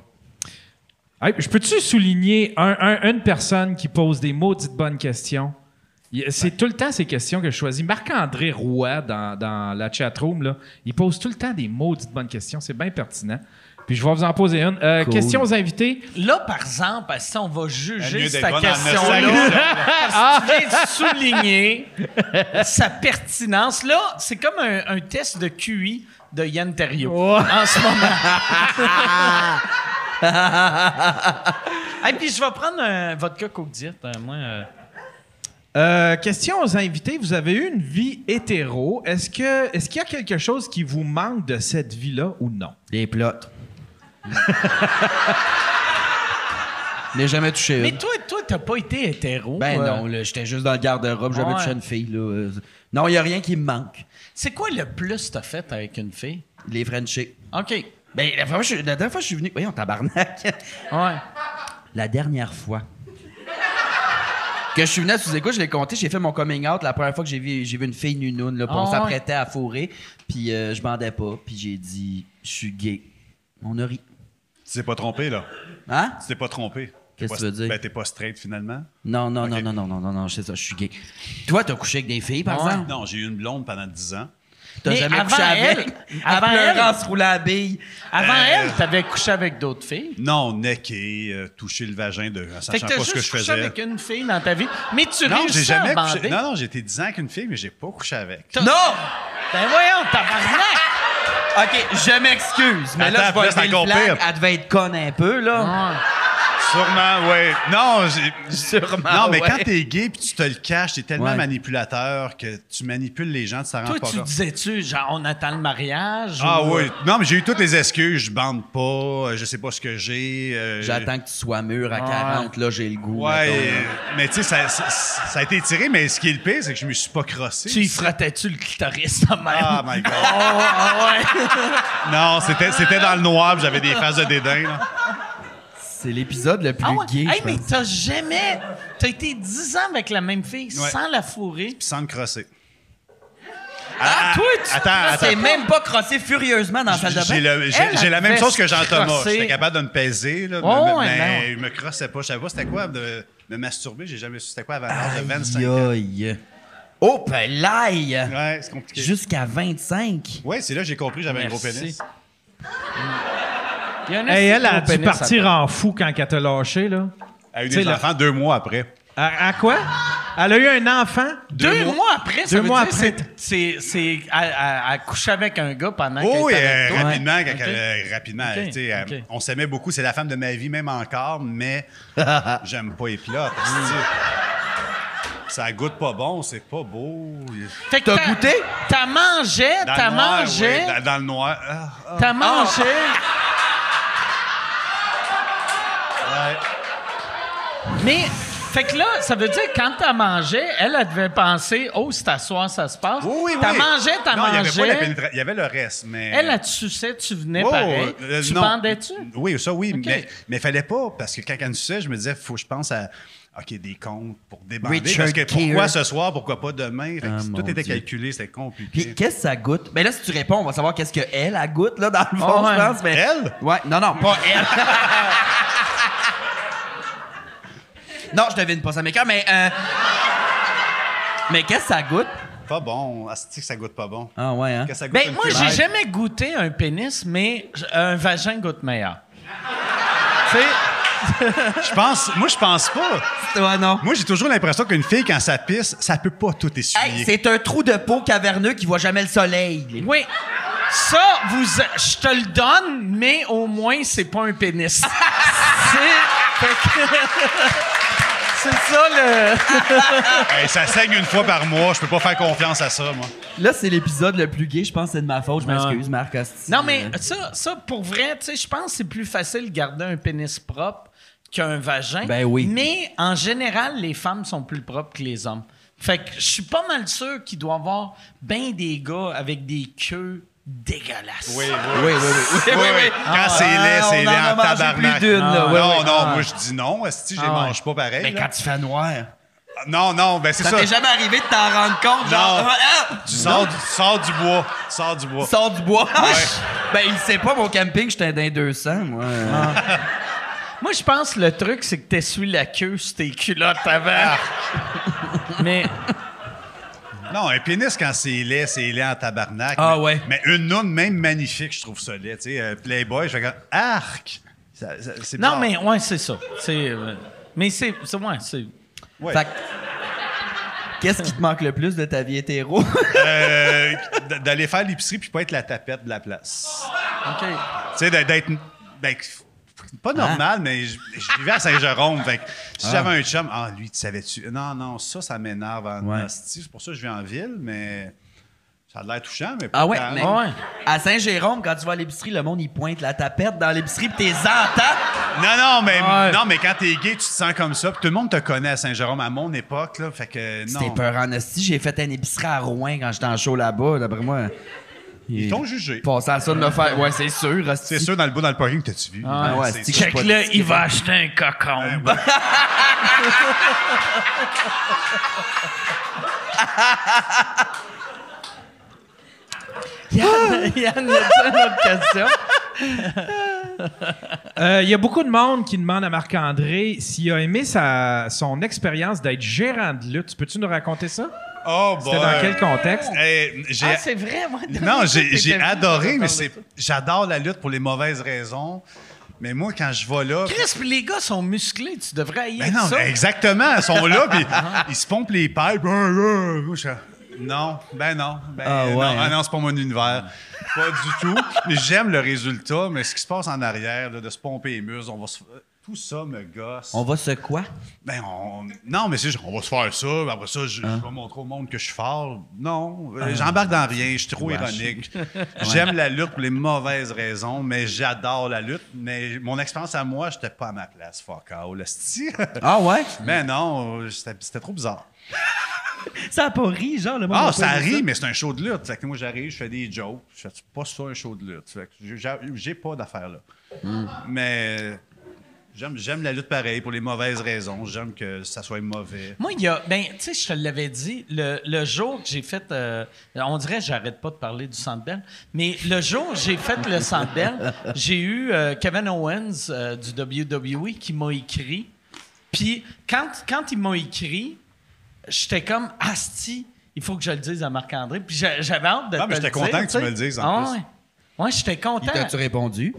S9: Hey, je peux-tu souligner un- un- une personne qui pose des maudites bonnes questions? Il- C'est
S1: Ben.
S9: tout le temps ces questions que je choisis. Marc-André Roy, dans, dans la chatroom, là, il pose tout le temps des maudites bonnes questions. C'est bien pertinent. Puis je vais vous en poser une. Euh, Question aux invités.
S1: Là, par exemple, si on va
S6: Ben,
S1: juger
S6: mieux d'être
S1: cette
S6: bonne en
S1: question-là,
S6: neuf
S1: parce que tu viens de souligner sa pertinence. Là, c'est comme un, un test de QI de Yann Terriot en ce moment. Et puis, je vais prendre un vodka Coke Diet. euh, moi, euh.
S4: Euh, question aux invités. Vous avez eu une vie hétéro. Est-ce que est-ce qu'il y a quelque chose qui vous manque de cette vie-là ou non?
S5: Les plots. Je n'ai jamais touché
S1: Mais
S5: une.
S1: toi, toi, t'as pas été hétéro.
S5: Ben
S1: euh.
S5: non, là, j'étais juste dans le garde-robe, j'avais
S1: Ouais.
S5: touché une fille. Là. euh, Non, il n'y a rien qui me manque.
S1: C'est quoi le plus t'as fait avec une fille?
S5: Les Frenchies.
S1: OK. Ouais.
S5: Ben, la, fois, je- la dernière fois que je suis venu. Voyons, tabarnak. la dernière fois. Que je suis venu à sous-écoute, je l'ai compté, j'ai fait mon coming out la première fois que j'ai vu, j'ai vu une fille nunoune, là, puis on
S1: Ah ouais.
S5: s'apprêtait à fourrer, puis euh, je bandais pas, puis j'ai dit, je suis gay. On a ri.
S6: Tu t'es pas trompé, là.
S5: Hein?
S6: Tu t'es pas trompé. T'es
S5: Qu'est-ce
S6: pas-
S5: que tu veux dire?
S6: Ben, t'es pas straight, finalement.
S5: Non, non,
S6: Ok.
S5: non, non, non, non, non, non, c'est ça, je suis gay. Toi, t'as couché avec des filles, par
S1: Ouais.
S5: exemple?
S6: Non, j'ai eu une blonde pendant 10 ans.
S5: T'as
S1: Mais
S5: jamais
S1: avant
S5: couché
S1: elle-
S5: avec?
S1: avant
S5: Après,
S1: elle-
S5: en se roulant à bille.
S1: Avant
S6: Euh.
S1: elle, t'avais couché avec d'autres filles.
S6: Non, necké, euh, touché le vagin de... En
S1: Fait que
S6: sachant
S1: t'as
S6: pas ce que
S1: juste
S6: je
S1: couché
S6: faisais.
S1: avec une fille dans ta vie, mais tu
S6: Non, j'ai
S1: réussis à
S6: jamais couché...
S1: bander.
S6: Non, non, j'ai été 10 ans avec une fille, mais j'ai pas couché avec.
S1: T'as-
S5: Non!
S1: Ben voyons, tabarnak!
S5: OK, je m'excuse, mais
S6: Attends,
S5: là, je
S6: puis là,
S5: vais
S6: c'est
S5: lever le
S6: encore
S5: flag.
S6: pire.
S1: Ah.
S6: Ah,
S5: Elle devait être conne un peu, là.
S6: Tu Sûrement, oui. Non, j'ai-
S1: Sûrement,
S6: non, mais quand
S1: ouais.
S6: t'es gay puis tu te le caches, t'es tellement
S5: Ouais.
S6: manipulateur que tu manipules les gens, tu t'en rends
S1: Toi,
S6: ah, pas
S1: tu
S6: compte.
S1: disais-tu, genre, on attend le mariage?
S6: Ah
S1: ou- euh,
S6: oui. Non, mais j'ai eu toutes les excuses. Je bande pas, euh, je sais pas ce que j'ai. euh,
S5: J'attends que tu sois mûr à 40, là, j'ai le goût.
S6: Ouais,
S5: mettons,
S6: euh,
S5: là.
S6: mais tu sais, ça, ça, ça a été tiré, mais ce qui est le pire, c'est que je me suis pas crossé.
S1: Tu y frottais-tu le clitoris, ta mère?
S6: Ah, my God.
S1: ah ouais.
S6: Non, c'était, c'était dans le noir, puis j'avais des faces de dédain. là.
S5: C'est l'épisode le plus
S1: Ah ouais.
S5: gay.
S1: Hey,
S5: je
S1: mais
S5: pense.
S1: t'as jamais. T'as été 10 ans avec la même fille
S6: Ouais.
S1: sans la fourrer.
S6: Puis sans me crosser.
S1: Ah, toi, tu te
S6: Attends, attends.
S5: C'est même pas crossé furieusement dans la salle de bain.
S6: J'ai, le- j'ai-
S1: Elle,
S6: j'ai la
S1: elle
S6: même
S1: fait
S6: chose que
S1: se
S6: Jean-Thomas.
S1: crosser.
S6: J'étais capable de me peser, là,
S1: Oh,
S6: mais,
S1: ouais,
S6: mais
S1: ben ouais.
S6: il me crossait pas. Je savais pas c'était quoi de me masturber. J'ai jamais su c'était quoi avant l'âge de 25
S5: Aïe,
S6: ans.
S5: aïe. Oh, pelaille!
S6: Ouais, c'est compliqué.
S5: Jusqu'à 25.
S6: Ouais, c'est là que j'ai compris que j'avais un gros
S1: Merci.
S6: pénis.
S1: Il y en
S9: Hey,
S1: qui
S9: elle a
S1: gros
S9: dû
S1: Ah, pénis,
S9: partir en fou quand elle t'a lâché, là.
S6: Elle a eu
S9: Tu sais,
S6: des
S9: là-
S6: enfants deux mois après.
S9: À, à quoi? Elle a eu un enfant?
S1: Deux, mois. après, ça
S9: Deux
S1: veut
S9: mois
S1: dire
S9: après.
S1: c'est- c'est c'est à, à, à coucher avec un gars pendant
S6: Oh,
S1: qu'elle
S6: et
S1: est avec toi.
S6: rapidement, quand
S1: Ok.
S6: elle- euh, rapidement,
S1: Ok,
S6: tu sais, euh,
S1: ok.
S6: on s'aimait beaucoup. C'est la femme de ma vie, même encore, mais j'aime pas les pilotes. Ça goûte pas bon, c'est pas beau.
S1: Fait que
S5: T'as
S1: t'as-
S5: goûté?
S1: T'as mangé,
S6: Dans
S1: t'as
S6: le noir,
S1: mangé,
S6: ouais, dans, dans le noir. Ah, ah,
S1: t'as mangé.
S6: ouais.
S1: Mais, fait que là, ça veut dire que quand t'as mangé, elle, elle devait penser, oh, c'est à soir, ça se passe.
S6: Oui, oui, oui.
S1: T'as mangé, t'as
S6: Non, il y avait
S1: mangé.
S6: pas la pénétra- Il y avait le reste, mais...
S1: Elle, elle te suçait, tu venais
S6: Oh,
S1: pareil.
S6: euh,
S1: tu
S6: non.
S1: pendais-tu?
S6: Oui, ça, oui.
S1: Ok.
S6: Mais Mais fallait pas, parce que quand elle nous suçait, je me disais, faut que je pense à. OK, des comptes pour débander.
S5: Richard
S6: parce que pourquoi
S5: Gere.
S6: ce soir, pourquoi pas demain? Fait que
S5: Ah,
S6: tout
S5: mon
S6: était
S5: Dieu.
S6: calculé, c'était
S5: Puis
S6: compliqué.
S5: qu'est-ce que ça goûte? Ben là, si tu réponds, on va savoir qu'est-ce que elle, elle goûte, là, dans le fond,
S1: Oh, ouais.
S5: je pense. Mais...
S6: Elle?
S5: Ouais, non, non, pas elle. non, je devine pas ça, mais quand, mais. euh, Mais qu'est-ce que ça goûte?
S6: Pas bon. Asti, que ça goûte pas bon.
S5: Ah, ouais, hein?
S6: Que ça goûte
S1: Ben,
S6: une
S1: moi, j'ai
S6: cuillère.
S1: jamais goûté un pénis, mais j- un vagin goûte meilleur. tu sais,
S6: Je pense, moi, je pense pas.
S5: Ouais, non.
S6: Moi, j'ai toujours l'impression qu'une fille, quand ça pisse, ça peut pas tout
S5: Hey,
S6: essuyer.
S5: c'est un trou de peau caverneux qui voit jamais le soleil.
S1: oui. Ça, vous, je te le donne, mais au moins, c'est pas un pénis. c'est. fait que- c'est ça le.
S6: Hey, ça saigne une fois par mois. Je peux pas faire confiance à ça, moi.
S5: Là, c'est l'épisode le plus gay, je pense, que c'est de ma faute. Je m'excuse, Marc Asti.
S1: Non, mais ça, ça pour vrai, tu sais, je pense que c'est plus facile de garder un pénis propre qu'un vagin.
S5: Ben oui.
S1: Mais en général, les femmes sont plus propres que les hommes. Fait que je suis pas mal sûr qu'il doit y avoir bien des gars avec des queues dégueulasses.
S6: Oui,
S5: Oui, oui,
S6: oui,
S5: oui.
S6: oui. Quand c'est laid,
S5: Ah,
S6: c'est
S5: on
S6: laid
S5: en a
S6: en
S5: mangé
S6: tabarnak.
S5: plus d'une, là.
S6: non,
S5: Ouais,
S6: non,
S5: ouais. Ah. ben,
S6: moi, je dis non. Asti, je les mange pas pareil.
S5: Mais
S6: là.
S5: quand tu fais noir,
S6: Non, non, ben c'est
S5: ça
S6: ça.
S5: t'est jamais arrivé de t'en rendre compte, genre.
S6: Non.
S5: ah,
S6: Tu sors, du- sors du bois. Sors du bois.
S5: Sors du bois. ben, il sait pas, mon camping, j'étais dans les 200, moi.
S1: Moi, je pense que le truc, c'est que t'essuies la queue sur tes culottes
S6: Ah.
S1: avant. mais
S6: Non, un pénis, quand c'est laid, c'est laid en tabarnak.
S5: Ah
S6: Mais-
S5: ouais.
S6: Mais une noune, même magnifique, je trouve ça laid. Tu sais, euh, Playboy, je fais comme arc. Ça- ça- c'est
S1: non,
S6: bizarre.
S1: mais ouais, c'est ça. C'est, euh, mais c'est, c'est, ouais, c'est-
S6: Ouais.
S5: Fait que- Qu'est-ce qui te manque le plus de ta vie hétéro?
S6: Euh, d- D'aller faire l'épicerie puis pas être la tapette de la place.
S1: OK.
S6: Tu sais, d'être- d'être. ben, pas
S5: Hein?
S6: normal, mais je, je vivais à Saint-Jérôme. Fait que si j'avais un chum, ah, lui, tu savais-tu? Non, non, ça, ça m'énerve en
S5: Ouais.
S6: asti. C'est pour ça que je vis en ville, mais ça a l'air touchant, mais pas
S5: Ah ouais,
S6: tant.
S5: mais
S1: Ah ouais.
S5: à Saint-Jérôme, quand tu vas à l'épicerie, le monde, il pointe la tapette dans l'épicerie pis t'es entends.
S6: Non, non, mais,
S1: Ouais.
S6: non, mais quand t'es gay, tu te sens comme ça. Puis tout le monde te connaît à Saint-Jérôme à mon époque. Là, fait que non.
S5: C'était peur en esti. J'ai fait une épicerie à Rouen quand j'étais en show là-bas, d'après moi.
S6: Ils t'ont jugé.
S5: Passé à ça de me faire... Ouais, c'est sûr, esti.
S6: C'est sûr, dans le bout, dans le parking, t'as-tu vu?
S5: Ah ouais,
S6: C'est
S5: esti, que je
S1: Check
S5: suis pas
S1: là,
S5: de-
S1: il va acheter un cocon.
S4: Euh, bah,
S1: Yann, Yann, y a-t-il une autre question?
S9: Euh, Il y a beaucoup de monde qui demande à Marc-André s'il a aimé sa, son expérience d'être gérant de lutte. Peux-tu nous raconter ça?
S6: Oh, boy.
S9: C'était dans quel contexte?
S6: Eh, j'ai-
S1: Ah, c'est vrai, moi.
S6: Non, j'ai
S1: t'étais
S6: j'ai
S1: venu
S6: adoré,
S1: nous
S6: mais
S1: entendre
S6: c'est
S1: ça.
S6: j'adore la lutte pour les mauvaises raisons. Mais moi, quand je vais là.
S1: Chris, puis les gars sont musclés, tu devrais haïr
S6: Ben non,
S1: ça.
S6: ben exactement. Ils sont là, puis
S1: Ah
S6: ils se pompent les pipes. Je suis là, Non, ben non. Ben
S5: Ah ouais,
S6: non,
S5: hein?
S6: ah non c'est pas mon univers. Pas du tout. Mais J'aime le résultat, mais ce qui se passe en arrière, là, de se pomper les muscles, on va se- Tout ça me gosse.
S5: On va se quoi?
S6: Ben, on- Non, mais c'est juste, on va se faire ça, puis après ça, je, je vais montrer au monde que je suis fort. Non, euh, j'embarque dans rien, je suis trop ironique. J'aime la lutte pour les mauvaises raisons, mais j'adore la lutte. Mais mon expérience à moi, j'étais pas à ma place, fuck all, esti.
S5: Ah ouais?
S6: Mais non, euh, c'était c'était trop bizarre.
S5: Ça a pas ri, genre, le monde
S6: Ah,
S5: a
S6: ça
S5: pas aimé
S6: arrive, mais c'est un show de lutte. Fait que moi, j'arrive, je fais des jokes. Je fais c'est pas ça un show de lutte. Fait que j'ai- j'ai pas d'affaires là. Mais j'aime j'aime la lutte pareil pour les mauvaises raisons. J'aime que ça soit mauvais.
S1: Moi, il y a. Ben, tu sais, je te l'avais dit, le, le jour que j'ai fait. euh, on dirait que j'arrête pas de parler du Centre Bell, mais le jour où j'ai fait le Centre Bell, j'ai eu euh, Kevin Owens euh, du WWE qui m'a écrit. Puis quand, quand il m'a écrit, j'étais comme Asti, il faut que je le dise à Marc-André. Puis j'a- j'avais hâte de
S6: Ah,
S1: te
S6: mais
S1: le
S6: j'étais
S1: dire,
S6: content que tu
S1: sais.
S6: me le dises, en
S1: Ah,
S6: plus.
S1: ouais. Ouais, j'étais
S5: ça. Il
S1: content.
S5: t'a-tu répondu,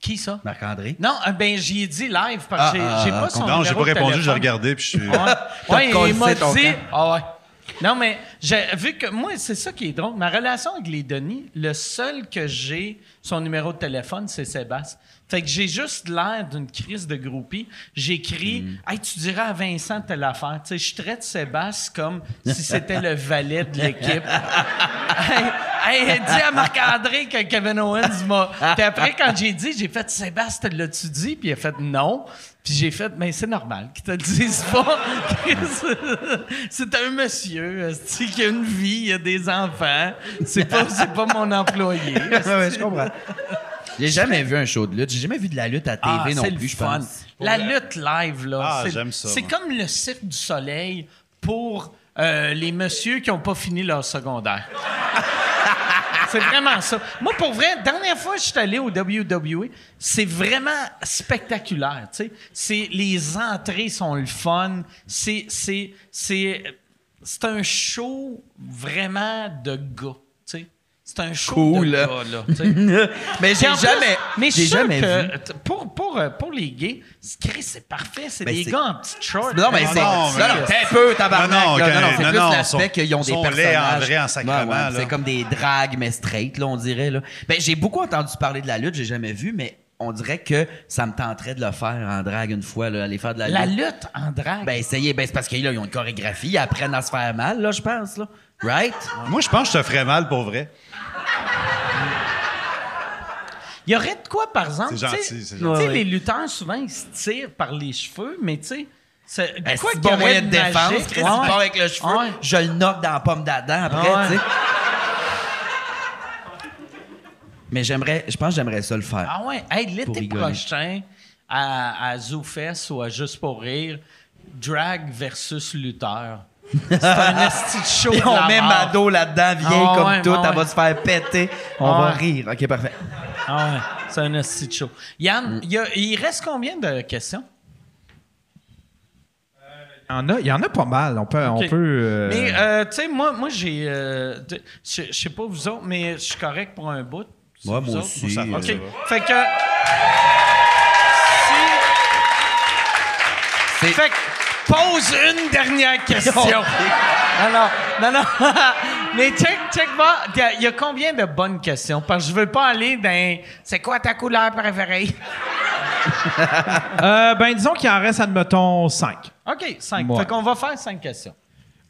S1: Qui ça?
S5: Marc-André?
S1: Non, euh, ben j'y ai dit live parce que j'ai-
S5: Ah,
S1: j'ai
S5: ah,
S1: pas son
S6: Non, j'ai
S1: numéro
S6: pas
S1: de
S6: répondu, j'ai
S1: téléphone.
S6: regardé, puis je suis.
S5: T'as
S1: Ouais, ouais il m'a
S5: collé ton
S1: dit.
S5: camp.
S1: Ah ouais. Non, mais j'ai vu que moi, c'est ça qui est drôle. Ma relation avec les Denis, le seul que j'ai, son numéro de téléphone, c'est Sébastien. Fait que j'ai juste l'air d'une crise de groupie. J'écris Hey, tu dirais à Vincent telle affaire. Tu sais, je traite Sébastien comme si c'était le valet de l'équipe. hey, hey, dis à Marc-André que Kevin Owens m'a. Puis après, quand j'ai dit, j'ai fait Sébastien, l'as-tu dit? Puis il a fait non. Puis j'ai fait, mais c'est normal qu'ils te le disent pas. c'est un monsieur, esti, qui a une vie, il a des enfants. C'est pas, c'est pas mon employé. esti.
S5: ouais, je comprends. J'ai jamais vu un show de lutte. J'ai jamais vu de la lutte à TV
S1: Ah,
S5: non
S1: c'est
S5: plus,
S1: le
S5: je
S1: fun.
S5: pense.
S1: La lutte live, là.
S6: Ah,
S1: c'est-
S6: j'aime ça,
S1: C'est
S6: moi.
S1: comme le cirque du soleil pour euh, les messieurs qui n'ont pas fini leur secondaire. c'est vraiment ça. Moi, pour vrai, dernière fois que je suis allé au WWE, c'est vraiment spectaculaire. tu sais. C'est, les entrées sont le fun. C'est, c'est, c'est, c'est un show vraiment de gars. tu sais. C'est un show
S5: Cool.
S1: de gars, là. tu sais.
S5: Mais
S1: Puis
S5: j'ai
S1: en plus,
S5: jamais,
S1: mais je
S5: j'ai
S1: suis sûr
S5: jamais
S1: que
S5: vu.
S1: t- Pour, pour, euh, pour les gays, c'est- Chris, c'est parfait. C'est
S5: Ben,
S1: des
S5: c'est-
S1: gars en petite short. Ah
S5: Non, mais c'est. Non,
S6: non, mais-
S5: non, t'es un peu, tabarnak. là. Non,
S6: Non,
S5: non,
S6: non,
S5: c'est
S6: non,
S5: plus
S6: non,
S5: l'aspect
S6: sont-
S5: qu'ils ont des
S6: sont laids en
S5: personnages.
S6: vrai, en sacrement,
S5: Ouais, ouais,
S6: là.
S5: C'est comme des dragues, mais straight, là, on dirait. Là. Ben, j'ai beaucoup entendu parler de la lutte, j'ai jamais vu, mais on dirait que ça me tenterait de le faire en drague une fois, là, aller faire de la,
S1: La
S5: lutte.
S1: lutte en drague.
S5: Ben, essayez. Ben, c'est parce qu'ils ont une chorégraphie, ils apprennent à se faire mal, là, je pense, là. Right?
S6: Moi, je pense que je te ferais mal pour vrai.
S1: Il y aurait de quoi, par exemple?
S6: C'est gentil,
S1: tu sais-
S6: c'est
S1: tu sais,
S6: gentil.
S1: Les lutteurs, souvent, ils se tirent par les cheveux, mais tu sais, c'est
S5: Ben,
S1: quoi
S5: c'est
S1: qu'il y
S5: bon
S1: aurait
S5: moyen de défense.
S1: magique?
S5: Chris, il
S1: Ouais, ouais.
S5: part avec le cheveu.
S1: Ouais.
S5: Je le knock dans la pomme d'Adam après,
S1: Ouais.
S5: tu sais. Mais j'aimerais, je pense que j'aimerais ça le faire.
S1: Ah ouais, hey,
S5: Pour
S1: l'été
S5: rigoler.
S1: prochain, à, à ZooFest ou à Juste pour rire, drag versus lutteur. C'est un esti de show.
S5: Puis
S1: de
S5: on
S1: la
S5: met
S1: mort.
S5: Mado là-dedans, vieille
S1: Ah
S5: comme
S1: ouais,
S5: tout,
S1: ah
S5: elle va
S1: ouais.
S5: se faire péter. On
S1: Ah
S5: va
S1: ouais.
S5: rire. OK, parfait.
S1: Ah ouais, c'est un esti de show.
S5: Mm.
S1: Yann, il y a- il reste combien de questions?
S4: Il y en a, il y en a pas mal. On peut.
S1: Ok.
S4: On peut euh,
S1: Mais, euh, tu sais, moi, moi j'ai. euh, de- je je sais pas vous autres, mais je suis correct pour un bout. C'est
S5: Moi,
S1: vous
S5: moi
S1: autres?
S5: aussi,
S6: ça va,
S5: euh,
S1: OK.
S6: ça va.
S1: Fait que. Si.
S5: C'est-
S1: Fait que. Pose une dernière question.
S5: Oh.
S1: Non, non, non, non. Mais check, check, moi, il y a combien de bonnes questions? Parce que je veux pas aller dans. C'est quoi ta couleur préférée?
S4: euh, ben, disons qu'il en reste, admettons, 5.
S1: OK, cinq.
S4: Ouais.
S1: Fait qu'on va faire cinq questions.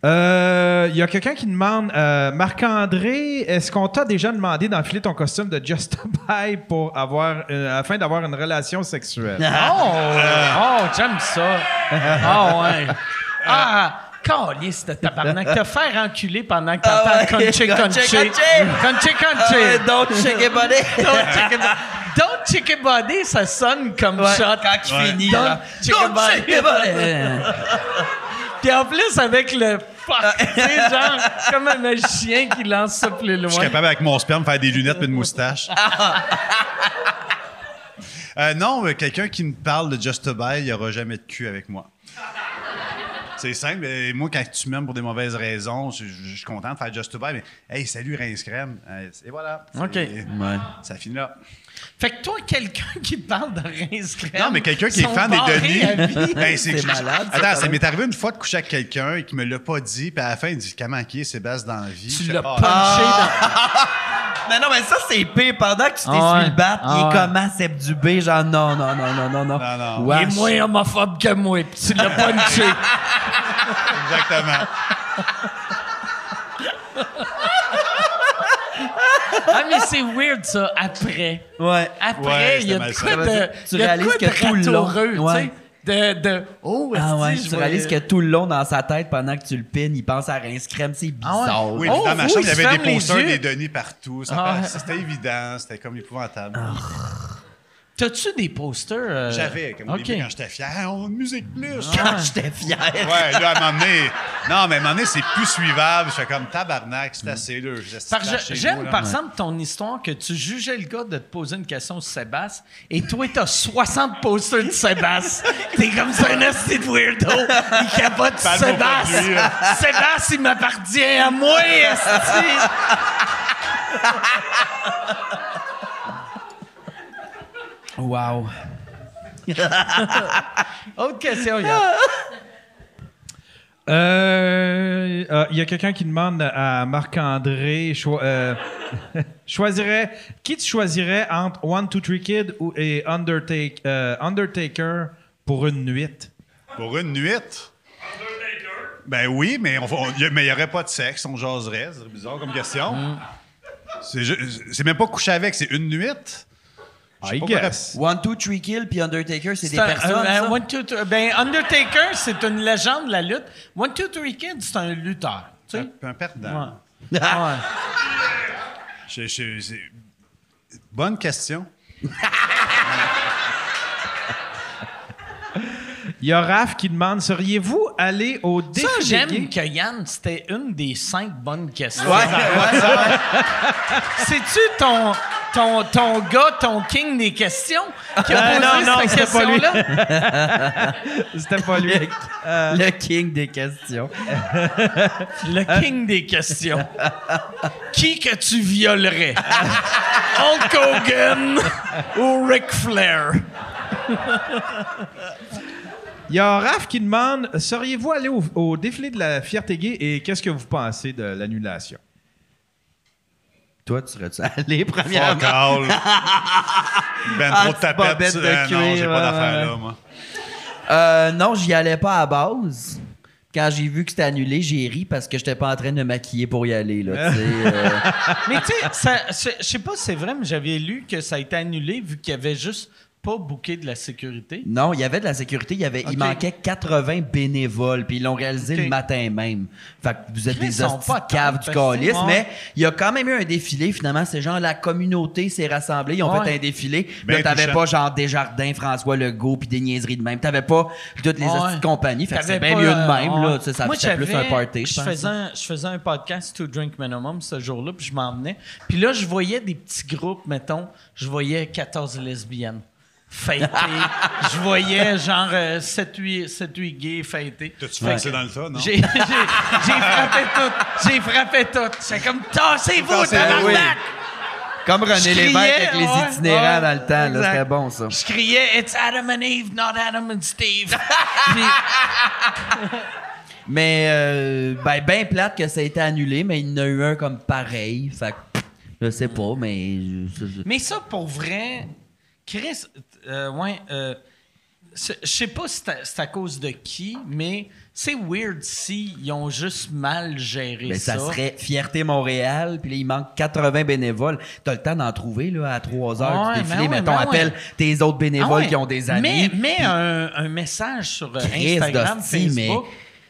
S4: Euh, Il y a quelqu'un qui demande euh, Marc-André, est-ce qu'on t'a déjà demandé d'enfiler ton costume de Just a Pie pour avoir, euh, afin d'avoir une relation sexuelle?
S1: Oh, oh j'aime ça. Ah ouais. Ah, calice de tabarnak. Te faire enculer pendant que t'entends
S5: Ah ouais.
S1: Conche Conche.
S5: Conche,
S1: Conche
S5: Euh,
S1: Conche.
S5: don't shake it, buddy.
S1: Don't check it- Don't check it body, ça sonne comme
S5: Ouais,
S1: shot.
S5: quand il finit,
S1: Don't
S5: là.
S1: check it
S5: Don't
S1: body.
S5: shake it, buddy. Euh,
S1: Puis en plus, avec le
S5: Ah.
S1: fuck, tu sais, genre, comme un magicien qui lance ça plus
S6: Je suis
S1: loin.
S6: capable avec mon sperme de faire des lunettes et une moustache. Euh, non, euh, quelqu'un qui me parle de Just a Buy, il n'y aura jamais de cul avec moi. C'est simple. mais moi, quand tu m'aimes pour des mauvaises raisons, je, je- je suis content de faire Just a Buy, mais hey, salut, Rince Crème. Euh, Et voilà. C'est-
S1: OK.
S5: Ouais.
S6: Ça finit là.
S1: Fait que toi, quelqu'un qui te parle de rince
S6: Non, mais quelqu'un qui est fan des Denis. Hey,
S5: C'est
S6: je-
S5: malade, ça, quand
S6: Attends, ça
S5: même.
S6: m'est arrivé une fois de coucher avec quelqu'un et qui me l'a pas dit, puis à la fin, il dit Comment qui est Sébastien dans la vie Ah,
S1: Tu
S6: Je fais,
S1: l'as
S6: Ah,
S1: punché
S5: Non, non, mais ça, c'est pire. Pendant que tu t'es
S1: Ah ouais.
S5: suivi le battre,
S1: Ah
S5: il est
S1: ouais.
S5: comment, Seb Dubé? Genre, non, non, non, non, non, non.
S6: Non, non,
S1: Il est moins homophobe que moi, pis tu l'as punché.
S6: exactement.
S1: ah, mais c'est weird, ça, après.
S5: Ouais.
S1: Après,
S6: Ouais,
S1: il y a
S6: c'était
S1: de
S6: malsain.
S1: quoi de.
S5: Ah, Tu
S1: il y a de
S5: réalises
S1: quoi
S5: que tout le
S1: de
S5: long-
S1: ratoureux,
S5: Ouais.
S1: tu sais. De, de. Oh,
S5: Ah ouais,
S1: esti,
S5: tu
S1: je
S5: réalises que
S1: voyais-
S5: tout le long dans sa tête, pendant que tu le pines, il pense à rince crème, c'est bizarre.
S1: Ah
S6: Oui,
S1: Oh,
S6: dans ma
S1: oui, il
S6: chambre, il y
S1: se
S6: avait
S1: ferme
S6: des
S1: les
S6: posters,
S1: yeux.
S6: des Denis partout. Ça
S1: Ah.
S6: fait- C'était évident, c'était comme épouvantable.
S1: T'as-tu des posters? euh?
S6: J'avais, comme au
S1: OK. Ah.
S6: début, quand j'étais fier, on musique plus.
S5: Quand j'étais fier.
S6: Ouais, là, à un moment donné, non, mais à un moment donné, c'est plus suivable. Je fais comme tabarnak, c'est assez dur. Je laisse
S1: Par-
S6: ça
S1: je-
S6: chez
S1: J'aime,
S6: nous, là.
S1: par exemple, ton histoire que tu jugeais le gars de te poser une question sur Sébastien et toi, t'as 60 posters de Sébastien. T'es comme ça, un esti de weirdo. Il capote sur
S6: Parle pas
S1: Sébastien.
S6: de lui, là.
S1: Sébastien, il m'appartient à moi, esti.
S5: Wow.
S1: Autre question, Yann.
S4: Euh, euh, Il y a quelqu'un qui demande à Marc-André cho- euh, choisirais, qui tu choisirais entre One, Two, Three Kid ou, et Undertake- euh, Undertaker pour une nuit?
S6: Pour une nuit. Ben oui, mais on- on- y a- mais il n'y aurait pas de sexe, on jaserait. C'est bizarre comme question.
S1: Mm.
S6: C'est ju- C'est même pas coucher avec, c'est une nuit.
S4: I
S6: pas
S4: guess.
S5: One, two, three kill, puis Undertaker, c'est des
S1: un-
S5: personnes.
S1: un- un
S5: ça?
S1: one, two, three- ben, Undertaker, c'est une légende de la lutte. One, two, three kid, c'est un lutteur. Tu
S5: Euh,
S1: sais?
S6: Un, un perdant.
S1: Ouais. Ah Ouais.
S6: Je- je- c'est- Bonne question.
S4: Il y a Raph qui demande seriez-vous allé au défilé
S1: Ça, j'aime
S4: gay?
S1: que Yann, c'était une des cinq bonnes questions.
S5: Ouais, ouais, ouais.
S1: C'est-tu ton, ton, ton gars, ton king des questions qui a
S5: Euh,
S1: posé
S4: non, non,
S1: cette
S4: c'était pas lui.
S1: question-là?
S4: C'était pas lui.
S5: Euh, Le king des questions. Euh.
S1: Le king des questions. qui que tu violerais? Hulk Hogan ou Ric Flair?
S4: Il y a Raph qui demande seriez-vous allé au, au défilé de la fierté gay et qu'est-ce que vous pensez de l'annulation
S5: Toi, tu serais-tu allé,
S6: Fuck
S5: premièrement?
S6: all. Ben
S5: Ah,
S6: trop de
S5: petite
S6: tapettes.
S5: bobette de
S6: euh, non,
S5: cuir,
S6: j'ai
S5: ouais,
S6: pas d'affaire
S5: ouais.
S6: là, moi.
S5: Euh, non, j'y allais pas à base. Quand j'ai vu que c'était annulé, j'ai ri parce que j'étais pas en train de me maquiller pour y aller, là, tu sais. euh.
S1: Mais tu sais, ça- c'est- je sais pas si c'est vrai, mais j'avais lu que ça a été annulé vu qu'il y avait juste pas bouqué de la sécurité.
S5: Non, il y avait de la sécurité. Il, y avait,
S1: Ok.
S5: il manquait 80 bénévoles, puis ils l'ont réalisé
S1: Ok.
S5: le matin même. Fait que vous êtes
S1: Chris,
S5: des
S1: ils sont
S5: hosties
S1: pas
S5: de caves
S1: tendres,
S5: du
S1: parce que-
S5: calice,
S1: Ouais.
S5: mais il y a quand même eu un défilé, finalement. C'est genre la communauté s'est rassemblée, ils ont
S1: Ouais.
S5: fait un défilé.
S6: Ben
S5: là, t'avais
S6: touchant.
S5: pas genre Desjardins, François Legault, puis des niaiseries de même. T'avais pas toutes les
S1: Ouais.
S5: hosties de compagnie. Fait que
S1: T'avais
S5: c'est bien
S1: pas,
S5: mieux
S1: euh,
S5: de même,
S1: ouais.
S5: là. Tu sais, ça
S1: Moi,
S5: fait plus un
S1: j'avais-
S5: party, je
S1: je
S5: pense.
S1: faisais, un, je faisais un podcast To Drink Minimum ce jour-là, puis je m'en venais. Puis là, je voyais des petits groupes, mettons, je voyais 14 lesbiennes fêtées. je voyais genre euh, 7-8 gays fêtés.
S6: T'as-tu fixé dans le tas, non?
S1: J'ai j'ai- j'ai frappé tout. J'ai frappé tout. C'est comme tassez-vous,
S6: Tassez-vous.
S1: tabarnak!
S5: Comme
S1: Je
S5: René Lévesque
S1: criais,
S5: avec les
S1: ouais,
S5: itinérants
S1: ouais,
S5: dans le temps, là.
S1: exact.
S5: C'était bon, ça.
S1: Je criais It's Adam and Eve, not Adam and Steve. Puis-
S5: Mais euh, ben, ben plate que ça a été annulé, mais il y en a eu un comme pareil. Fait que, pff, je sais pas, mais. je- je-
S1: Mais ça, pour vrai, Chris, euh, ouais, euh, c'est- je sais pas si c'est à- c'est à cause de qui, mais c'est weird si ils ont juste mal géré
S5: Mais
S1: ça.
S5: ben, ça serait Fierté Montréal, puis là, il manque 80 bénévoles. T'as le temps d'en trouver, là, à 3 heures
S1: Ouais,
S5: du
S1: ben
S5: défilé.
S1: ouais,
S5: Mettons,
S1: ben
S5: appelle
S1: ouais.
S5: tes autres
S1: Ah
S5: bénévoles
S1: ouais.
S5: qui ont des amis.
S1: Mais, mais un, un message sur euh,
S5: Christ
S1: Instagram,
S5: d'hostie,
S1: Facebook.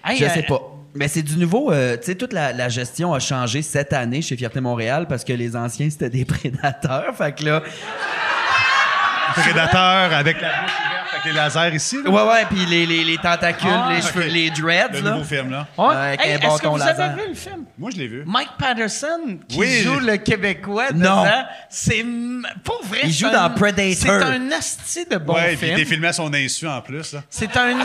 S1: Hey,
S5: je
S1: euh,
S5: sais pas. Mais c'est du nouveau. euh, tu sais, toute la, la gestion a changé cette année chez Fierté Montréal parce que les anciens, c'était des prédateurs. Fait que là,
S6: Prédateur avec la bouche ouverte, avec les lasers ici. là.
S5: ouais, ouais, puis les, les, les tentacules,
S1: Ah,
S5: les
S6: ok.
S5: cheveux, les dreads,
S6: Le
S5: là.
S6: nouveau film, là.
S1: Ouais.
S5: Euh, Avec
S1: Hey,
S5: un
S1: Est-ce que
S5: bâton
S1: vous
S5: laser.
S1: avez vu le film?
S6: Moi, je l'ai vu.
S1: Mike Patterson, qui
S6: Oui.
S1: joue le Québécois
S5: Non.
S1: dedans, c'est m- pour vrai.
S5: Il
S1: c'est
S5: joue
S1: un-
S5: dans Predator.
S1: C'est un asti de bon
S6: ouais, puis
S1: film.
S6: t'es filmé à son insu en plus, là.
S1: C'est un.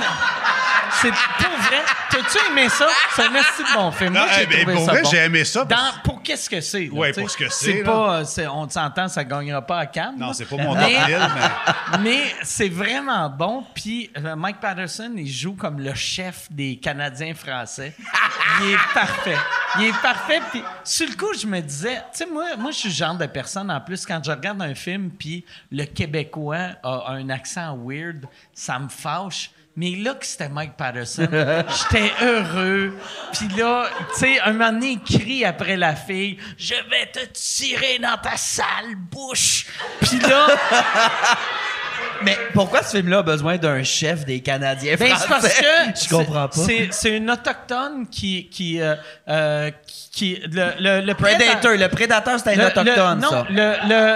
S1: C'est pour vrai. T'as-tu aimé ça? C'est un assez bon film.
S6: Non,
S1: Moi, j'ai
S6: eh ben,
S1: trouvé
S6: pour
S1: ça
S6: vrai,
S1: bon.
S6: j'ai aimé ça.
S1: Dans- pour qu'est-ce que c'est? là,
S6: Ouais,
S1: tu sais?
S6: pour ce que c'est,
S1: C'est
S6: là.
S1: pas, euh, c'est- on s'entend, ça gagnera pas à Cannes. là.
S6: Non, c'est pas mon top
S1: Mais-
S6: 1000, mais.
S1: Mais c'est vraiment bon. Puis euh, Mike Patterson, il joue comme le chef des Canadiens français. Il est parfait. Il est parfait. Puis sur le coup, je me disais, tu sais, moi, moi, je suis le genre de personne, en plus, quand je regarde un film, puis le Québécois a un accent weird, ça me fâche. Mais là que c'était Mike Patterson, j'étais heureux. Puis là, tu sais, un moment donné, il crie après la fille, « Je vais te tirer dans ta sale bouche! » Puis là...
S5: Mais pourquoi ce film-là a besoin d'un chef des Canadiens
S1: Ben, c'est
S5: français?
S1: parce que.
S5: Je comprends pas.
S1: c'est- C'est, c'est une autochtone qui. qui, euh, euh, qui- qui- le, le, le
S5: Predator,
S1: préda-
S5: le prédateur, c'est un
S1: le-
S5: autochtone,
S1: le- non,
S5: ça.
S1: Le. le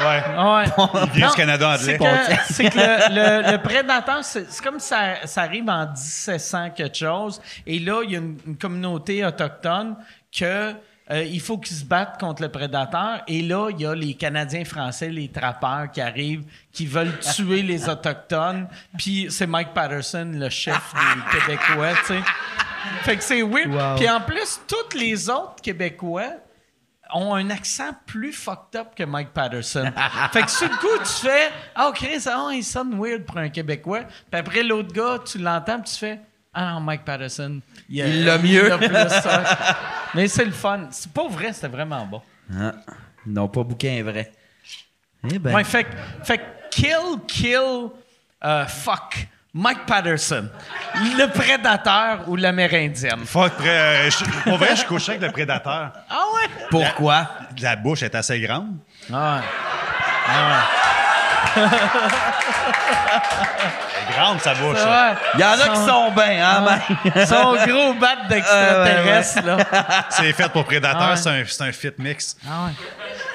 S6: Ouais.
S1: ouais.
S6: Il vient
S1: Non,
S6: du Canada
S1: C'est
S6: anglais.
S1: que, c'est que le, le, le prédateur, c'est, c'est comme ça, ça arrive en 1700 quelque chose. Et là, il y a une, une communauté autochtone que euh, il faut qu'ils se battent contre le prédateur. Et là, il y a les Canadiens français, les trappeurs qui arrivent, qui veulent tuer les autochtones. Puis c'est Mike Patterson, le chef des Québécois, tu sais. Fait que c'est weird. Puis en plus, tous les autres Québécois ont un accent plus fucked up que Mike Patterson. fait que sur le coup, tu fais « Ah, Chris, ah, il sonne weird pour un Québécois. » Puis après, l'autre gars, tu l'entends, puis tu fais « Ah, non, Mike Patterson. » a-
S5: Il l'a mieux.
S1: a plus ça. Mais c'est le fun. C'est pas vrai, c'était vraiment bon.
S5: Ah, non, pas bouquin vrai. Eh ben,
S1: Ouais, fait, que- fait que Kill, Kill, euh, Fuck, Mike Patterson. Le prédateur ou l'Amérindienne.
S6: Fuck, pré- euh, je- pour vrai, je couchais avec le prédateur.
S1: Ah ouais?
S5: pourquoi?
S6: La bouche est assez grande.
S1: Ah ouais.
S6: Elle est grande, sa bouche.
S1: C'est
S6: hein.
S1: vrai.
S5: Il y en a qui sont bien, hein,
S1: Ah,
S5: Mike?
S1: Son gros bat d'extraterrestre, là.
S6: C'est fait pour prédateur,
S1: Ah ouais.
S6: c'est un, c'est un fit mix.
S1: Ah ouais.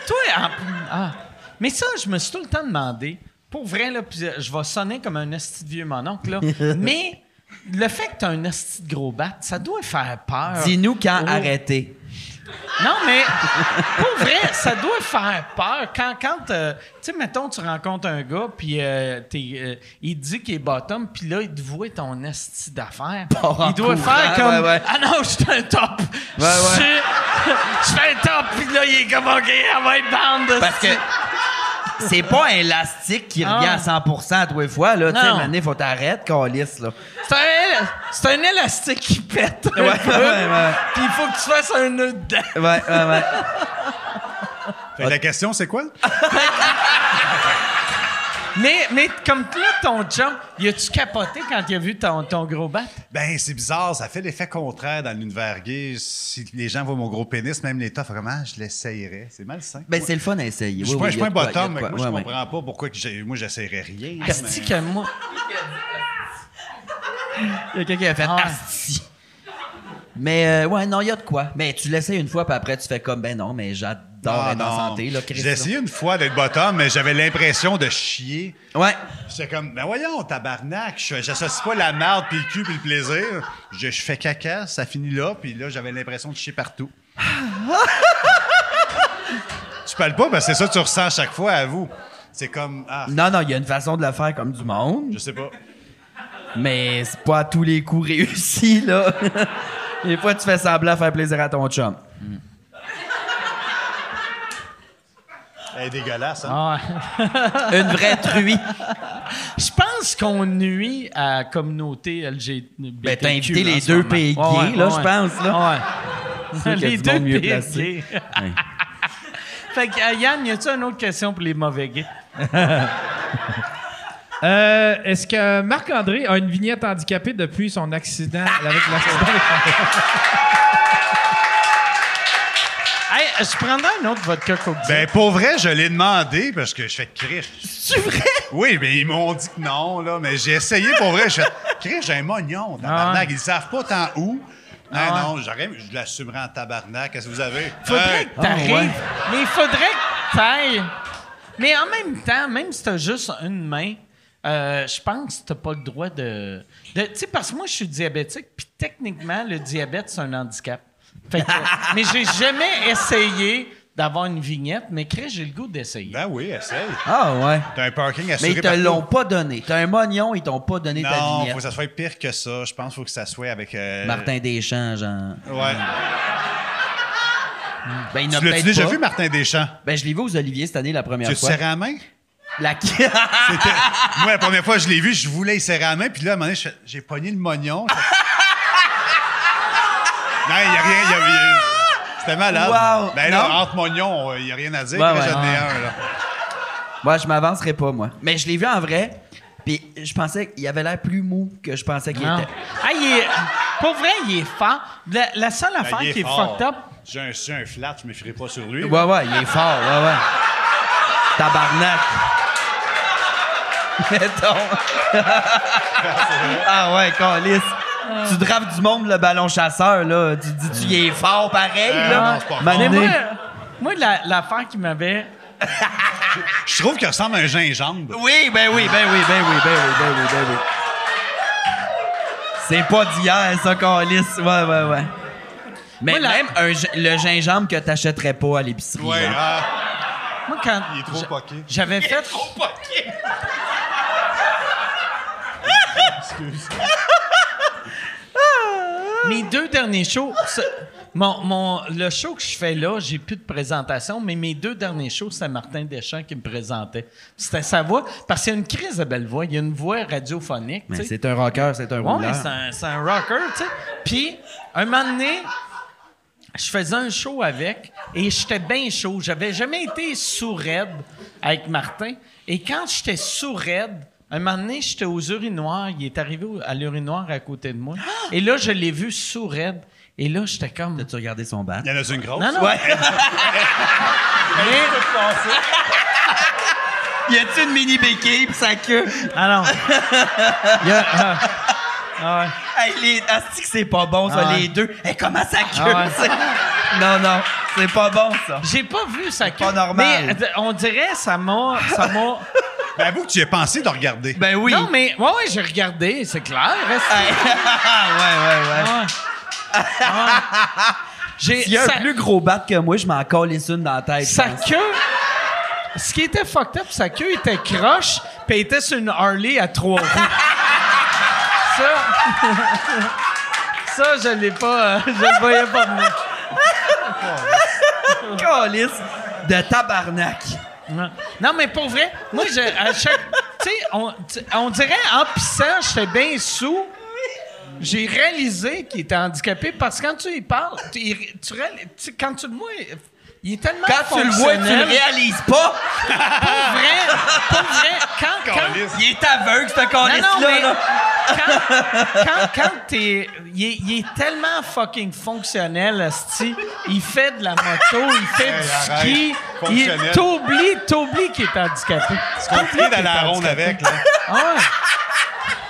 S1: Toi, en- ah. mais ça, je me suis tout le temps demandé. Pour vrai, là, puis, euh, je vais sonner comme un hostie de vieux mononcle, là. mais le fait que tu as un hostie de gros bat, ça doit faire peur.
S5: Dis-nous quand
S1: Oh.
S5: arrêter.
S1: Non, mais pour vrai, ça doit faire peur. Quand, quand euh, tu sais, mettons, tu rencontres un gars, puis euh, t'es, euh, il dit qu'il est bottom, puis là, il te voit ton esti d'affaires.
S5: Part en
S1: Il doit
S5: courant,
S1: faire comme
S5: ouais, ouais.
S1: Ah non, je suis un top. Je suis- je suis un top, puis là, il est comme OK, elle va être bande.
S5: Parce que c'est pas un élastique qui
S1: Ah.
S5: revient à 100 à tous les fois. Là. Tu sais,
S1: Non.
S5: il faut t'arrêter, câlisse, là.
S1: C'est un, él- c'est un élastique qui pète. un
S5: Ouais,
S1: peu,
S5: ouais, ouais.
S1: Puis il faut que tu fasses un nœud dedans.
S5: Ouais, ouais, ouais.
S6: Fait que
S5: Ah.
S6: la question, c'est quoi?
S1: Mais, mais comme là, ton jump, il a-tu capoté quand il a vu ton, ton gros bat?
S6: Ben, c'est bizarre, ça fait l'effet contraire dans l'univers gay. Si les gens voient mon gros pénis, même les toffes, comment ah, je l'essayerais? C'est malsain.
S5: Ben, c'est le fun à essayer.
S6: je suis
S5: Oui,
S6: pas,
S5: oui,
S6: je suis
S5: y
S6: pas
S5: a
S6: un
S5: de quoi, y a
S6: bottom,
S5: de
S6: mais
S5: quoi.
S6: moi, je
S5: Ouais, ouais.
S6: comprends pas pourquoi que j'ai- moi, j'essayerais rien.
S1: Asti
S6: mais-
S1: que moi.
S5: Il y a quelqu'un qui a fait
S1: Ah ouais.
S5: Asti. Mais euh, ouais, non, il y a de quoi. Mais tu l'essayes une fois, puis après, tu fais comme, ben non, mais j'adore
S6: Ah,
S5: être en
S6: non.
S5: santé, là, Chris.
S6: J'ai essayé une fois d'être bottom, mais j'avais l'impression de chier.
S5: là. Ouais.
S6: J'étais comme, ben voyons, tabarnak, je- j'associe pas la merde, puis le cul, puis le plaisir. Je, je fais caca, ça finit là, puis là, j'avais l'impression de chier partout. tu parles pas, parce que c'est ça que tu ressens à chaque fois, à vous. C'est comme, ah,
S5: Non, non, il y a une façon de le faire comme du monde,
S6: je sais pas.
S5: mais c'est pas à tous les coups réussi, là. Des fois, tu fais semblant faire plaisir à ton chum.
S6: Elle est dégueulasse, hein?
S1: Ah.
S5: Une vraie truie.
S1: Je pense qu'on nuit à la communauté LGBT.
S5: Ben, t'as invité les deux pays gays, là, je pense, là.
S1: Ouais.
S5: sûr qu'il y a
S1: les
S5: du
S1: deux
S5: monde mieux
S1: pays
S5: placé.
S1: gays. fait que, euh, Yann, y a-tu une autre question pour les mauvais gays?
S9: Euh, Est-ce que Marc-André a une vignette handicapée depuis son accident avec l'accident?
S1: Hey, je prendrais un autre vodka coke
S6: Ben, pour vrai, je l'ai demandé parce que je fais criche.
S1: c'est vrai?
S6: Oui, mais ils m'ont dit que non, là, mais j'ai essayé pour vrai. Je fais criche, j'ai un mognon,
S1: Ah.
S6: tabarnak. Ils savent pas tant où. Non, non, j'aurais, je l'assumerais en tabarnak. Qu'est-ce que vous avez? Euh,
S1: Faudrait
S6: Hey!
S1: que t'arrives.
S5: Ah, ouais.
S1: Mais il faudrait que t'ailles. Mais en même temps, même si t'as juste une main, euh, je pense que t'as pas le droit de. de- tu sais, parce que moi, je suis diabétique, puis techniquement, le diabète, c'est un handicap. Fait que- mais j'ai jamais essayé d'avoir une vignette, mais Chris, j'ai le goût d'essayer.
S6: Ben oui, essaye.
S5: Ah ouais.
S6: T'as un parking assuré
S5: Mais ils te
S6: partout.
S5: l'ont pas donné. T'as un mognon, ils t'ont pas donné ta
S6: Non,
S5: vignette.
S6: faut que ça soit pire que ça. Je pense qu'il faut que ça soit avec... euh,
S5: Martin Deschamps, genre.
S6: Ouais.
S5: Ben, il n'a
S6: Tu l'as-tu
S5: peut-être
S6: déjà
S5: pas.
S6: vu, Martin Deschamps?
S5: Ben, je l'ai vu aux Oliviers cette année la première
S6: Tu
S5: fois.
S6: serrais la main?
S5: La...
S6: C'était- Moi, la première fois que je l'ai vu, je voulais y serrer la main, puis là, à un moment donné, je fais- j'ai pogné le mognon. Je fais- non, il n'y a rien. il y a- il y a- C'était malade.
S5: Wow.
S6: Ben là,
S5: Non?
S6: entre mognons, il n'y a rien à dire.
S5: Ouais,
S6: puis là,
S5: ouais.
S6: j'en ai un, là.
S5: Moi, je m'avancerai pas, moi. Mais je l'ai vu en vrai, puis je pensais qu'il avait l'air plus mou que je pensais qu'il
S1: Non.
S5: était.
S1: Ah, il est- pour vrai, il est fort. La, la seule
S6: Ben,
S1: affaire
S6: il est
S1: qui est
S6: fort.
S1: fucked up,
S6: J'ai un, j'ai un flat, je ne me ferai pas sur lui.
S5: Ouais, ouais, il est fort, ouais, ouais. Tabarnak. Mettons. ah ouais, calice. Tu drapes du monde le ballon chasseur, là. Tu dis, tu il est fort pareil,
S6: Euh,
S5: là.
S6: non, c'est pas
S5: Mané-
S1: Mais moi, moi, la- l'affaire qui m'avait.
S6: Je trouve qu'il ressemble à un gingembre.
S5: Oui, ben oui, ben oui, ben oui, ben oui, ben oui, ben oui. C'est pas d'hier, ça, calice. Ouais, ouais, ouais. Mais
S1: Moi, la-
S5: même un gi- le gingembre que t'achèterais pas à l'épicerie.
S6: Ouais,
S5: là.
S6: ah,
S1: Moi, quand.
S6: il est trop
S1: j'a-
S6: poqué.
S1: J'avais fait. Mes deux derniers shows. ce- mon, mon- le show que je fais là, j'ai plus de présentation, mais mes deux derniers shows, c'était Martin Deschamps qui me présentait. C'était sa voix. Parce qu'il y a une crise de belle voix. Il y a une voix radiophonique.
S5: Mais
S1: tu sais.
S5: c'est un rocker, c'est un
S1: Ouais,
S5: rouleur.
S1: c'est un, c'est un rocker, tu sais. Puis, un moment donné, je faisais un show avec et j'étais bien chaud. J'avais jamais été sourd-raide avec Martin. Et quand j'étais sourd-raide, un moment donné, j'étais aux urinoirs. Il est arrivé au- à l'urinoir à côté de moi. Et là, je l'ai vu sourd-raide. Et là, j'étais comme.
S5: T'as-tu regardé son bat?
S6: Il y en a une grosse?
S1: Non, non. Mais-
S5: Y a-tu une mini béquille pis sa queue?
S1: Ah non. Il y a- ah. Ah ouais.
S5: Hey, les... Asti que c'est pas bon, ça,
S1: Ah ouais.
S5: les deux. Hey, comment sa queue?
S1: Ah ouais.
S5: c'est- Non, non, c'est pas bon, ça.
S1: J'ai pas vu sa queue.
S5: pas normal.
S1: Mais euh, on dirait, ça m'a. Ça m'a.
S6: Ben, avoue que tu y as pensé de regarder.
S5: Ben oui.
S1: Non, mais. Ouais, ouais, j'ai regardé, c'est clair. Reste-
S5: Hey. ouais, ouais, ouais.
S1: Ah ouais. Ah ouais. J'ai
S5: S'il y a
S1: sa,
S5: un plus gros bat que moi, je m'en colle une dans la tête.
S1: sa
S5: je pense.
S1: queue. Ce qui était fucked up, sa queue était croche, puis elle était sur une Harley à trois roues. ça, ça je l'ai pas, euh, je le voyais pas venir.
S5: Calisse de tabarnak.
S1: Non. Non, mais pour vrai, moi, je, à chaque, tu sais, on, tu- on dirait en pissant, j'étais bien sous. J'ai réalisé qu'il était handicapé parce que quand tu y parles, tu, il- tu réal- tu sais, quand tu le vois, il- il est tellement
S5: Quand tu le vois, tu le
S1: fonctionnel.
S5: réalises pas.
S6: Ah!
S1: Pour vrai, pour vrai, quand, quand,
S6: Caliste.
S5: Il est aveugle, ce
S1: non, non, mais
S5: calisse-là. là.
S1: quand, quand, quand t'es, il est, il est tellement fucking fonctionnel, asti. Il fait de la moto, il fait
S6: Hey,
S1: du
S6: arrête.
S1: ski. Il,
S6: Fonctionnel.
S1: t'oublies, t'oublies qu'il est handicapé.
S6: C'est compliqué d'aller à la ronde avec, là.
S1: Ah ouais.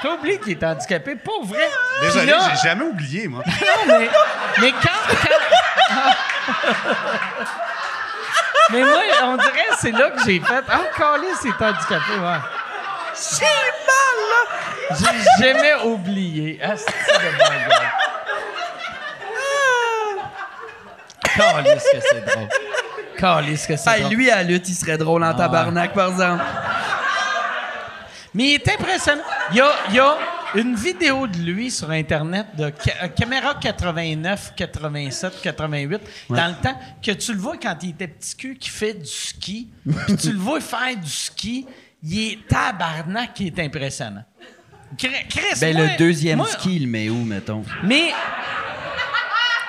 S1: T'oublies qu'il est handicapé, pour vrai. Puis
S6: Désolé,
S1: là-
S6: j'ai jamais oublié, moi.
S1: non, mais, mais quand. quand- mais moi, on dirait que c'est là que j'ai fait. Ah, Calis, c'est handicapé, ouais. J'ai mal, là! J'ai jamais oublié. Ah, c'est de bon gars. Calis, que c'est drôle. Calis, que c'est
S5: Hey,
S1: drôle.
S5: Ah, lui, à lutte, il serait drôle en tabarnak, par exemple.
S1: Mais il est impressionnant. Il y a, il y a une vidéo de lui sur Internet de ca- euh, caméra 89, 87, 88, dans le temps, que tu le vois quand il était petit cul, qui fait du ski. Puis tu le vois faire du ski. Il est tabarnak, il est impressionnant. Cr- Chris,
S5: Ben,
S1: moi-
S5: le deuxième
S1: moi-
S5: ski, il le met où, mettons?
S1: Mais,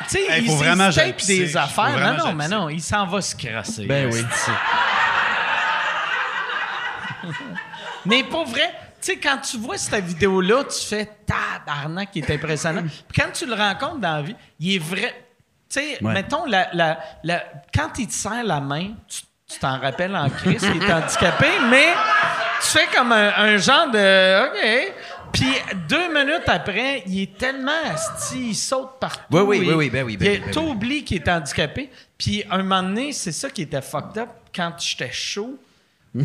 S1: tu sais,
S6: Hey,
S1: il
S6: faut
S1: s- il
S6: vraiment
S1: se
S6: j'aille
S1: tape
S6: pisser.
S1: des
S6: Faut
S1: affaires. Non,
S6: vraiment
S1: non,
S6: j'aille
S1: mais
S6: pisser.
S1: non, il s'en va se crasser.
S5: Ben oui.
S1: Esti. Mais pour vrai, tu sais, quand tu vois cette vidéo-là, tu fais tabarnak, il est impressionnant. Puis quand tu le rencontres dans la vie, il est vrai. Tu sais,
S5: Ouais.
S1: mettons, la, la- la- quand il te serre la main, tu tu t'en rappelles en crise qu'il est handicapé, mais tu fais comme un, un genre de OK. Puis deux minutes après, il est tellement asti, il saute partout.
S5: Oui, oui,
S1: il-
S5: oui, oui, ben oui, ben
S1: il-
S5: oui, ben oui.
S1: t'oublies qu'il est handicapé. Puis un moment donné, c'est ça qui était fucked up quand j'étais chaud.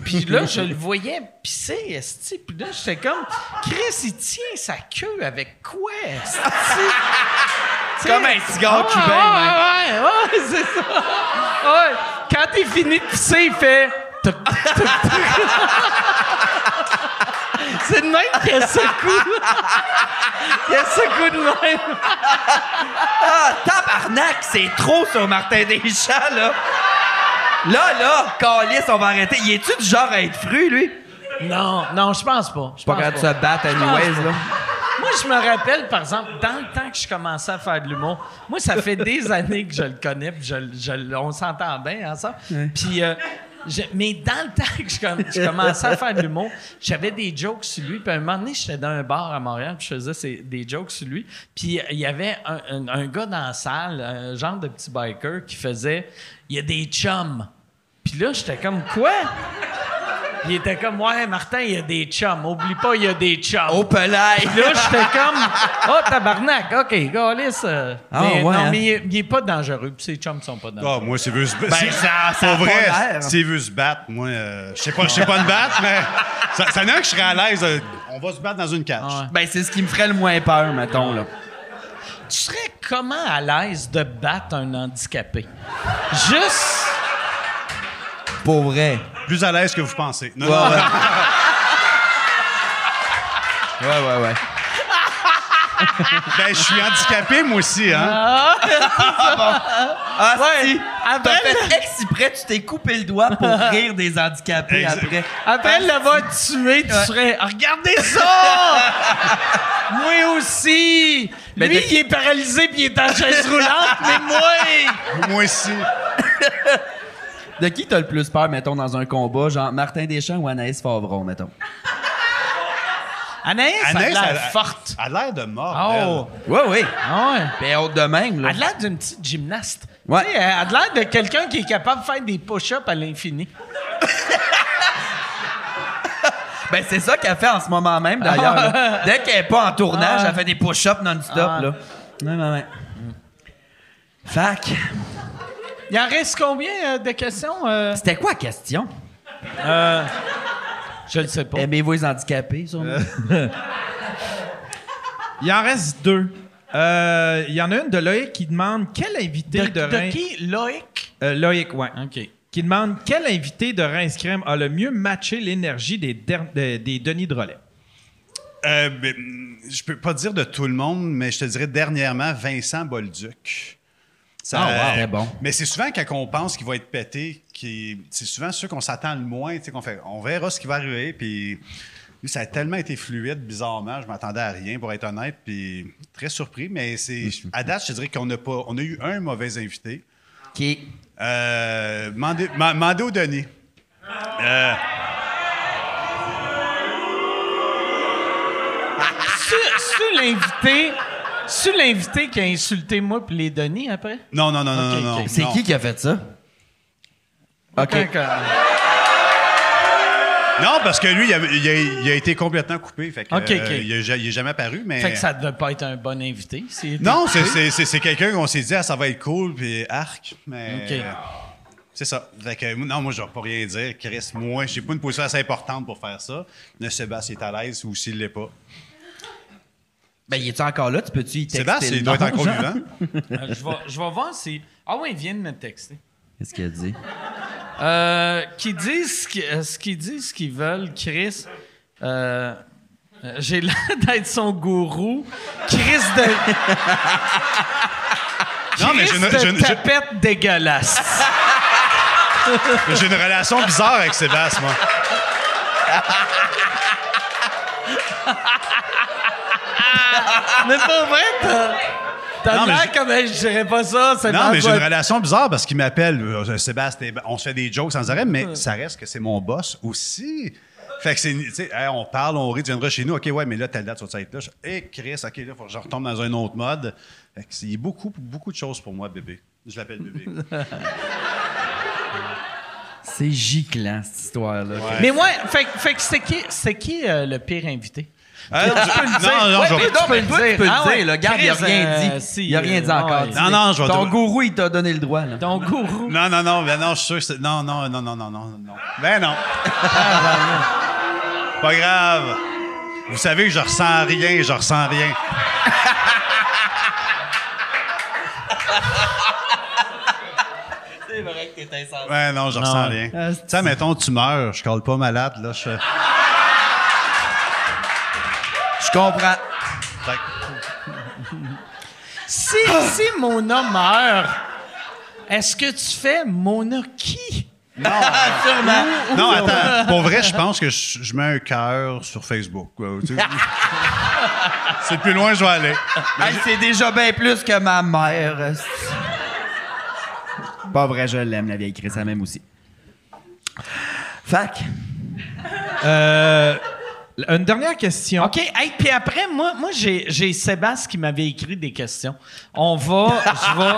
S1: Puis là, je le voyais pisser, esti. Puis là, j'étais comme, Chris, il tient sa queue avec quoi, esti? Tu sais,
S5: Comme un cigare
S1: ouais,
S5: cubain,
S1: Ouais, ouais, ouais, c'est ça. Ouais. Quand il finit de pisser, il fait... toc, toc, toc, toc. C'est de même qu'il secoue. Il secoue de même.
S5: Ah, tabarnak! Tabarnak, c'est trop sur Martin Deschamps, là. Là, là, Calis, on va arrêter. Y est-tu du genre à être fru, lui?
S1: Non, non, je pense pas. Je
S5: Pas
S1: pense
S5: capable de se battre,
S1: Je pense
S5: anyways,
S1: pas.
S5: là.
S1: Moi, je me rappelle, par exemple, dans le temps que je commençais à faire de l'humour, moi, ça fait des années que je le connais, puis je, je- on s'entend bien ensemble. Puis, euh, je- mais dans le temps que je, com- je commençais à faire de l'humour, j'avais des jokes sur lui. Puis, à un moment donné, j'étais dans un bar à Montréal, puis je faisais ces- des jokes sur lui. Puis, euh, il y avait un, un- un gars dans la salle, un genre de petit biker, qui faisait Il y a des chums. Puis là, j'étais comme Quoi? Il était comme Ouais, Martin, il y a des chums. Oublie pas, il y a des chums.
S5: Au pelail.
S1: Puis là, j'étais comme, oh, tabarnak, OK, gaulis. euh.
S5: Ah,
S1: mais,
S5: ouais,
S1: non,
S5: hein?
S1: mais il est- il n'est pas dangereux, puis ses chums sont pas dangereux.
S6: Ah, moi, s'il veut se battre.
S5: ça- ça a
S6: Pour
S5: pas
S6: vrai,
S5: l'air.
S6: s'il veut se battre, moi, euh, je sais pas, je sais pas me battre, mais ça, ça n'a que je serais à l'aise. euh, on va se battre dans une cage.
S1: Ah
S5: Ben, c'est ce qui me ferait le moins peur, mettons, là.
S1: Tu serais comment à l'aise de battre un handicapé? Juste.
S5: Pour vrai.
S6: Plus à l'aise que vous pensez. Non,
S5: Ouais,
S6: non,
S5: ouais. ouais, ouais, ouais.
S6: ben, je suis handicapé, moi aussi, hein.
S5: Ah,
S7: Ouais,
S5: si! T'as
S7: après
S5: fait exprès, tu t'es coupé le doigt pour rire des handicapés
S6: Exact.
S5: après.
S7: Après l'avoir tué, tu serais. Ah, Regardez ça! moi aussi!
S5: Mais
S7: Lui,
S5: Ben, de-
S7: il est paralysé puis il est en chaise roulante, mais moi!
S6: Moi aussi.
S5: De qui t'as le plus peur, mettons, dans un combat? Genre Martin Deschamps ou Anaïs Favron, mettons?
S1: Anaïs, elle a
S6: Anaïs, elle
S1: l'air
S6: a-
S1: forte.
S6: Elle a l'air de mort.
S1: Oh,
S5: Ouais, oui.
S1: ah ouais.
S5: Ben, autre de même, là.
S1: Elle a l'air d'une petite gymnaste.
S5: Ouais.
S1: Tu sais, elle a l'air de quelqu'un qui est capable de faire des push-ups à l'infini.
S5: Ben, c'est ça qu'elle fait en ce moment même, d'ailleurs. là. Dès qu'elle est pas en tournage,
S1: Ah.
S5: elle fait des push-ups non-stop,
S1: Ah.
S5: là. Ouais, ouais, ouais. Fac.
S1: Il en reste combien euh, de questions? euh?
S5: C'était quoi la question?
S1: Je ne sais pas.
S5: Aimez-vous les handicapés, sûrement?
S4: Il en reste deux. Euh, Il y en a une de Loïc qui demande quel invité
S1: De,
S4: de,
S1: de
S4: Reims-
S1: qui? Loïc?
S4: Euh, Loïc, ouais.
S1: OK.
S4: Qui demande quel invité de Reims Crème a le mieux matché l'énergie des, der- de- des Denis Drolet.
S6: Euh, ben, je peux pas dire de tout le monde, mais je te dirais dernièrement Vincent Bolduc. Ça,
S5: Ah, wow.
S6: euh,
S5: Très bon.
S6: Mais c'est souvent quand on pense qu'il va être pété, qui, c'est souvent ceux qu'on s'attend le moins, tu sais, qu'on fait, on verra ce qui va arriver, puis lui, ça a tellement été fluide, bizarrement, je m'attendais à rien, pour être honnête, puis très surpris, mais c'est,
S5: Mhm.
S6: à date, je te dirais qu'on n'a pas, on a eu un mauvais invité.
S5: Qui
S6: Euh, mandez, ma- mandez au Denis. Euh,
S1: C'est l'invité. C'est l'invité qui a insulté moi puis les Denis après.
S6: non, non, non, non,
S1: Ok,
S6: non,
S1: ok.
S6: non.
S5: C'est
S6: non.
S5: qui qui a fait ça? OK.
S1: euh,
S6: Non, parce que lui, il a, il a- il a été complètement coupé. Fait que,
S1: Ok,
S6: euh,
S1: ok.
S6: il a ja- il n'est jamais apparu, mais...
S1: Fait que ça devait pas être un bon invité. s'il était-
S6: Non, c'est- c'est c'est- c'est quelqu'un qu'on s'est dit, ah, ça va être cool, puis arc, mais... euh,
S1: Ok.
S6: C'est ça. Fait que, non, moi, je ne vais pas rien dire. Chris, moi, j'ai pas une position assez importante pour faire ça. Ne Sébastien est à l'aise ou s'il l'est pas.
S5: Ben, il est encore là? Tu peux-tu y texter
S6: Sébastien,
S5: le
S6: il doit être
S5: nom,
S6: encore
S5: genre?
S6: vivant.
S1: Euh, je, vais, je vais voir si. Ah oui, il vient de me texter.
S5: Qu'est-ce qu'il a dit?
S1: Euh, qui disent ce qui- euh, ce qu'ils disent, ce qu'ils veulent, Chris. euh, euh, J'ai l'air d'être son gourou. Chris de.
S6: Non, mais j'ai
S1: Chris
S6: une, j'ai
S1: de
S6: une-
S1: tapette dégueulasse.
S6: j'ai- j'ai une relation bizarre avec Sébastien, moi.
S1: Mais pas vrai, t'as. T'as
S6: Non, mais
S1: l'air
S6: je-
S1: comme. Je dirais pas ça, c'est
S6: Non,
S1: pas
S6: mais j'ai
S1: votre-
S6: une relation bizarre parce qu'il m'appelle. euh, Sébastien, on se fait des jokes sans arrêt, mais ça reste que c'est mon boss aussi. Fait que c'est, tu sais, hey, on parle, on rit, tu viendras chez nous. OK, ouais, mais là, telle date, tu vas être là. Je- Hey, Chris, OK, là, faut que je retombe dans un autre mode. Fait que c'est beaucoup, beaucoup de choses pour moi, bébé. Je l'appelle bébé.
S5: C'est giclant, cette histoire-là.
S1: Mais ouais, fait, fait que c'est qui, c'est qui euh, le pire invité?
S6: Ah, non,
S1: peux le dire.
S6: je- non, non,
S1: Ouais,
S6: je vais-
S1: mais
S5: Non, mais toi, tu peux
S1: Ah
S5: le
S1: ouais,
S5: dire, là. Regarde, il a
S1: Chris,
S5: rien dit.
S1: euh, si,
S5: il a rien dit
S1: euh,
S5: encore.
S1: ouais.
S6: Non, non, je vais
S5: Ton
S6: te-
S5: gourou, il t'a donné le droit, là.
S1: Ton gourou.
S6: non, non, non, ben non, je suis sûr que c'est- Non, non, non, non, non, non, non. Ben non. Pas grave. Vous savez, je ressens rien, je ressens rien.
S5: C'est vrai que t'es insensible.
S6: Ouais, Ben non, je ressens rien. Tu sais, mettons, tu meurs, je colle pas malade, là, je fais-
S5: Je comprends.
S6: Fait que-
S1: Si, si Mona meurt, est-ce que tu fais Mona qui?
S6: Non, attends. Pour vrai, je pense que je, je mets un cœur sur Facebook. quoi. Tu sais, C'est plus loin que je vais aller.
S5: Hey, c'est déjà bien plus que ma mère. euh, c'est- Pas vrai, je l'aime, la vieille Chris, la même aussi. Fac.
S9: Une dernière question.
S1: OK. Hey, puis après, moi, moi j'ai, j'ai Sébastien qui m'avait écrit des questions. On va, je vais...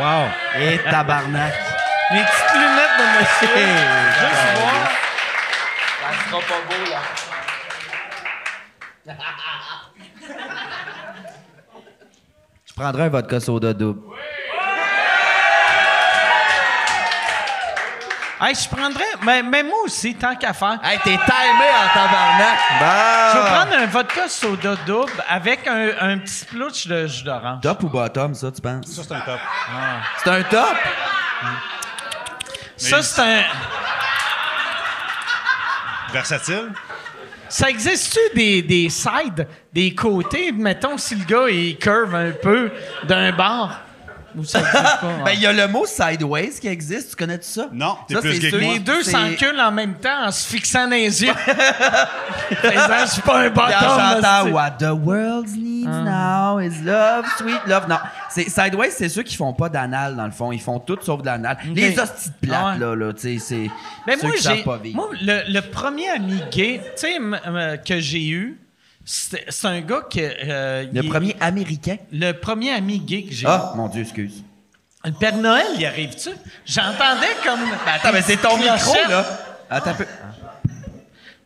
S9: Wow.
S5: Et tabarnak.
S1: Mes petites lunettes de monsieur. Juste voir.
S5: Je prendrai un vodka soda double.
S1: Hey, je prendrais... Mais, mais moi aussi, tant qu'à faire.
S5: Hey, t'es timé en tabarnak.
S1: Je vais
S6: Ah.
S5: Bah.
S1: prendre un vodka soda double avec un, un petit plouch de jus d'orange.
S5: Top ou bottom, ça, tu penses?
S6: Ça, c'est un top.
S5: C'est un top?
S1: Ça, c'est un...
S6: Versatile.
S1: Ça existe-tu des, des sides, des côtés? Mettons, si le gars, il curve un peu d'un bord. Ou ça existe pas? hein?
S5: Ben, il y a le mot sideways qui existe. Tu connais-tu ça?
S6: Non, t'es
S5: Ça,
S6: plus
S5: c'est
S6: gay que
S5: sûr.
S6: moi.
S1: les deux
S5: c'est-
S1: s'enculent en même temps en se fixant dans les yeux. Faisant, je suis pas un
S5: Puis en chantant
S1: bâton.
S5: What the world needs now is love, sweet love. Non, c'est Sideways, c'est ceux qui font pas d'anal dans le fond. Ils font tout sauf de l'anal. Les hosties de plates,
S1: Ah ouais.
S5: là, là, tu sais, c'est.
S1: Mais
S5: ceux
S1: moi,
S5: qui savent
S1: j'ai,
S5: pas vivre.
S1: moi, le, le premier ami gay, tu sais, m- m- que j'ai eu, c'est c'est un gars que... euh,
S5: le
S1: il-
S5: premier américain.
S1: Le premier ami gay que j'ai
S5: Ah, mon Dieu, excuse.
S1: eu. Le Père Noël, il arrive-tu? J'entendais comme...
S5: Attends, mais c'est ton
S1: Clochette.
S5: micro, là. Attends un peu.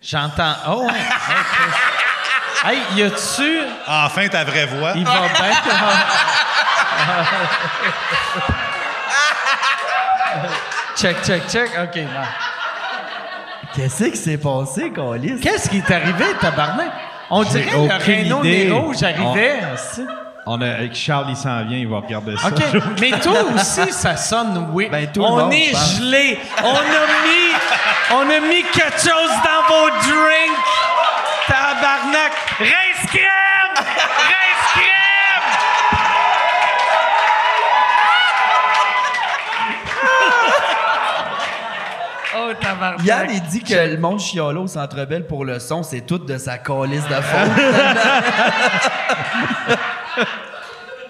S1: J'entends. Oh, ouais. Ok. Hey, y a-tu.
S6: Enfin, ta vraie voix.
S1: Il va bien. check, check, check. OK, non.
S5: Qu'est-ce qui s'est passé, Colis?
S1: Qu'est-ce qui est arrivé, tabarnak? On dirait que
S4: aucune
S1: le Renault
S4: idée.
S1: des Rouges arrivait. aussi.
S4: On a, avec Charles, il s'en vient, il va regarder ça.
S1: OK. Mais toi aussi, ça sonne oui.
S5: Ben, tout le
S1: on
S5: monde, je
S1: est
S5: pense.
S1: gelé. On a mis. On a mis quelque chose dans vos drinks. Tabarnak. Rince crème! Rince crème! Oh, tabarnak.
S5: Yann, il dit que le monde chialait au Centre Belle pour le son, c'est tout de sa calice de fond.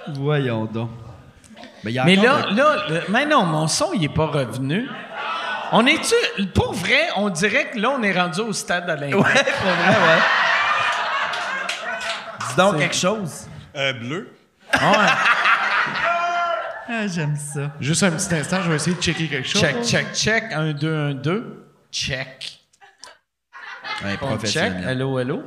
S5: Voyons donc. Mais, il y a
S1: Mais
S5: encore
S1: là, là, le- mais non, mon son, il est pas revenu. On est-tu. Pour vrai, on dirait que là, on est rendu au stade olympique.
S5: Ouais, pour vrai, ouais. Dis donc quelque chose.
S6: Euh, bleu.
S5: J'aime ça.
S2: Juste un petit instant, je vais essayer de checker quelque chose.
S1: Check, check, check. 1, 2, 1, 2. Check.
S5: Ouais,
S1: On check.
S5: professionnel.
S1: Allô, allô.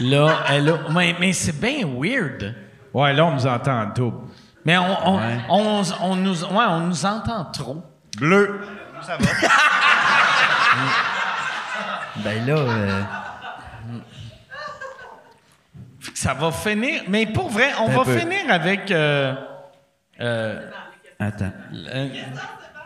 S1: Là, allô. Mais, mais c'est bien weird.
S4: Ouais, là, on nous entend en double.
S1: Mais on, on, on, on nous, ouais, on nous entend trop.
S6: Bleu. Ça va.
S5: Ben là, euh,
S1: Fait que Ça va finir. Mais pour vrai, on
S5: Un
S1: va
S5: peu.
S1: finir avec. euh, euh,
S5: attends.
S1: euh,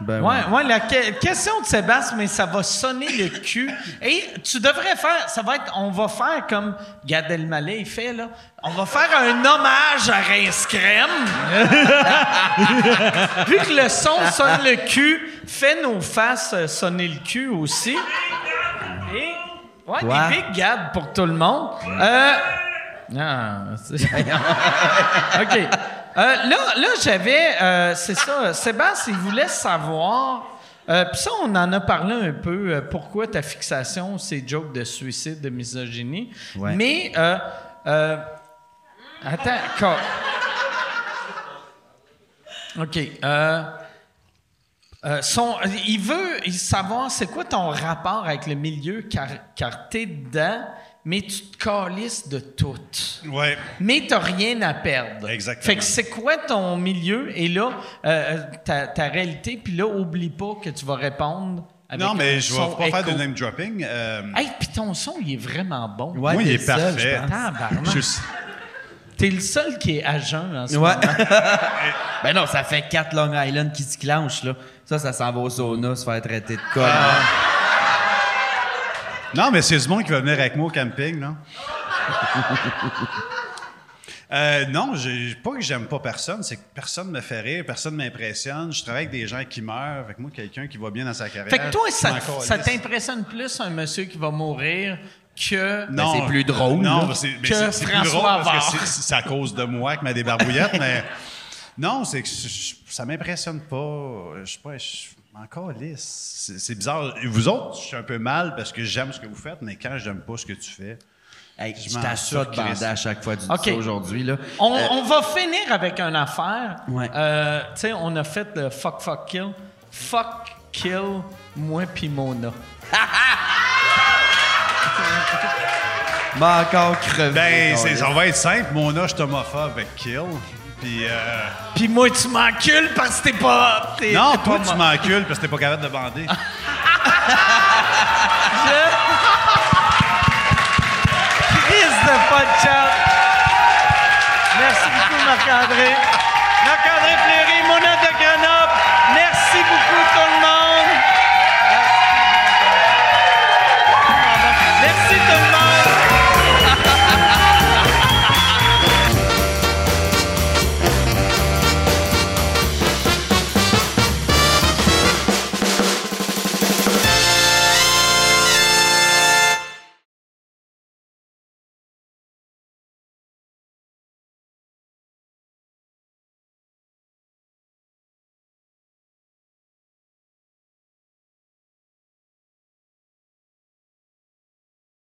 S5: Ben ouais.
S1: ouais, ouais, la que- question de Sébastien, mais ça va sonner le cul. Et tu devrais faire, ça va être, on va faire comme Gad Elmaleh il fait là, on va faire un hommage à Rince Crème. Vu que le son sonne le cul, fais nos faces euh, sonner le cul aussi. Et ouais,
S5: Quoi?
S1: des big Gad pour tout le monde. Euh, non, c'est- OK. Euh, là, là j'avais. euh, c'est ça. Sébastien, il voulait savoir. euh, Puis ça, on en a parlé un peu. euh, pourquoi ta fixation, ces jokes de suicide, de misogynie.
S5: Ouais.
S1: Mais. euh, euh, attends. co- OK. euh, euh, son- il veut savoir c'est quoi ton rapport avec le milieu car, car t'es dedans, mais tu te calisses de tout
S6: Ouais.
S1: mais t'as rien à perdre.
S6: Exactement.
S1: Fait que c'est quoi ton milieu et là, euh, euh, ta, ta réalité, puis là, oublie pas que tu vas répondre avec
S6: Non,
S1: un
S6: mais je
S1: son
S6: vais pas faire
S1: écho.
S6: de name dropping. Euh,
S1: Hey, puis ton son, il est vraiment bon.
S5: Ouais,
S6: moi, il
S5: t'es
S6: est
S5: seul,
S6: parfait.
S5: je
S1: Tabarnak.
S6: Je suis-
S1: T'es le seul qui est à jeun en ce
S5: Ouais.
S1: moment.
S5: ben non, ça fait quatre Long Island qui se Ah. clenchent, là. Ça, ça s'en va au sauna, se faire traiter de con.
S6: Non, mais c'est du monde qui va venir avec moi au camping, non? Euh, non, j'ai- pas que j'aime pas personne, c'est que personne me fait rire, personne m'impressionne. Je travaille avec des gens qui meurent, avec moi, quelqu'un qui va bien dans sa carrière.
S1: Fait que toi, ça,
S6: je m'en
S1: ça
S6: calisse.
S1: t'impressionne plus un monsieur qui va mourir que.
S6: Non,
S5: c'est plus drôle, là,
S6: Non, mais c'est mais
S1: que
S6: c'est- c'est plus
S1: François
S6: drôle
S1: Havard.
S6: parce que c'est- c'est c'est à cause de moi que ma débarbouillette, mais non, c'est que je- je- ça m'impressionne pas. Je sais pas, je encore lisse. C'est c'est bizarre. Et Vous autres, je suis un peu mal parce que j'aime ce que vous faites, mais quand j'aime pas ce que tu fais,
S5: Hey,
S6: Je
S5: je
S6: m'en
S5: t'assure de
S6: sors, Chris.
S5: bander à chaque fois du
S1: OK.
S5: ça aujourd'hui. là.
S1: On,
S5: Euh,
S1: on va finir avec une affaire.
S5: Ouais.
S1: Euh, tu sais, on a fait le fuck, fuck, kill. Fuck, kill, moi pis Mona.
S5: m'a encore crevé.
S6: ben,
S5: ton
S6: c'est-
S5: liste.
S6: ça va être simple. Mon âge homophobe avec Kill. Puis, euh,
S1: Pis moi, tu m'encules parce que t'es pas. t'es-
S6: non,
S1: t'es
S6: toi,
S1: pas
S6: tu
S1: mo-
S6: m'encules parce que t'es pas capable de bander.
S1: Crise de podcast. Merci beaucoup, Marc-André.